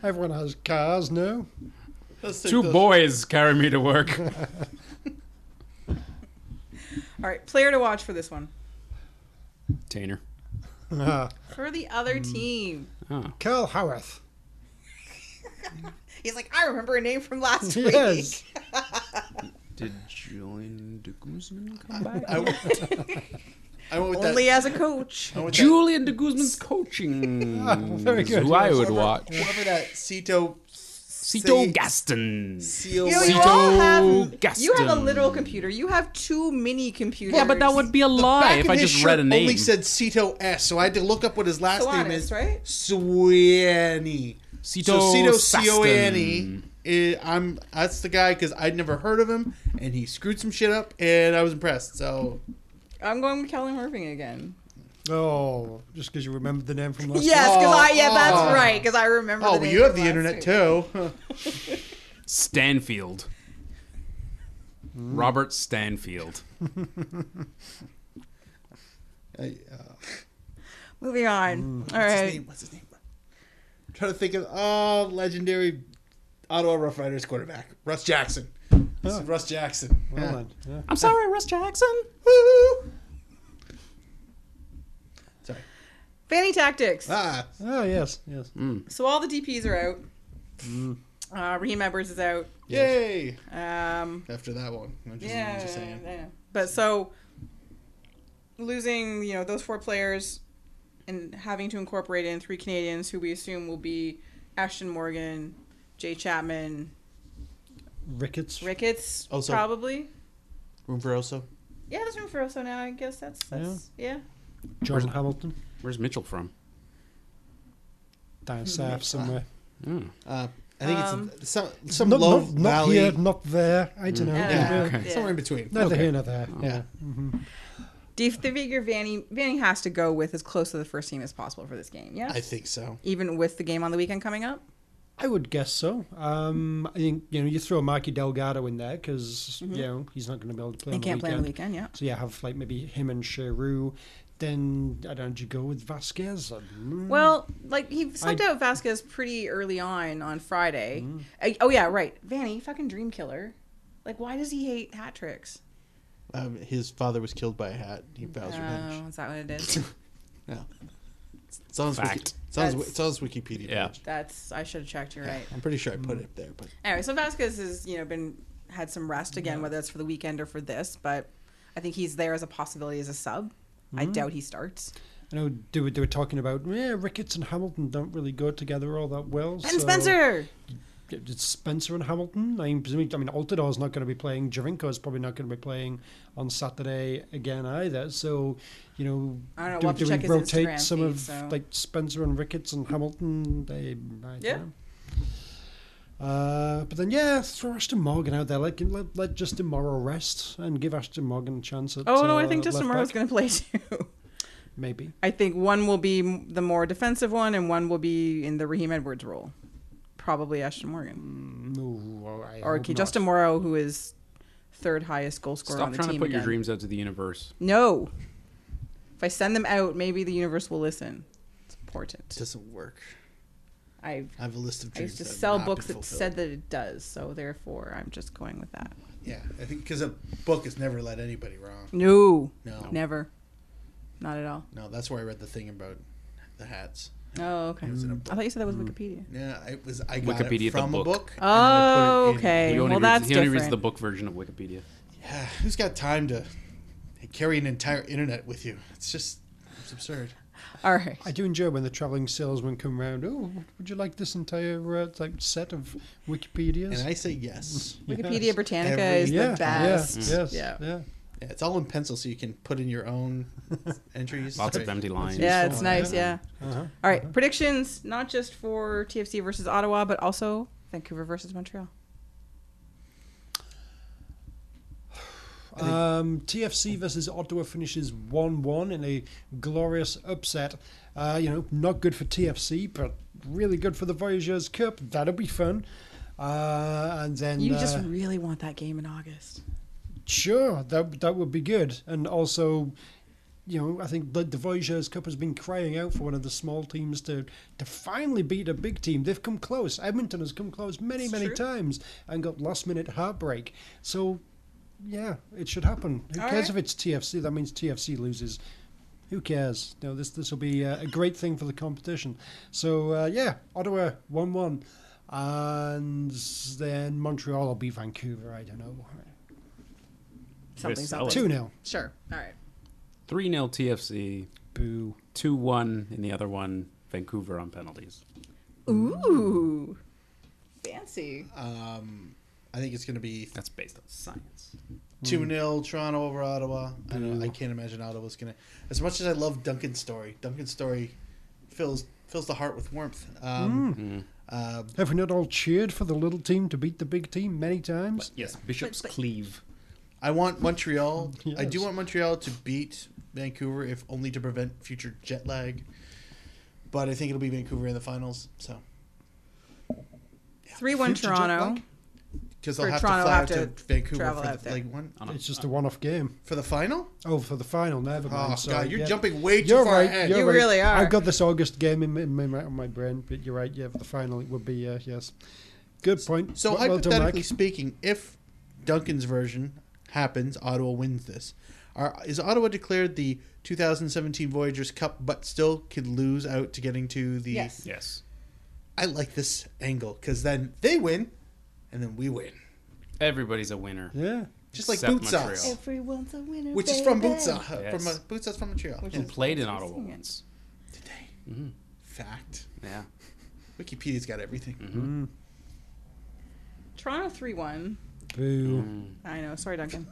Speaker 4: Everyone has cars now.
Speaker 3: Let's take
Speaker 8: Two
Speaker 3: those-
Speaker 8: boys carry me to work.
Speaker 2: All right. Player to watch for this one.
Speaker 8: Tainer.
Speaker 4: Ah,
Speaker 2: For the other
Speaker 8: Mm-hmm.
Speaker 2: team.
Speaker 8: Oh.
Speaker 4: Carl Howarth.
Speaker 2: He's like, I remember a name from last week.
Speaker 4: Yes.
Speaker 8: Did Julian de Guzman come back?
Speaker 3: I went, I went with that.
Speaker 2: Only as a coach.
Speaker 3: I
Speaker 8: Oh,
Speaker 3: went with that-
Speaker 8: Julian de Guzman's coaching
Speaker 4: Ah, very
Speaker 8: is
Speaker 4: good.
Speaker 8: who I would
Speaker 3: Whoever-
Speaker 8: watch.
Speaker 3: Whoever that Cito
Speaker 8: Cito
Speaker 3: Say-
Speaker 8: Gaston.
Speaker 3: Seal
Speaker 2: You know, you
Speaker 3: Wade-
Speaker 2: all have
Speaker 8: Gaston.
Speaker 2: you have a literal computer. You have too many computers.
Speaker 8: Yeah, but that would be a
Speaker 3: The
Speaker 8: lie
Speaker 3: back
Speaker 8: if
Speaker 3: of
Speaker 8: I
Speaker 3: his
Speaker 8: just read a
Speaker 3: shirt
Speaker 8: name.
Speaker 3: Only said Cito S, so I had to look up what his last name
Speaker 2: Soanes,
Speaker 3: is.
Speaker 2: right?
Speaker 3: Swianny.
Speaker 8: Cito
Speaker 3: So Cito
Speaker 8: Saston.
Speaker 3: C O N E. eh, I'm that's the guy because I'd never heard of him, and he screwed some shit up, and I was impressed. So
Speaker 2: I'm going with Kelly Irving again.
Speaker 4: Oh, just because you remembered the name from last
Speaker 2: Yes, because I yeah, that's
Speaker 3: Oh.
Speaker 2: right. Because I remember. the
Speaker 3: oh, well,
Speaker 2: name
Speaker 3: you have
Speaker 2: from
Speaker 3: the
Speaker 2: last
Speaker 3: internet
Speaker 2: week.
Speaker 3: too.
Speaker 8: Stanfield. Robert Stanfield.
Speaker 3: I, uh,
Speaker 2: Moving
Speaker 3: Mm.
Speaker 2: on. All
Speaker 3: what's his
Speaker 2: right.
Speaker 3: name? What's his name? I'm trying to think of uh legendary Ottawa Rough Riders quarterback Russ Jackson. This
Speaker 2: Oh.
Speaker 3: is Russ Jackson.
Speaker 4: Well
Speaker 3: Yeah.
Speaker 4: done. Yeah.
Speaker 8: I'm sorry, Russ Jackson.
Speaker 3: Woo!
Speaker 2: Fanny tactics.
Speaker 3: Ah,
Speaker 4: Oh yes, yes.
Speaker 2: So all the DPs are out.
Speaker 3: Mm.
Speaker 2: Uh, Raheem Ebers is out.
Speaker 3: yay!
Speaker 2: Um,
Speaker 3: After that one, I'm just,
Speaker 2: yeah,
Speaker 3: just saying.
Speaker 2: yeah. But so losing, you know, those four players and having to incorporate in three Canadians who we assume will be Ashton Morgan, Jay Chapman,
Speaker 4: Ricketts.
Speaker 2: Ricketts,
Speaker 3: Also-
Speaker 2: probably.
Speaker 3: Room for Oso.
Speaker 2: Yeah, there's room for Oso now. I guess that's that's yeah.
Speaker 4: John Hamilton.
Speaker 8: Where's Mitchell from?
Speaker 4: Down south somewhere.
Speaker 3: Uh, I think
Speaker 2: Um,
Speaker 3: it's some some
Speaker 4: not,
Speaker 3: low
Speaker 4: not, not
Speaker 3: valley.
Speaker 4: here, not there. I don't know.
Speaker 2: Yeah,
Speaker 4: Yeah.
Speaker 2: okay.
Speaker 3: Somewhere in between.
Speaker 4: Neither here, neither there. Yeah.
Speaker 2: Do you figure Vanny Vanny has to go with as close to the first team as possible for this game? Yes.
Speaker 3: I think so.
Speaker 2: Even with the game on the weekend coming up.
Speaker 4: I would guess so. Um, I think you know you throw Marky Delgado in there because you know he's not going to be able to play.
Speaker 2: They
Speaker 4: on
Speaker 2: Mm-hmm. can't
Speaker 4: the
Speaker 2: play on the weekend, yeah.
Speaker 4: So yeah, have like maybe him and Cheru. Then I don't. know, Do you go with Vasquez? Um, I don't know.
Speaker 2: Well, like he subbed out Vasquez pretty early on on Friday. Uh, oh yeah, right. Vanny, fucking dream killer. Like, why does he hate hat tricks?
Speaker 3: Um, his father was killed by a hat. He vows revenge.
Speaker 2: Oh, is that what it is?
Speaker 3: It's on his,
Speaker 8: Fact.
Speaker 3: Wiki, it's on his,
Speaker 2: That's-
Speaker 3: it's on his Wikipedia
Speaker 8: Yeah.
Speaker 3: page.
Speaker 2: That's I should have checked. You're right.
Speaker 3: I'm pretty sure I put
Speaker 2: Mm.
Speaker 3: it there, but
Speaker 2: Anyway, so Vasquez has you know been had some rest again, whether it's for the weekend or for this, but I think he's there as a possibility as a sub. I doubt he starts.
Speaker 4: I know they were, they were talking about yeah, Ricketts and Hamilton don't really go together all that well.
Speaker 2: Ben
Speaker 4: so-
Speaker 2: Spencer.
Speaker 4: It's Spencer and Hamilton. I mean, presumably- I mean Altidor's not going to be playing. Javinko's probably not going to be playing on Saturday again either. So, you know,
Speaker 2: I don't
Speaker 4: do,
Speaker 2: know, we'll have to
Speaker 4: do
Speaker 2: check
Speaker 4: we
Speaker 2: his
Speaker 4: rotate
Speaker 2: Instagram
Speaker 4: some
Speaker 2: feed,
Speaker 4: of
Speaker 2: so-
Speaker 4: like Spencer and Ricketts and Hamilton? They, I don't
Speaker 2: Yeah.
Speaker 4: know. Uh, but then yeah, throw Ashton Morgan out there. Like let, let Justin Morrow rest and give Ashton Morgan a chance at.
Speaker 2: Oh no, I
Speaker 4: uh,
Speaker 2: think Justin
Speaker 4: left
Speaker 2: Morrow's
Speaker 4: back.
Speaker 2: going to play too.
Speaker 4: maybe.
Speaker 2: I think one will be m- the more defensive one, and one will be in the Raheem Edwards role, probably Ashton Morgan
Speaker 3: Mm,
Speaker 4: No, I
Speaker 2: or
Speaker 4: hope
Speaker 2: Ke-
Speaker 4: not.
Speaker 2: Justin Morrow, who is third highest goal scorer on
Speaker 8: Stop
Speaker 2: the
Speaker 8: trying
Speaker 2: team.
Speaker 8: to put your
Speaker 2: again.
Speaker 8: dreams out to the universe.
Speaker 2: No, if I send them out, maybe the universe will listen. It's
Speaker 3: it
Speaker 2: important.
Speaker 3: doesn't work.
Speaker 2: I
Speaker 3: I have a list of
Speaker 2: I
Speaker 3: dreams.
Speaker 2: used to
Speaker 3: that have
Speaker 2: sell
Speaker 3: not been
Speaker 2: books that
Speaker 3: fulfilled.
Speaker 2: said that it does, so therefore I'm just going with that.
Speaker 3: Yeah, I think because a book has never led anybody wrong.
Speaker 2: No,
Speaker 3: No.
Speaker 2: never, not at all.
Speaker 3: No, that's where I read the thing about the hats.
Speaker 2: Oh, okay.
Speaker 3: was in a Hmm.
Speaker 2: I thought you said that was Wikipedia.
Speaker 3: Yeah, it was I got
Speaker 8: Wikipedia, the
Speaker 3: it from
Speaker 8: book.
Speaker 3: a book. and I put
Speaker 2: Oh,
Speaker 3: it in.
Speaker 2: okay.
Speaker 8: He only,
Speaker 2: Well,
Speaker 8: reads,
Speaker 2: that's
Speaker 8: he only reads the
Speaker 2: different.
Speaker 8: book version of Wikipedia.
Speaker 3: Yeah, who's got time to carry an entire internet with you? It's just it's absurd.
Speaker 2: All right.
Speaker 4: I do enjoy when the traveling salesmen come around. Oh, would you like this entire uh, like set of Wikipedias?
Speaker 3: And I say yes.
Speaker 2: Wikipedia
Speaker 4: Yes.
Speaker 2: Britannica
Speaker 3: Every-
Speaker 2: is the best. Mm.
Speaker 4: Yes, yes,
Speaker 2: Yeah.
Speaker 4: yeah.
Speaker 3: Yeah, it's all in pencil, so you can put in your own entries.
Speaker 8: Lots of
Speaker 3: Sorry.
Speaker 8: empty lines.
Speaker 2: Yeah,
Speaker 4: Yeah.
Speaker 2: it's nice. Yeah.
Speaker 4: Uh-huh.
Speaker 2: All right, predictions not just for TFC versus Ottawa, but also Vancouver versus Montreal.
Speaker 4: Um, TFC versus Ottawa finishes 1 1 in a glorious upset. Uh, you know, not good for TFC, but really good for the Voyageurs Cup. That'll be fun. Uh, and then
Speaker 2: You
Speaker 4: uh,
Speaker 2: just really want that game in August.
Speaker 4: Sure, that that would be good. And also, you know, I think the, the Voyageurs Cup has been crying out for one of the small teams to to finally beat a big team. They've come close. Edmonton has come close many, many
Speaker 2: true.
Speaker 4: times and got last minute heartbreak. So, yeah, it should happen. Who
Speaker 2: All
Speaker 4: cares
Speaker 2: right.
Speaker 4: if it's TFC? That means TFC loses. Who cares? No, this this will be uh, a great thing for the competition. So uh, yeah, Ottawa one one, and then Montreal will beat Vancouver. I don't know
Speaker 2: Something,
Speaker 8: sell it.
Speaker 2: something.
Speaker 4: two 0
Speaker 2: Sure. All right.
Speaker 8: 3 0 TFC,
Speaker 4: Boo.
Speaker 8: 2 1 in the other one, Vancouver on penalties.
Speaker 2: Ooh, fancy.
Speaker 3: Um, I think it's going to be
Speaker 8: That's based on science.
Speaker 3: two 0 Toronto over Ottawa. I don't.
Speaker 8: Hmm.
Speaker 3: I can't imagine Ottawa's going to. As much as I love Duncan's story, Duncan's story fills fills the heart with warmth.
Speaker 2: Hmm.
Speaker 3: Um, uh,
Speaker 4: Have we not all cheered for the little team to beat the big team many times?
Speaker 8: Yes, Bishops
Speaker 2: But- but-
Speaker 8: Cleave.
Speaker 3: I want Montreal. I do
Speaker 4: Yes.
Speaker 3: want Montreal to beat Vancouver, if only to prevent future jet lag. But I think it'll be Vancouver in the finals. So
Speaker 2: Three one
Speaker 4: Future jet
Speaker 2: Toronto.
Speaker 4: lag?
Speaker 3: because they'll
Speaker 2: For
Speaker 3: have
Speaker 2: Toronto,
Speaker 3: to fly
Speaker 2: have
Speaker 3: out to,
Speaker 2: to
Speaker 3: Vancouver
Speaker 2: travel
Speaker 3: for
Speaker 2: out
Speaker 3: the,
Speaker 2: there.
Speaker 3: like one
Speaker 4: It's just a one-off game.
Speaker 3: for the final.
Speaker 4: Oh, for the final, never mind.
Speaker 3: uh, Oh
Speaker 4: sorry,
Speaker 3: god, you're
Speaker 4: yeah.
Speaker 3: jumping way too
Speaker 4: You're
Speaker 3: far
Speaker 4: right.
Speaker 3: ahead.
Speaker 4: You're
Speaker 2: You
Speaker 4: right.
Speaker 2: really are.
Speaker 4: I've got this August game in, in, my, in my brain, but you're right. Yeah, for the final, it would be uh, yes. Good point.
Speaker 3: So
Speaker 4: Well- well done, Mike.
Speaker 3: hypothetically speaking, if Duncan's version happens, Ottawa wins this. Are, is Ottawa declared the 2017 Voyagers Cup, but still could lose out to getting to the?
Speaker 2: Yes.
Speaker 8: Yes.
Speaker 3: I like this angle because then they win, and then we win.
Speaker 8: Everybody's a winner.
Speaker 4: yeah.
Speaker 3: Just like
Speaker 8: Except
Speaker 3: Boots
Speaker 8: Montreal.
Speaker 3: Sauce,
Speaker 2: Everyone's a winner.
Speaker 3: which is from Boots Sauce.
Speaker 8: Yes.
Speaker 3: From uh, Boots Sauce from Montreal.
Speaker 2: Which
Speaker 3: Yeah.
Speaker 2: is-
Speaker 8: Played in Ottawa
Speaker 2: Yeah.
Speaker 8: once.
Speaker 3: Today. Fact.
Speaker 8: Yeah.
Speaker 3: Wikipedia's got everything.
Speaker 2: Mm-hmm. Toronto 3 1.
Speaker 4: Boo.
Speaker 3: Hmm.
Speaker 2: I know. Sorry, Duncan.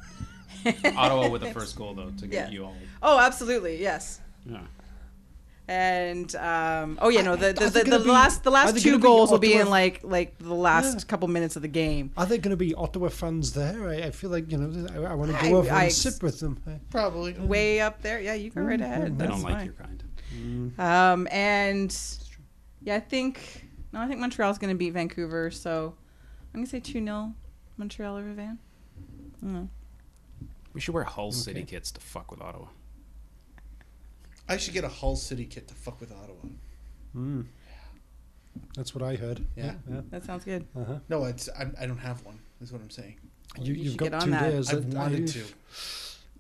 Speaker 8: Ottawa with the first goal though to get
Speaker 2: Yeah.
Speaker 8: you all.
Speaker 2: Oh, absolutely. Yes.
Speaker 8: Yeah.
Speaker 2: And um, oh yeah, no, the the,
Speaker 4: Are they
Speaker 2: the, the
Speaker 4: gonna be-
Speaker 2: last the
Speaker 4: are
Speaker 2: last
Speaker 4: they
Speaker 2: two
Speaker 4: gonna be
Speaker 2: goals will be
Speaker 4: Ottawa-
Speaker 2: in like like the last
Speaker 4: Yeah.
Speaker 2: couple minutes of the game.
Speaker 4: Are there going to be Ottawa fans there? I, I feel like you know. I, I want to
Speaker 2: I-
Speaker 4: go over
Speaker 2: I
Speaker 4: and
Speaker 2: ex-
Speaker 4: sit with them. I-
Speaker 3: Probably.
Speaker 2: Way up there. Yeah, you go right ahead.
Speaker 8: They
Speaker 2: That's
Speaker 8: don't like
Speaker 2: fine.
Speaker 8: your kind.
Speaker 2: Um, and yeah, I think no, I think Montreal's going to beat Vancouver. So I'm going to say two 0 Montreal over Van.
Speaker 8: We should wear Hull City kits to fuck with Ottawa.
Speaker 3: Mm-hmm. I should get a Hull City kit to fuck with Ottawa.
Speaker 4: Hmm. That's what I heard. uh-huh.
Speaker 3: Yeah.
Speaker 2: That sounds good.
Speaker 3: No, it's I, I don't have one. Is what I'm saying.
Speaker 4: You,
Speaker 2: you
Speaker 4: you've
Speaker 2: should
Speaker 4: got
Speaker 2: get on
Speaker 4: two
Speaker 2: that.
Speaker 4: days.
Speaker 3: I
Speaker 4: I-
Speaker 3: wanted
Speaker 4: I-
Speaker 3: to.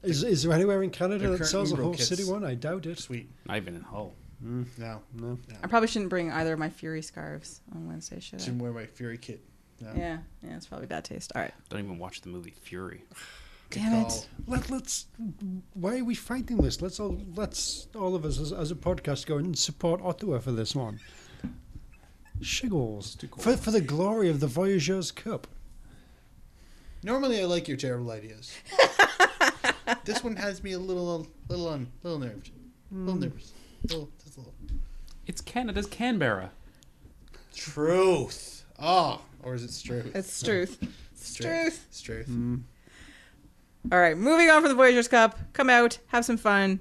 Speaker 4: Is, is there anywhere in Canada
Speaker 3: Their
Speaker 4: that
Speaker 3: current
Speaker 4: sells a
Speaker 3: Umbro
Speaker 4: whole
Speaker 3: kits.
Speaker 4: city one? I doubt it.
Speaker 3: Sweet.
Speaker 8: Not even in Hull.
Speaker 3: No.
Speaker 4: No.
Speaker 2: I probably shouldn't bring either of my Fury scarves on Wednesday, should I?
Speaker 3: Shouldn't wear my Fury kit. No.
Speaker 2: Yeah, yeah, it's probably bad taste. All right,
Speaker 8: Don't even watch the movie Fury.
Speaker 2: damn
Speaker 3: call.
Speaker 2: it.
Speaker 4: Let, let's. Why are we fighting this? Let's all let's all of us as, as a podcast go and support Ottawa for this one. Shiggles for for the glory of the Voyageurs Cup.
Speaker 3: Normally I like your terrible ideas. this one has me a little, little, un, little nerved,
Speaker 2: Hmm.
Speaker 3: little nervous, little, just a little.
Speaker 8: It's Canada's Canberra.
Speaker 3: Truth. Oh, or is it Struth?
Speaker 2: It's truth. Struth. Hmm.
Speaker 3: Struth.
Speaker 2: All right, moving on from the Voyagers Cup. Come out, have some fun.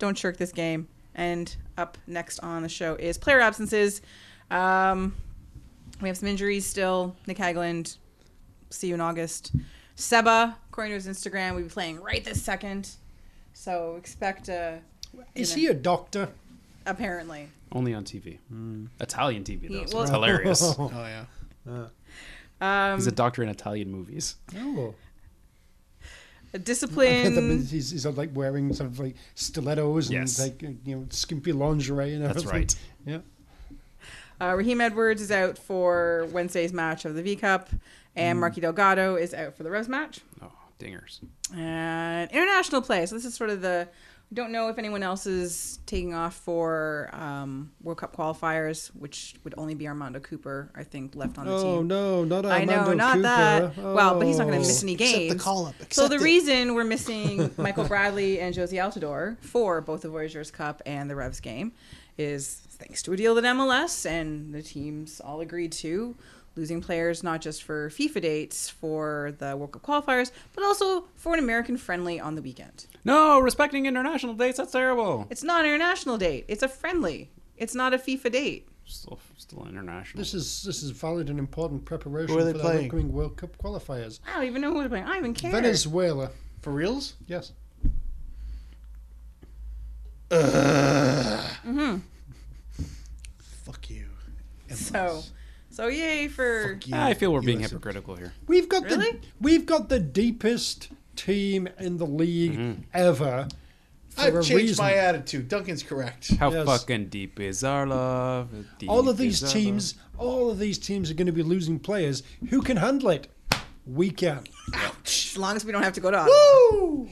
Speaker 2: Don't shirk this game. And up next on the show is player absences. Um, we have some injuries still. Nick Hagland, see you in August. Seba, according to his Instagram, we'll be playing right this second. So expect a.
Speaker 4: Is he a doctor?
Speaker 2: Apparently.
Speaker 8: Only on TV.
Speaker 4: Hmm.
Speaker 8: Italian TV though.
Speaker 2: He-
Speaker 8: so
Speaker 2: well-
Speaker 8: it's hilarious.
Speaker 3: Oh yeah.
Speaker 2: Um,
Speaker 8: He's a doctor in Italian movies.
Speaker 4: Oh.
Speaker 2: discipline.
Speaker 4: he's, he's like wearing sort of like stilettos
Speaker 8: Yes.
Speaker 4: and like uh, you know skimpy lingerie and
Speaker 8: That's
Speaker 4: everything.
Speaker 8: right.
Speaker 4: Yeah.
Speaker 2: Uh, Raheem Edwards is out for Wednesday's match of the V Cup. And Marky Delgado is out for the Revs match.
Speaker 8: Oh, dingers.
Speaker 2: and international play. So this is sort of the we don't know if anyone else is taking off for um, World Cup qualifiers, which would only be Armando Cooper, I think, left on the
Speaker 4: Oh
Speaker 2: team.
Speaker 4: no, not
Speaker 2: I
Speaker 4: Armando
Speaker 2: know, not
Speaker 4: Cooper.
Speaker 2: that. Well, but he's not going
Speaker 4: Oh.
Speaker 2: to miss any
Speaker 3: Accept the
Speaker 2: games.
Speaker 3: call-up.
Speaker 2: So
Speaker 3: Accept
Speaker 2: the
Speaker 3: it.
Speaker 2: reason we're missing Michael Bradley and Josie Altidore for both the Voyagers Cup and the Revs game is thanks to a deal that MLS and the teams all agreed to losing players not just for FIFA dates for the World Cup qualifiers, but also for an American friendly on the weekend.
Speaker 8: No, respecting international dates, that's terrible.
Speaker 2: It's not an international date. It's a friendly. It's not a FIFA date.
Speaker 8: Still still international.
Speaker 4: This is this is valid and important preparation
Speaker 3: Who are they
Speaker 4: for the
Speaker 3: playing?
Speaker 4: upcoming World Cup qualifiers.
Speaker 2: I don't even know who to play. I don't even care.
Speaker 4: Venezuela,
Speaker 3: For reals?
Speaker 4: yes.
Speaker 3: Fuck you.
Speaker 2: So, so yay for
Speaker 3: Fuck you.
Speaker 8: I feel we're being
Speaker 3: USA.
Speaker 8: hypocritical here.
Speaker 4: We've got
Speaker 2: Really?
Speaker 4: the we've got the deepest team in the league
Speaker 3: Mm-hmm.
Speaker 4: ever. For
Speaker 3: I've
Speaker 4: a
Speaker 3: changed
Speaker 4: reason.
Speaker 3: my attitude. Duncan's correct.
Speaker 8: How
Speaker 4: Yes.
Speaker 8: fucking deep is our love? Deep
Speaker 4: all of these
Speaker 8: is our
Speaker 4: teams, all of these teams are going to be losing players. Who can handle it? We can.
Speaker 2: as long as we don't have to go to. Ottawa.
Speaker 3: Woo!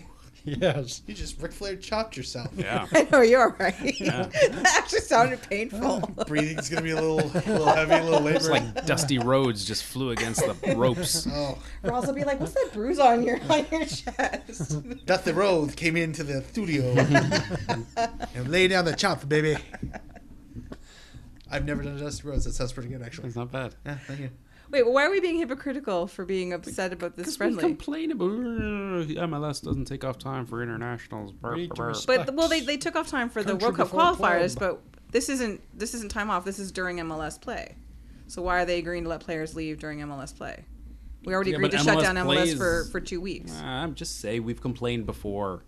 Speaker 4: Yes.
Speaker 3: You just Ric Flair chopped yourself.
Speaker 8: love. Yeah.
Speaker 2: I know you're right. that actually sounded painful.
Speaker 3: Breathing's gonna be a little, a little heavy, a little
Speaker 8: It's
Speaker 3: labored.
Speaker 8: like Dusty Rhodes just flew against the ropes.
Speaker 3: oh,
Speaker 2: Ross will be like, "What's that bruise on your on your chest?"
Speaker 3: Dusty Rhodes came into the studio and laid down the chop, baby. I've never done a Dusty Rhodes. That sounds pretty good, actually.
Speaker 8: It's not bad.
Speaker 3: Yeah, thank you.
Speaker 2: Wait, well, why are we being hypocritical for being upset about this
Speaker 8: We
Speaker 2: friendly?
Speaker 8: complain about "Ugh, MLS doesn't take off time for internationals. Brr,
Speaker 4: Need to
Speaker 8: brr, brr."
Speaker 4: respect-
Speaker 2: But well, they, they took off time for the
Speaker 4: Country
Speaker 2: World Cup
Speaker 4: before
Speaker 2: qualifiers,
Speaker 4: club.
Speaker 2: but this isn't this isn't time off. This is during MLS play. So why are they agreeing to let players leave during MLS play? We already
Speaker 8: Yeah,
Speaker 2: agreed to
Speaker 8: but
Speaker 2: shut
Speaker 8: MLS
Speaker 2: down MLS for,
Speaker 8: plays-
Speaker 2: for two weeks.
Speaker 8: I'm just say we've complained before.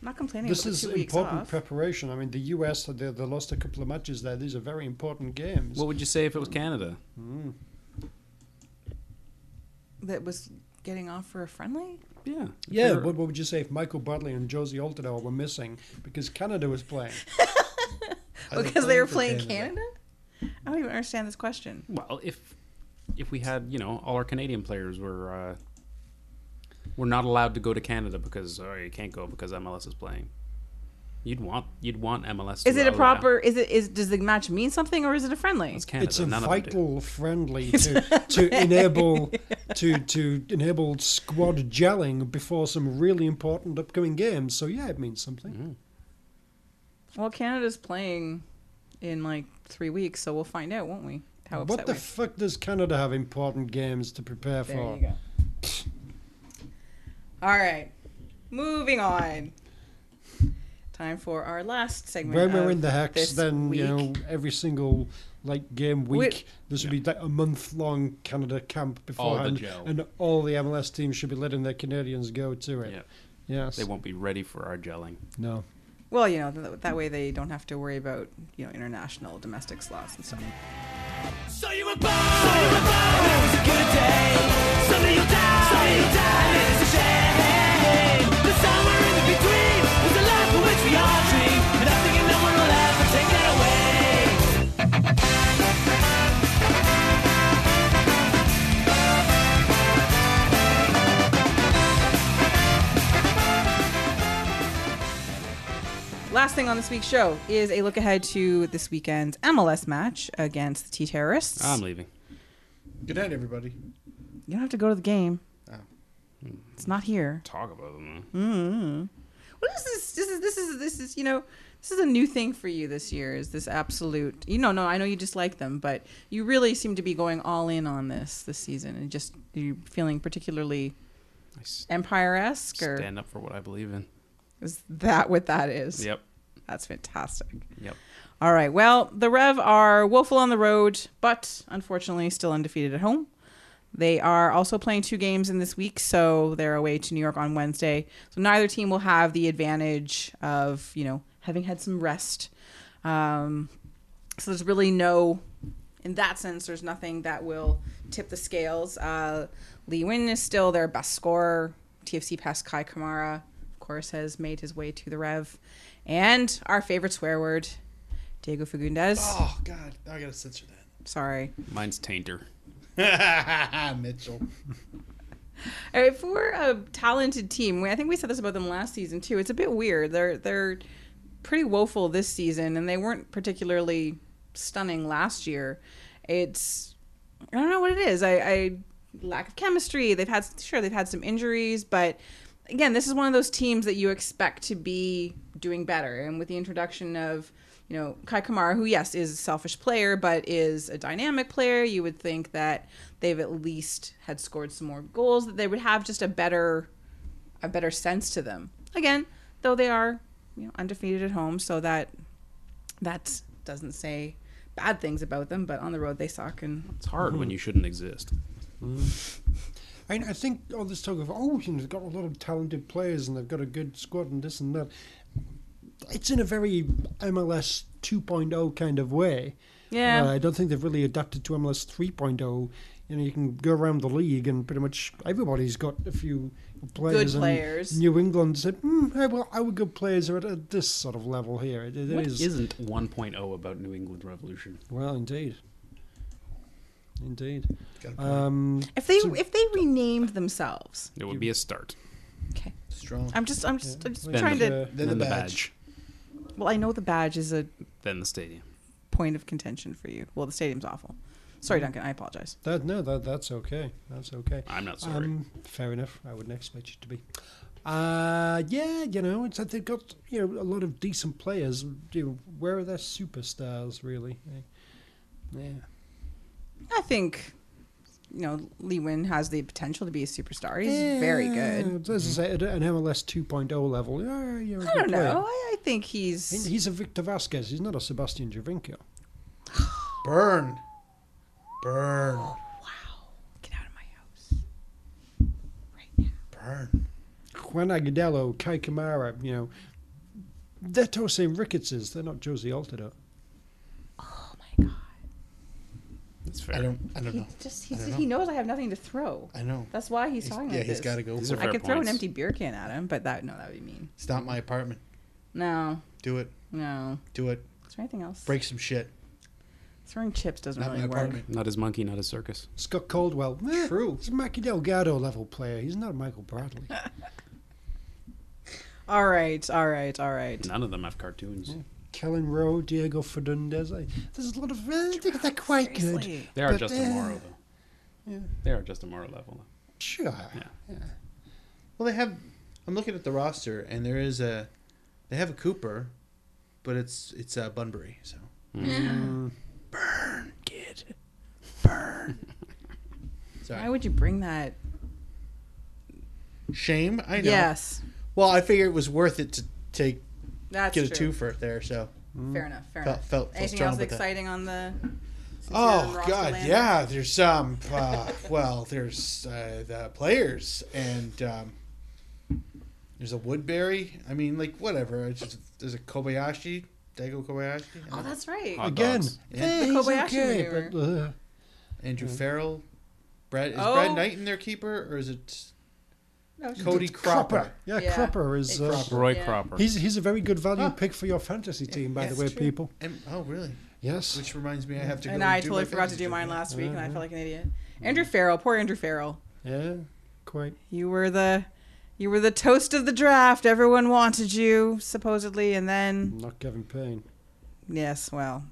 Speaker 2: I'm not complaining
Speaker 4: This
Speaker 2: about the
Speaker 4: is
Speaker 2: two weeks
Speaker 4: important
Speaker 2: off.
Speaker 4: preparation. I mean, the US, they, they lost a couple of matches there. These are very important games.
Speaker 8: What would you say if it was Canada?
Speaker 2: that was getting off for a friendly?
Speaker 8: Yeah.
Speaker 4: yeah, but what would you say if Michael Bradley and Josie Altidore were missing because Canada was playing?
Speaker 3: Are
Speaker 2: Because they were playing
Speaker 3: for
Speaker 2: Canada? I don't even understand this question.
Speaker 8: Well, if if we had, you know, all our Canadian players were uh, were not allowed to go to Canada because oh, you can't go because MLS is playing. You'd want you'd want MLS. To
Speaker 2: Is it a
Speaker 8: allow-
Speaker 2: proper? Is it is does the match mean something or is it a friendly?
Speaker 8: It's Canada.
Speaker 4: It's a
Speaker 8: None of them do.
Speaker 4: vital friendly to, to enable to to enable squad gelling before some really important upcoming games. So yeah, it means something.
Speaker 8: Mm-hmm.
Speaker 2: Well, Canada's playing in like three weeks, so we'll find out, won't we? How upset
Speaker 4: What the
Speaker 2: we are.
Speaker 4: fuck does Canada have important games to prepare
Speaker 2: There
Speaker 4: for?
Speaker 2: you go. All right, moving on. Time for our last segment.
Speaker 4: When we're
Speaker 2: of
Speaker 4: in the hex,
Speaker 2: this
Speaker 4: then you know
Speaker 2: week.
Speaker 4: every single like game
Speaker 2: We-
Speaker 4: week, this would be like a month long Canada camp beforehand,
Speaker 8: gel.
Speaker 4: and all the MLS teams should be letting their Canadians go to it.
Speaker 8: Yeah.
Speaker 4: Yes.
Speaker 8: They won't be ready for our gelling.
Speaker 4: No.
Speaker 2: Well, you know th- that way they don't have to worry about you know international domestic slots and stuff.
Speaker 5: So you were born, so you were born, and it was a good day. Sunday you died, Sunday you died, and it's a shame. But somewhere in between is a life for which we all dream, and I'm thinking no one will ever take that away.
Speaker 2: Last thing on this week's show is a look ahead to this weekend's MLS match against the T Terrorists.
Speaker 4: Ah,
Speaker 8: I'm leaving.
Speaker 3: Good night, everybody.
Speaker 2: you don't have to go to the game.
Speaker 3: Oh.
Speaker 2: It's not here.
Speaker 8: Talk about them.
Speaker 2: What is this? This is this is this is you know this is a new thing for you this year. Is this absolute? You know, no, I know you dislike them, but you really seem to be going all in on this this season, and just you feeling particularly
Speaker 8: I s-
Speaker 2: empire esque, or
Speaker 8: stand up for what I believe in.
Speaker 2: is that what that is?
Speaker 8: Yep.
Speaker 2: that's fantastic.
Speaker 8: Yep.
Speaker 2: All right. Well, the Rev are woeful on the road, but unfortunately still undefeated at home. They are also playing two games in this week, so they're away to New York on Wednesday. So neither team will have the advantage of, you know, having had some rest. Um, so there's really no, in that sense, there's nothing that will tip the scales. Uh, Lee Win is still their best scorer. TFC past Kai Kamara, of course, has made his way to the Rev. And our favorite swear word, Diego Fagundes.
Speaker 3: Oh God, now I gotta censor
Speaker 2: Sorry.
Speaker 8: Mine's tainter.
Speaker 3: that. Mitchell.
Speaker 2: All right, for a talented team, we- I think we said this about them last season too. It's a bit weird. They're they're pretty woeful this season, and they weren't particularly stunning last year. It's I don't know what it is. I, I lack of chemistry. They've had sure they've had some injuries, but again, this is one of those teams that you expect to be doing better. And with the introduction of you know Kai Kamara, who yes is a selfish player, but is a dynamic player, you would think that they've at least had scored some more goals. That they would have just a better a better sense to them. Again, though they are you know undefeated at home, so that that doesn't say bad things about them. But on the road they suck and
Speaker 8: It's hard when you shouldn't exist.
Speaker 4: I, I think all this talk of oh, you know, they've got a lot of talented players and they've got a good squad and this and that. It's in a very MLS 2.0 kind of way.
Speaker 2: Yeah.
Speaker 4: Uh, I don't think they've really adapted to MLS 3.0. oh. You know, you can go around the league and pretty much everybody's got a few players. and
Speaker 2: players.
Speaker 4: New England said, mm, hey, well, our good players are at, at this sort of level here. It, it
Speaker 8: What
Speaker 4: is-
Speaker 8: isn't 1.0 about New England Revolution?
Speaker 4: Well, indeed. Indeed.
Speaker 3: Got a point.
Speaker 4: Um,
Speaker 2: If they if they renamed themselves,
Speaker 8: It would be a start.
Speaker 2: okay.
Speaker 3: Strong.
Speaker 2: I'm just I'm just, I'm just
Speaker 4: yeah,
Speaker 2: trying to.
Speaker 4: uh,
Speaker 3: Then the badge.
Speaker 2: Well, I know the badge is a
Speaker 8: then the stadium.
Speaker 2: point of contention for you. Well, the stadium's awful.
Speaker 3: Mm.
Speaker 2: Sorry, Duncan. I apologize.
Speaker 4: That no, that that's okay. That's okay.
Speaker 8: I'm not sorry.
Speaker 4: Um, fair enough. I wouldn't expect you to be. Uh, yeah, you know, it's that they've got you know a lot of decent players. You know, where are their superstars really? Eh, Yeah.
Speaker 2: I think, you know, Lee Win has the potential to be a superstar. He's very good. Mm-hmm.
Speaker 4: Yeah, As I say, at an MLS 2.0 level. Yeah, you're a
Speaker 2: I don't
Speaker 4: good player.
Speaker 2: know. I, I think
Speaker 4: He-
Speaker 2: he's.
Speaker 4: He's a Victor Vasquez. He's not a Sebastian Jovinko.
Speaker 3: Burn. Burn.
Speaker 2: Get
Speaker 3: Hearn.
Speaker 4: Juan Agudelo, Kai Kamara, you know, they're Tosin Ricketses. They're not Josie Altidore.
Speaker 2: Oh my god.
Speaker 8: That's
Speaker 3: I
Speaker 8: fair.
Speaker 3: don't. I don't
Speaker 2: He
Speaker 3: know.
Speaker 2: just he's,
Speaker 3: I don't
Speaker 2: he knows I have nothing to throw.
Speaker 3: I know.
Speaker 2: That's why he's,
Speaker 3: He's-
Speaker 2: talking
Speaker 3: yeah,
Speaker 2: like
Speaker 3: he's
Speaker 2: this.
Speaker 3: got to go.
Speaker 8: These are
Speaker 3: for it.
Speaker 2: I
Speaker 8: fair
Speaker 2: could throw an
Speaker 8: points.
Speaker 2: empty beer can at him, but that no, that would be mean.
Speaker 3: It's not my apartment.
Speaker 2: No,
Speaker 3: Do it.
Speaker 2: no.
Speaker 3: Do it.
Speaker 2: Is there anything else?
Speaker 3: Break some shit.
Speaker 2: Throwing chips doesn't
Speaker 3: Not my
Speaker 2: really work.
Speaker 3: apartment.
Speaker 8: Not his monkey, not his circus.
Speaker 4: Scott Caldwell. eh,
Speaker 3: True.
Speaker 4: He's a Mackie Delgado level player. He's not Michael Bradley.
Speaker 2: All right, all right, all right.
Speaker 8: None of them have cartoons.
Speaker 4: Kellen Rowe, Diego Fernandez. I, there's a lot of. Uh, I think they're quite good.
Speaker 2: Seriously.
Speaker 8: They are
Speaker 4: But,
Speaker 8: just a Morrow,
Speaker 4: uh,
Speaker 8: though. They are just a Morrow level.
Speaker 4: Sure.
Speaker 3: Well, they have. I'm looking at the roster, and there is a. They have a Cooper, but it's it's uh, Bunbury. So
Speaker 8: though. Kid.
Speaker 2: Why
Speaker 3: sorry.
Speaker 2: would you bring that?
Speaker 3: Shame. I know.
Speaker 2: Yes,
Speaker 3: Well, I figure it was worth it to take
Speaker 2: that's
Speaker 3: get a
Speaker 2: true.
Speaker 3: toofer there. So
Speaker 2: Fair enough. Fair
Speaker 3: Felt-
Speaker 2: enough.
Speaker 3: felt- felt
Speaker 2: Anything
Speaker 3: strong
Speaker 2: else
Speaker 3: about that.
Speaker 2: exciting on the? since you're on
Speaker 3: Oh
Speaker 2: roster
Speaker 3: God,
Speaker 2: land?
Speaker 3: yeah. There's um, uh, well, there's uh, the players, and um, there's a Woodbury. I mean, like whatever. It's just, there's a Kobayashi, Daigo Kobayashi,
Speaker 2: Oh, that's right.
Speaker 8: Hot
Speaker 4: Again,
Speaker 8: dogs.
Speaker 4: eh, he's
Speaker 2: Kobayashi
Speaker 4: okay, but uh,
Speaker 3: Andrew Farrell. Brad is
Speaker 2: Mm-hmm. Oh.
Speaker 3: Brad Knight in their keeper, or is it
Speaker 2: No, she-
Speaker 3: Cody Cropper?
Speaker 4: yeah,
Speaker 2: Yeah.
Speaker 4: Cropper is. Uh,
Speaker 3: Cropper.
Speaker 8: Roy
Speaker 2: Yeah.
Speaker 8: Cropper.
Speaker 4: he's he's a very good value
Speaker 3: Ah.
Speaker 4: pick for your fantasy team, by
Speaker 3: Yes,
Speaker 4: the way,
Speaker 3: true.
Speaker 4: people.
Speaker 3: And, oh, really?
Speaker 4: Yes.
Speaker 3: Which reminds me, I have to.
Speaker 2: And
Speaker 3: go
Speaker 2: I
Speaker 3: do
Speaker 2: totally
Speaker 3: my Mm-hmm.
Speaker 2: forgot to
Speaker 3: fantasy
Speaker 2: do mine
Speaker 3: draft.
Speaker 2: last week, and I felt like an idiot. Andrew Farrell, poor Andrew Farrell.
Speaker 4: yeah, quite.
Speaker 2: You were the, you were the toast of the draft. Everyone wanted you supposedly, and then
Speaker 4: Not Kevin Payne.
Speaker 2: yes, well,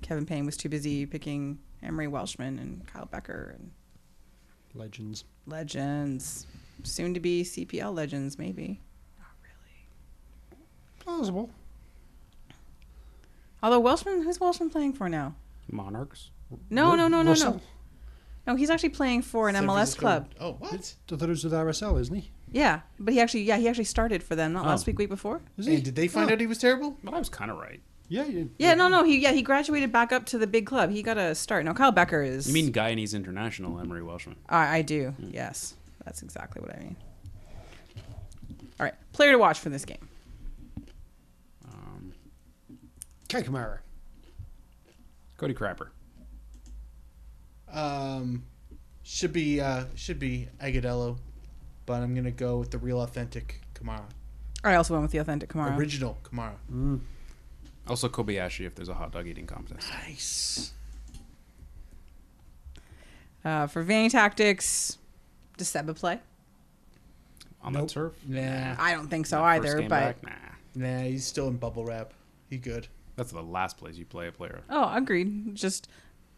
Speaker 2: Kevin Payne was too busy picking Emery Welshman and Kyle Becker and
Speaker 4: Legends.
Speaker 2: legends, soon to be CPL legends, maybe. Not really.
Speaker 4: Plausible.
Speaker 2: Although Welshman, who's Welshman playing for now?
Speaker 8: Monarchs.
Speaker 2: No,
Speaker 4: Ru-
Speaker 2: no, no, no, no.
Speaker 4: Russell?
Speaker 2: No, he's actually playing for an
Speaker 3: San
Speaker 2: MLS
Speaker 3: Francisco-
Speaker 2: club.
Speaker 3: Oh, what?
Speaker 4: I thought it was with RSL, isn't he?
Speaker 2: Yeah, but he actually, yeah, he actually started for them not
Speaker 8: Oh.
Speaker 2: last week, week before.
Speaker 4: Is he?
Speaker 3: And did they find
Speaker 4: Oh.
Speaker 3: out he was terrible?
Speaker 8: Well, I was kind of right.
Speaker 4: Yeah, yeah.
Speaker 2: Yeah, no, no, he yeah he graduated back up to the big club. He got a start. Now Kyle Becker is.
Speaker 8: You mean Hmm. Guyanese international, Emery Welshman?
Speaker 2: I, I do. Yes, that's exactly what I mean. All right, player to watch for this game.
Speaker 8: Um,
Speaker 4: Kai Kamara.
Speaker 8: Cody Crapper.
Speaker 3: Um, should be uh, should be Agudelo, but I'm gonna go with the real authentic Kamara,
Speaker 2: I also went with the authentic
Speaker 8: Oh,
Speaker 2: Kamara. Mm.
Speaker 3: original Kamara.
Speaker 8: Also Kobayashi if there's a hot dog eating contest.
Speaker 3: Nice.
Speaker 2: uh, for Vanny Tactics, does Seba play?
Speaker 8: On
Speaker 4: Nope.
Speaker 8: the turf?
Speaker 3: Nah,
Speaker 2: I don't think so
Speaker 8: First
Speaker 2: either.
Speaker 8: game
Speaker 2: But
Speaker 8: back? Nah.
Speaker 3: nah. He's still in bubble wrap. He good.
Speaker 8: That's the last place you play a player.
Speaker 2: oh, agreed. Just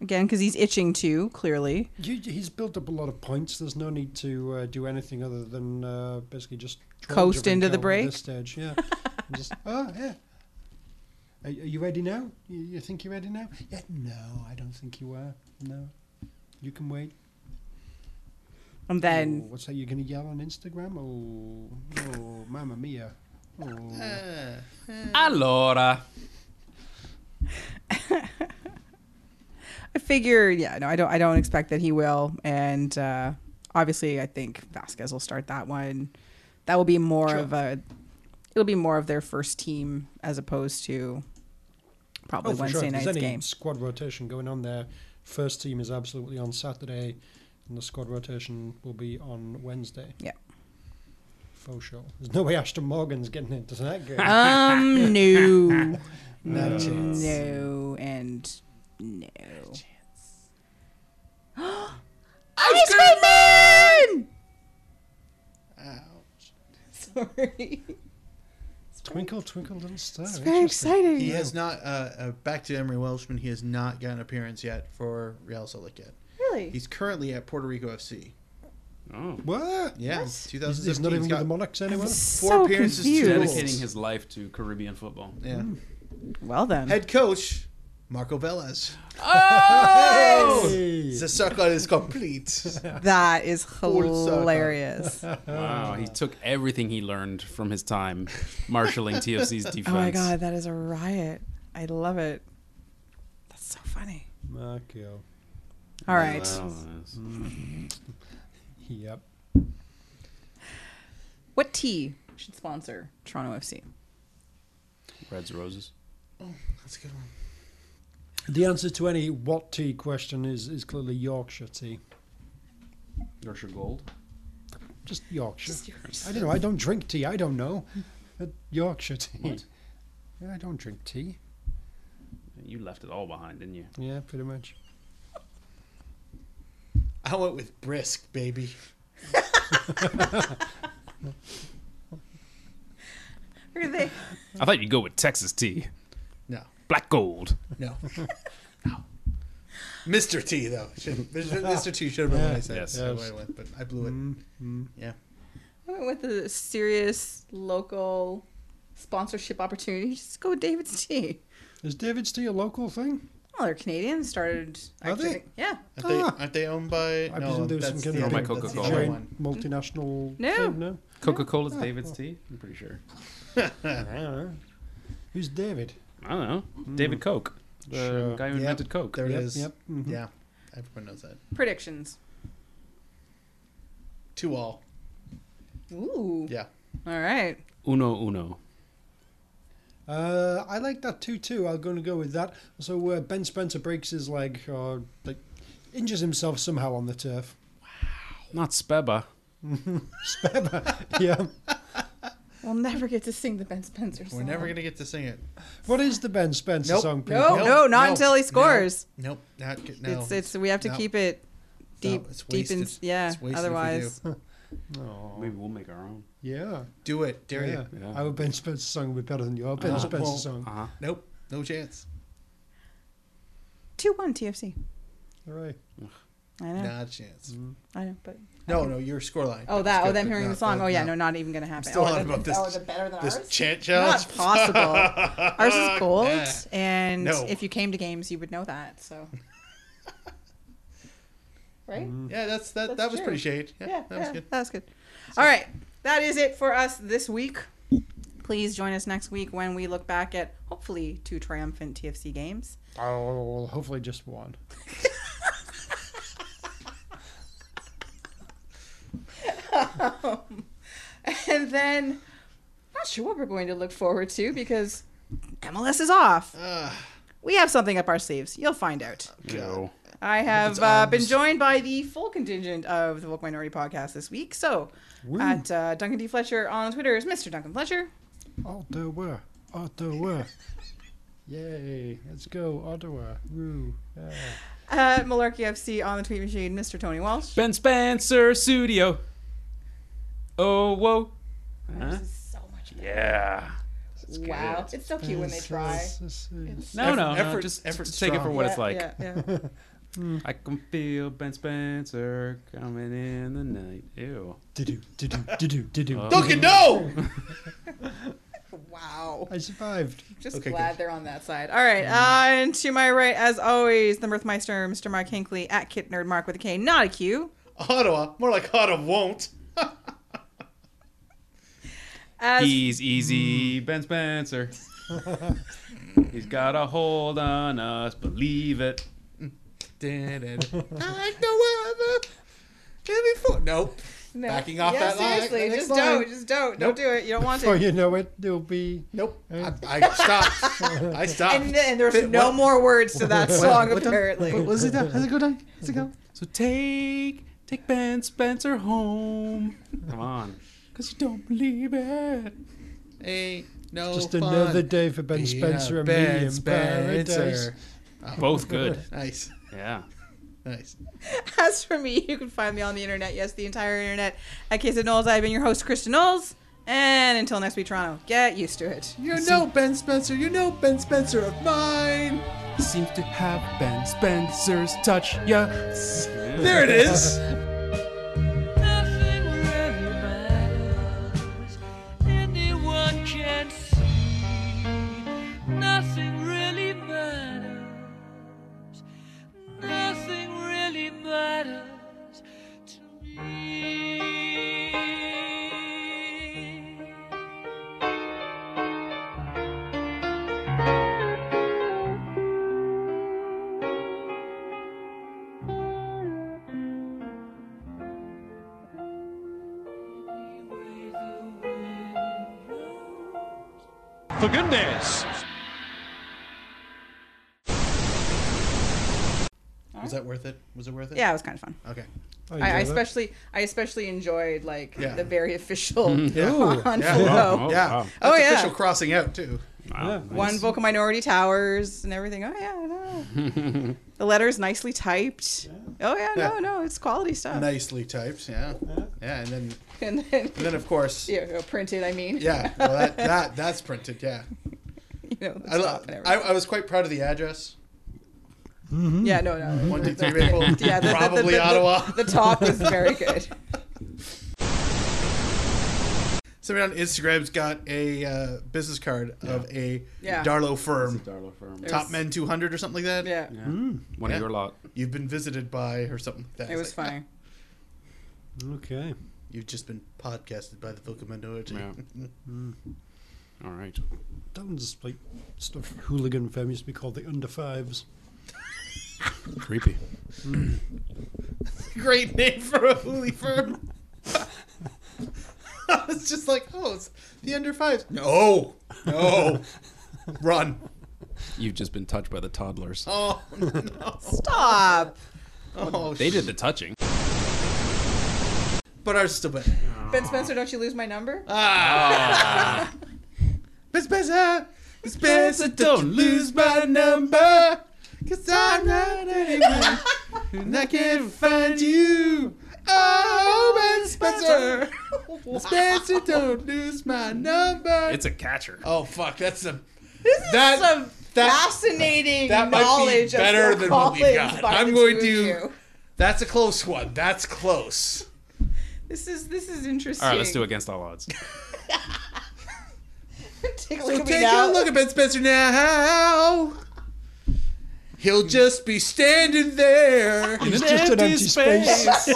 Speaker 2: again because he's itching too. Clearly,
Speaker 4: You, he's built up a lot of points. There's no need to uh, do anything other than uh, basically just troll
Speaker 2: Coast into
Speaker 4: Jovinko
Speaker 2: the break?
Speaker 4: At this stage, yeah. And just oh yeah. Are, are you ready now? You, you think you're ready now? Yeah. No, I don't think you are. No, you can wait.
Speaker 2: and
Speaker 4: Oh,
Speaker 2: then
Speaker 4: what's that? You're gonna yell on Instagram? Oh, oh, Mamma Mia! Oh,
Speaker 8: Allora.
Speaker 2: I figure, yeah, no, I don't. I don't expect that he will. And uh, obviously, I think Vasquez will start that one. That will be more
Speaker 4: Sure.
Speaker 2: of a. It'll be more of their first team as opposed to probably
Speaker 4: oh for
Speaker 2: Wednesday
Speaker 4: sure. If there's
Speaker 2: night's
Speaker 4: any
Speaker 2: game.
Speaker 4: squad rotation going on there, first team is absolutely on Saturday, and the squad rotation will be on Wednesday.
Speaker 2: Yeah.
Speaker 4: For sure. There's no way Ashton Morgan's getting into that game.
Speaker 2: Um, no,
Speaker 3: Not a chance.
Speaker 2: no, and no.
Speaker 3: Ice cream man.
Speaker 2: Sorry,
Speaker 4: twinkle, twinkle, little star.
Speaker 2: it's very
Speaker 4: Interesting.
Speaker 2: exciting.
Speaker 3: He has not. Uh, uh, back to Emery Welshman. He has not got an appearance yet for Real Salt yet.
Speaker 2: Really?
Speaker 3: He's currently at Puerto Rico FC.
Speaker 8: Oh.
Speaker 4: What?
Speaker 3: Yeah,
Speaker 2: What?
Speaker 3: it's
Speaker 4: He's, he's not even
Speaker 3: 2015. He's
Speaker 4: with the
Speaker 3: got-
Speaker 4: Monarchs anymore.
Speaker 2: so
Speaker 3: four appearances to
Speaker 2: confused.
Speaker 8: Dedicating his life to Caribbean football.
Speaker 3: yeah.
Speaker 4: Hmm.
Speaker 2: Well then,
Speaker 3: Head coach Marco Velez.
Speaker 4: Hey.
Speaker 3: The circle is complete.
Speaker 2: that is
Speaker 3: Full circle.
Speaker 2: hilarious.
Speaker 8: Wow, he took everything he learned from his time marshaling TFC's defense.
Speaker 2: Oh my god, that is a riot. I love it. That's so funny.
Speaker 4: Marco.
Speaker 8: Oh,
Speaker 2: All right.
Speaker 8: Wow, that's-
Speaker 4: Yep.
Speaker 2: What tea should sponsor Toronto FC?
Speaker 8: Reds roses.
Speaker 3: That's a good one.
Speaker 4: The answer to any what tea question is, is clearly Yorkshire tea.
Speaker 8: Yorkshire gold.
Speaker 4: Just Yorkshire. I don't know. I don't drink tea. I don't know. But Yorkshire tea. Yeah, I don't drink tea.
Speaker 8: You left it all behind, didn't you?
Speaker 4: Yeah, pretty much.
Speaker 3: I went with brisk, baby.
Speaker 2: Or they
Speaker 8: I thought you'd go with Texas tea.
Speaker 3: No,
Speaker 8: Black gold.
Speaker 3: no, no. Mr. T though, should, Mr. T should have been what I said.
Speaker 8: Yes. Mm-hmm.
Speaker 3: so I went, but I blew it. Yeah,
Speaker 2: I went with the serious local sponsorship opportunity. Just go with David's Tea.
Speaker 4: Is David's tea a local thing?
Speaker 2: Well, they're Canadian. Started.
Speaker 4: Are they?
Speaker 2: actually- Yeah.
Speaker 3: aren't they,
Speaker 4: Ah.
Speaker 3: aren't they owned by?
Speaker 4: I
Speaker 3: no,
Speaker 4: presume there's some
Speaker 3: that's
Speaker 4: kind of
Speaker 3: the
Speaker 8: Or my
Speaker 3: other- that's the
Speaker 8: Coca-Cola.
Speaker 3: other
Speaker 4: giant
Speaker 3: one.
Speaker 4: multinational
Speaker 2: No.
Speaker 4: thing. No.
Speaker 8: Coca Cola's David's tea. I'm pretty sure.
Speaker 4: I don't know. Who's David?
Speaker 8: I don't know. David Coke, Hmm. the
Speaker 4: Sure.
Speaker 8: guy who
Speaker 3: Yep,
Speaker 8: invented Coke.
Speaker 3: There it
Speaker 4: Yep,
Speaker 3: is.
Speaker 4: yep, mhm.
Speaker 3: Yeah, everyone knows that.
Speaker 2: Predictions.
Speaker 3: Two all.
Speaker 2: Ooh.
Speaker 3: Yeah.
Speaker 2: All right.
Speaker 8: Uno uno.
Speaker 4: Uh, I like that too. Too. I'm going to go with that. So uh, Ben Spencer breaks his leg or like injures himself somehow on the turf.
Speaker 8: Not Speba.
Speaker 4: yeah.
Speaker 2: We'll never get to sing the Ben Spencer song.
Speaker 3: We're never gonna get to sing it.
Speaker 4: What is the Ben Spencer
Speaker 3: Nope.
Speaker 4: song? people?
Speaker 2: No,
Speaker 3: Nope,
Speaker 2: no, not
Speaker 3: no,
Speaker 2: until he
Speaker 3: no.
Speaker 2: scores.
Speaker 3: Nope. Not good. No.
Speaker 2: It's it's we have to
Speaker 3: no.
Speaker 2: keep it deep
Speaker 3: it's
Speaker 2: deep in
Speaker 3: wasted.
Speaker 2: yeah.
Speaker 3: It's wasted if we
Speaker 2: Otherwise,
Speaker 8: Maybe we'll make our own.
Speaker 4: Yeah.
Speaker 3: Do it. Dare
Speaker 4: Yeah.
Speaker 3: you?
Speaker 8: Yeah.
Speaker 4: Our Ben Spencer song would be better than your Ben
Speaker 3: Uh,
Speaker 4: Spencer
Speaker 3: well,
Speaker 4: song.
Speaker 8: Uh huh.
Speaker 3: Nope. No chance.
Speaker 2: two one TFC.
Speaker 4: Hooray.
Speaker 2: I know.
Speaker 3: Not a chance.
Speaker 4: Mm-hmm.
Speaker 2: I know, but
Speaker 3: No, no, your scoreline.
Speaker 2: oh, that oh, them hearing
Speaker 3: No,
Speaker 2: the song.
Speaker 3: no,
Speaker 2: Oh yeah,
Speaker 3: no.
Speaker 2: no, not even gonna happen.
Speaker 3: still
Speaker 2: oh,
Speaker 3: on
Speaker 2: that-
Speaker 3: about this-
Speaker 2: Oh, the better than
Speaker 3: This
Speaker 2: ours.
Speaker 3: chant
Speaker 2: Not
Speaker 3: challenge.
Speaker 2: possible. ours is gold,
Speaker 3: that.
Speaker 2: and
Speaker 3: No.
Speaker 2: if you came to games, you would know that. So, right?
Speaker 3: Yeah, that's that.
Speaker 2: That's
Speaker 3: that was
Speaker 2: true.
Speaker 3: pretty shade. Yeah,
Speaker 2: yeah,
Speaker 3: Mm-hmm. that was good.
Speaker 2: That was good. All right, that is it for us this week. Please join us next week when we look back at hopefully two triumphant TFC games.
Speaker 4: Oh, hopefully just one.
Speaker 2: And then, not sure what we're going to look forward to because MLS is off. we have something up our sleeves. You'll find out.
Speaker 8: No.
Speaker 2: I have uh, been joined by the full contingent of the Woke Minority podcast this week. So, at uh, Duncan D. Fletcher on Twitter is Mr. Duncan Fletcher.
Speaker 4: Ottawa. Ottawa. Yay. Let's go, Ottawa. Woo. Yeah.
Speaker 2: At Malarkey FC on the tweet machine, Mr. Tony Walsh.
Speaker 8: Ben Spencer Studio. Oh whoa. Huh?
Speaker 2: This is so much better.
Speaker 8: Yeah.
Speaker 2: wow. It's so cute when they try.
Speaker 4: This is-
Speaker 8: No, no, no,
Speaker 3: effort-
Speaker 8: just,
Speaker 3: effort's
Speaker 8: just take it for
Speaker 3: strong.
Speaker 8: what it's like.
Speaker 2: Yeah, yeah.
Speaker 8: I can feel Ben Spencer coming in the night. Ew.
Speaker 4: Do-do, do-do, do-do, do-do.
Speaker 3: Uh, Duncan, no.
Speaker 2: wow.
Speaker 4: I survived.
Speaker 2: Just
Speaker 3: Okay, Mm-hmm.
Speaker 2: glad they're on that side. All right. Uh, and to my right, as always, the Mirthmeister, Mr. Mark Hinkley, at Kit Nerd Mark with a K, not a Q.
Speaker 3: Ottawa, more like Ottawa won't.
Speaker 2: As
Speaker 8: He's easy, Ben Spencer. He's got a hold on us, believe it.
Speaker 3: I know ever before. Nope.
Speaker 2: No.
Speaker 3: Backing off
Speaker 2: yeah,
Speaker 3: that line.
Speaker 2: seriously,
Speaker 3: Next
Speaker 2: just
Speaker 3: line.
Speaker 2: don't, just don't, don't
Speaker 3: Nope.
Speaker 2: do it. You don't want to.
Speaker 4: Oh, you know it. There'll be.
Speaker 3: Nope. I, I stopped. I stopped.
Speaker 2: and, and there's
Speaker 3: Fit-
Speaker 2: no
Speaker 3: what-
Speaker 2: more words to that song
Speaker 3: what the-
Speaker 2: apparently.
Speaker 3: What was it? done? How's it go, Duncan? How's it go?
Speaker 8: So take take Ben Spencer home. Come on. Cause you don't believe it.
Speaker 3: Hey, no
Speaker 4: Just
Speaker 3: fun.
Speaker 4: another day for Ben
Speaker 3: Being
Speaker 4: Spencer
Speaker 3: a
Speaker 4: and
Speaker 3: Ben
Speaker 4: me in paradise.
Speaker 3: Spencer.
Speaker 8: Both good.
Speaker 3: Nice.
Speaker 8: Yeah.
Speaker 3: Nice.
Speaker 2: As for me, you can find me on the internet. Yes, the entire internet. At Case of Knowles, I've been your host, Kristen Knowles. And until next week, Toronto, get used to it.
Speaker 3: You know Ben Spencer. You know Ben Spencer of mine.
Speaker 8: Seems to have Ben Spencer's touch. Yeah.
Speaker 3: There it is.
Speaker 10: Nothing really matters. Anyone can see. Nothing really matters. Nothing really matters to me.
Speaker 11: Fagundes.
Speaker 3: Was that worth it? Was it worth it?
Speaker 2: Yeah, it was kind of fun.
Speaker 3: Okay.
Speaker 2: I, I especially I especially enjoyed like
Speaker 3: Yeah.
Speaker 2: the very official
Speaker 3: Yeah.
Speaker 2: on
Speaker 3: yeah.
Speaker 2: flow.
Speaker 3: Yeah.
Speaker 8: wow.
Speaker 2: Oh,
Speaker 3: That's
Speaker 2: yeah.
Speaker 3: Official crossing out too.
Speaker 2: One vocal minority towers and everything. Oh yeah, no.
Speaker 8: Nice.
Speaker 2: the letters nicely typed. Oh yeah,
Speaker 3: Yeah.
Speaker 2: no, no, it's quality stuff.
Speaker 3: Nicely typed. Yeah. Yeah, and then
Speaker 2: And then,
Speaker 3: and then of course.
Speaker 2: yeah, no, printed. I mean,
Speaker 3: Yeah. Well, that, that that's printed. Yeah.
Speaker 2: you know, the
Speaker 3: I, lo-
Speaker 2: stop and everything.
Speaker 3: I I was quite proud of the address.
Speaker 2: yeah, no, no.
Speaker 3: Mm-hmm. One two three Maple.
Speaker 2: Yeah, the, the- the-
Speaker 3: Probably
Speaker 2: the- the-
Speaker 3: Ottawa.
Speaker 2: The talk was very good.
Speaker 3: Somebody on Instagram's got a uh, business card of a
Speaker 2: Yeah.
Speaker 3: Darlow firm,
Speaker 8: Darlow firm.
Speaker 3: Top Men 200 or something like that.
Speaker 2: Yeah,
Speaker 8: Yeah. One
Speaker 3: Yeah.
Speaker 8: of your lot.
Speaker 3: You've been visited by or something like that.
Speaker 2: it
Speaker 3: It's
Speaker 2: was
Speaker 3: like,
Speaker 2: funny.
Speaker 4: Okay.
Speaker 3: You've just been podcasted by the vocal minority.
Speaker 8: Yeah. All right.
Speaker 4: That one's like stuff hooligan film used to be called the Under Fives.
Speaker 8: Creepy.
Speaker 3: Great name for a hooly firm. I was just like, oh, it's the under fives. No, no, run.
Speaker 8: You've just been touched by the toddlers.
Speaker 3: Oh no.
Speaker 2: Stop.
Speaker 3: Oh,
Speaker 8: They did the touching.
Speaker 3: but ours is still better.
Speaker 2: Ben Spencer, don't you lose my number?
Speaker 3: Uh, Miss Spencer, Miss Spencer, don't lose my number. Cause I'm not anyone. and I can't find you. Oh, Miss Spencer. Miss Spencer, don't lose my number.
Speaker 8: It's a catcher.
Speaker 3: oh, fuck, that's a.
Speaker 2: this is
Speaker 3: that-
Speaker 2: some
Speaker 3: that-
Speaker 2: Um, fascinating
Speaker 3: that might be
Speaker 2: knowledge
Speaker 3: better
Speaker 2: of
Speaker 3: than
Speaker 2: your
Speaker 3: what we
Speaker 2: callings
Speaker 3: got.
Speaker 2: by
Speaker 3: I'm
Speaker 2: the
Speaker 3: going
Speaker 2: two of
Speaker 3: to-
Speaker 2: you.
Speaker 3: That's a close one. That's close.
Speaker 2: This is this is interesting.
Speaker 8: All right, let's do against all odds.
Speaker 2: Take a
Speaker 3: So
Speaker 2: look at me
Speaker 3: take
Speaker 2: now.
Speaker 3: a look at Ben Spencer now. He'll just be standing there.
Speaker 4: It's just an empty space.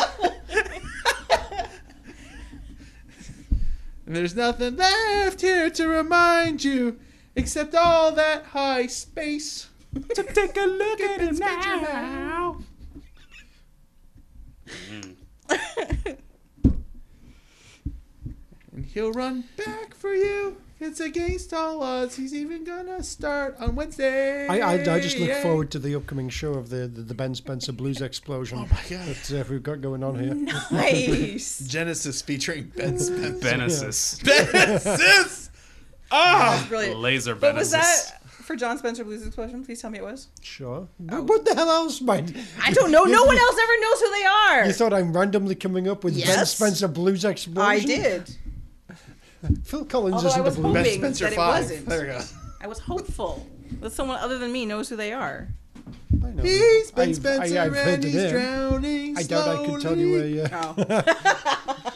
Speaker 3: And there's nothing left here to remind you except all that high space.
Speaker 7: So take a look at it now.
Speaker 3: Mm. And he'll run back for you. It's against all odds. He's even gonna start on Wednesday.
Speaker 4: I, I, I just look forward to the upcoming show of the, the, the Ben Spencer Blues Explosion
Speaker 3: Oh my god.
Speaker 4: that uh, we've got going on here.
Speaker 2: Nice.
Speaker 3: Genesis featuring Ben Spencer.
Speaker 8: Benesis.
Speaker 3: Genesis! Ah!
Speaker 2: Brilliant.
Speaker 8: Laser
Speaker 2: But was
Speaker 8: Benesis.
Speaker 2: that for John Spencer Blues Explosion? Please tell me it was.
Speaker 4: Sure. What- What the hell else, mate?
Speaker 2: I don't know. No one else ever knows who they are.
Speaker 4: You thought I'm randomly coming up with Ben
Speaker 2: Yes.
Speaker 4: Spencer Blues Explosion?
Speaker 2: I did.
Speaker 4: Phil Collins
Speaker 2: Although
Speaker 4: isn't
Speaker 2: I was
Speaker 4: a blues.
Speaker 3: Ben
Speaker 2: hoping
Speaker 3: Spencer
Speaker 2: that it
Speaker 3: 5.
Speaker 2: wasn't.
Speaker 3: There we go.
Speaker 2: I was hopeful that someone other than me knows who they are.
Speaker 4: I know.
Speaker 3: He's
Speaker 4: I've-
Speaker 3: Ben
Speaker 4: I-
Speaker 3: Spencer
Speaker 4: I've heard
Speaker 3: and
Speaker 4: it
Speaker 3: he's
Speaker 4: in.
Speaker 3: drowning
Speaker 4: I doubt I could tell you
Speaker 3: slowly.
Speaker 4: where. Uh,
Speaker 2: Oh.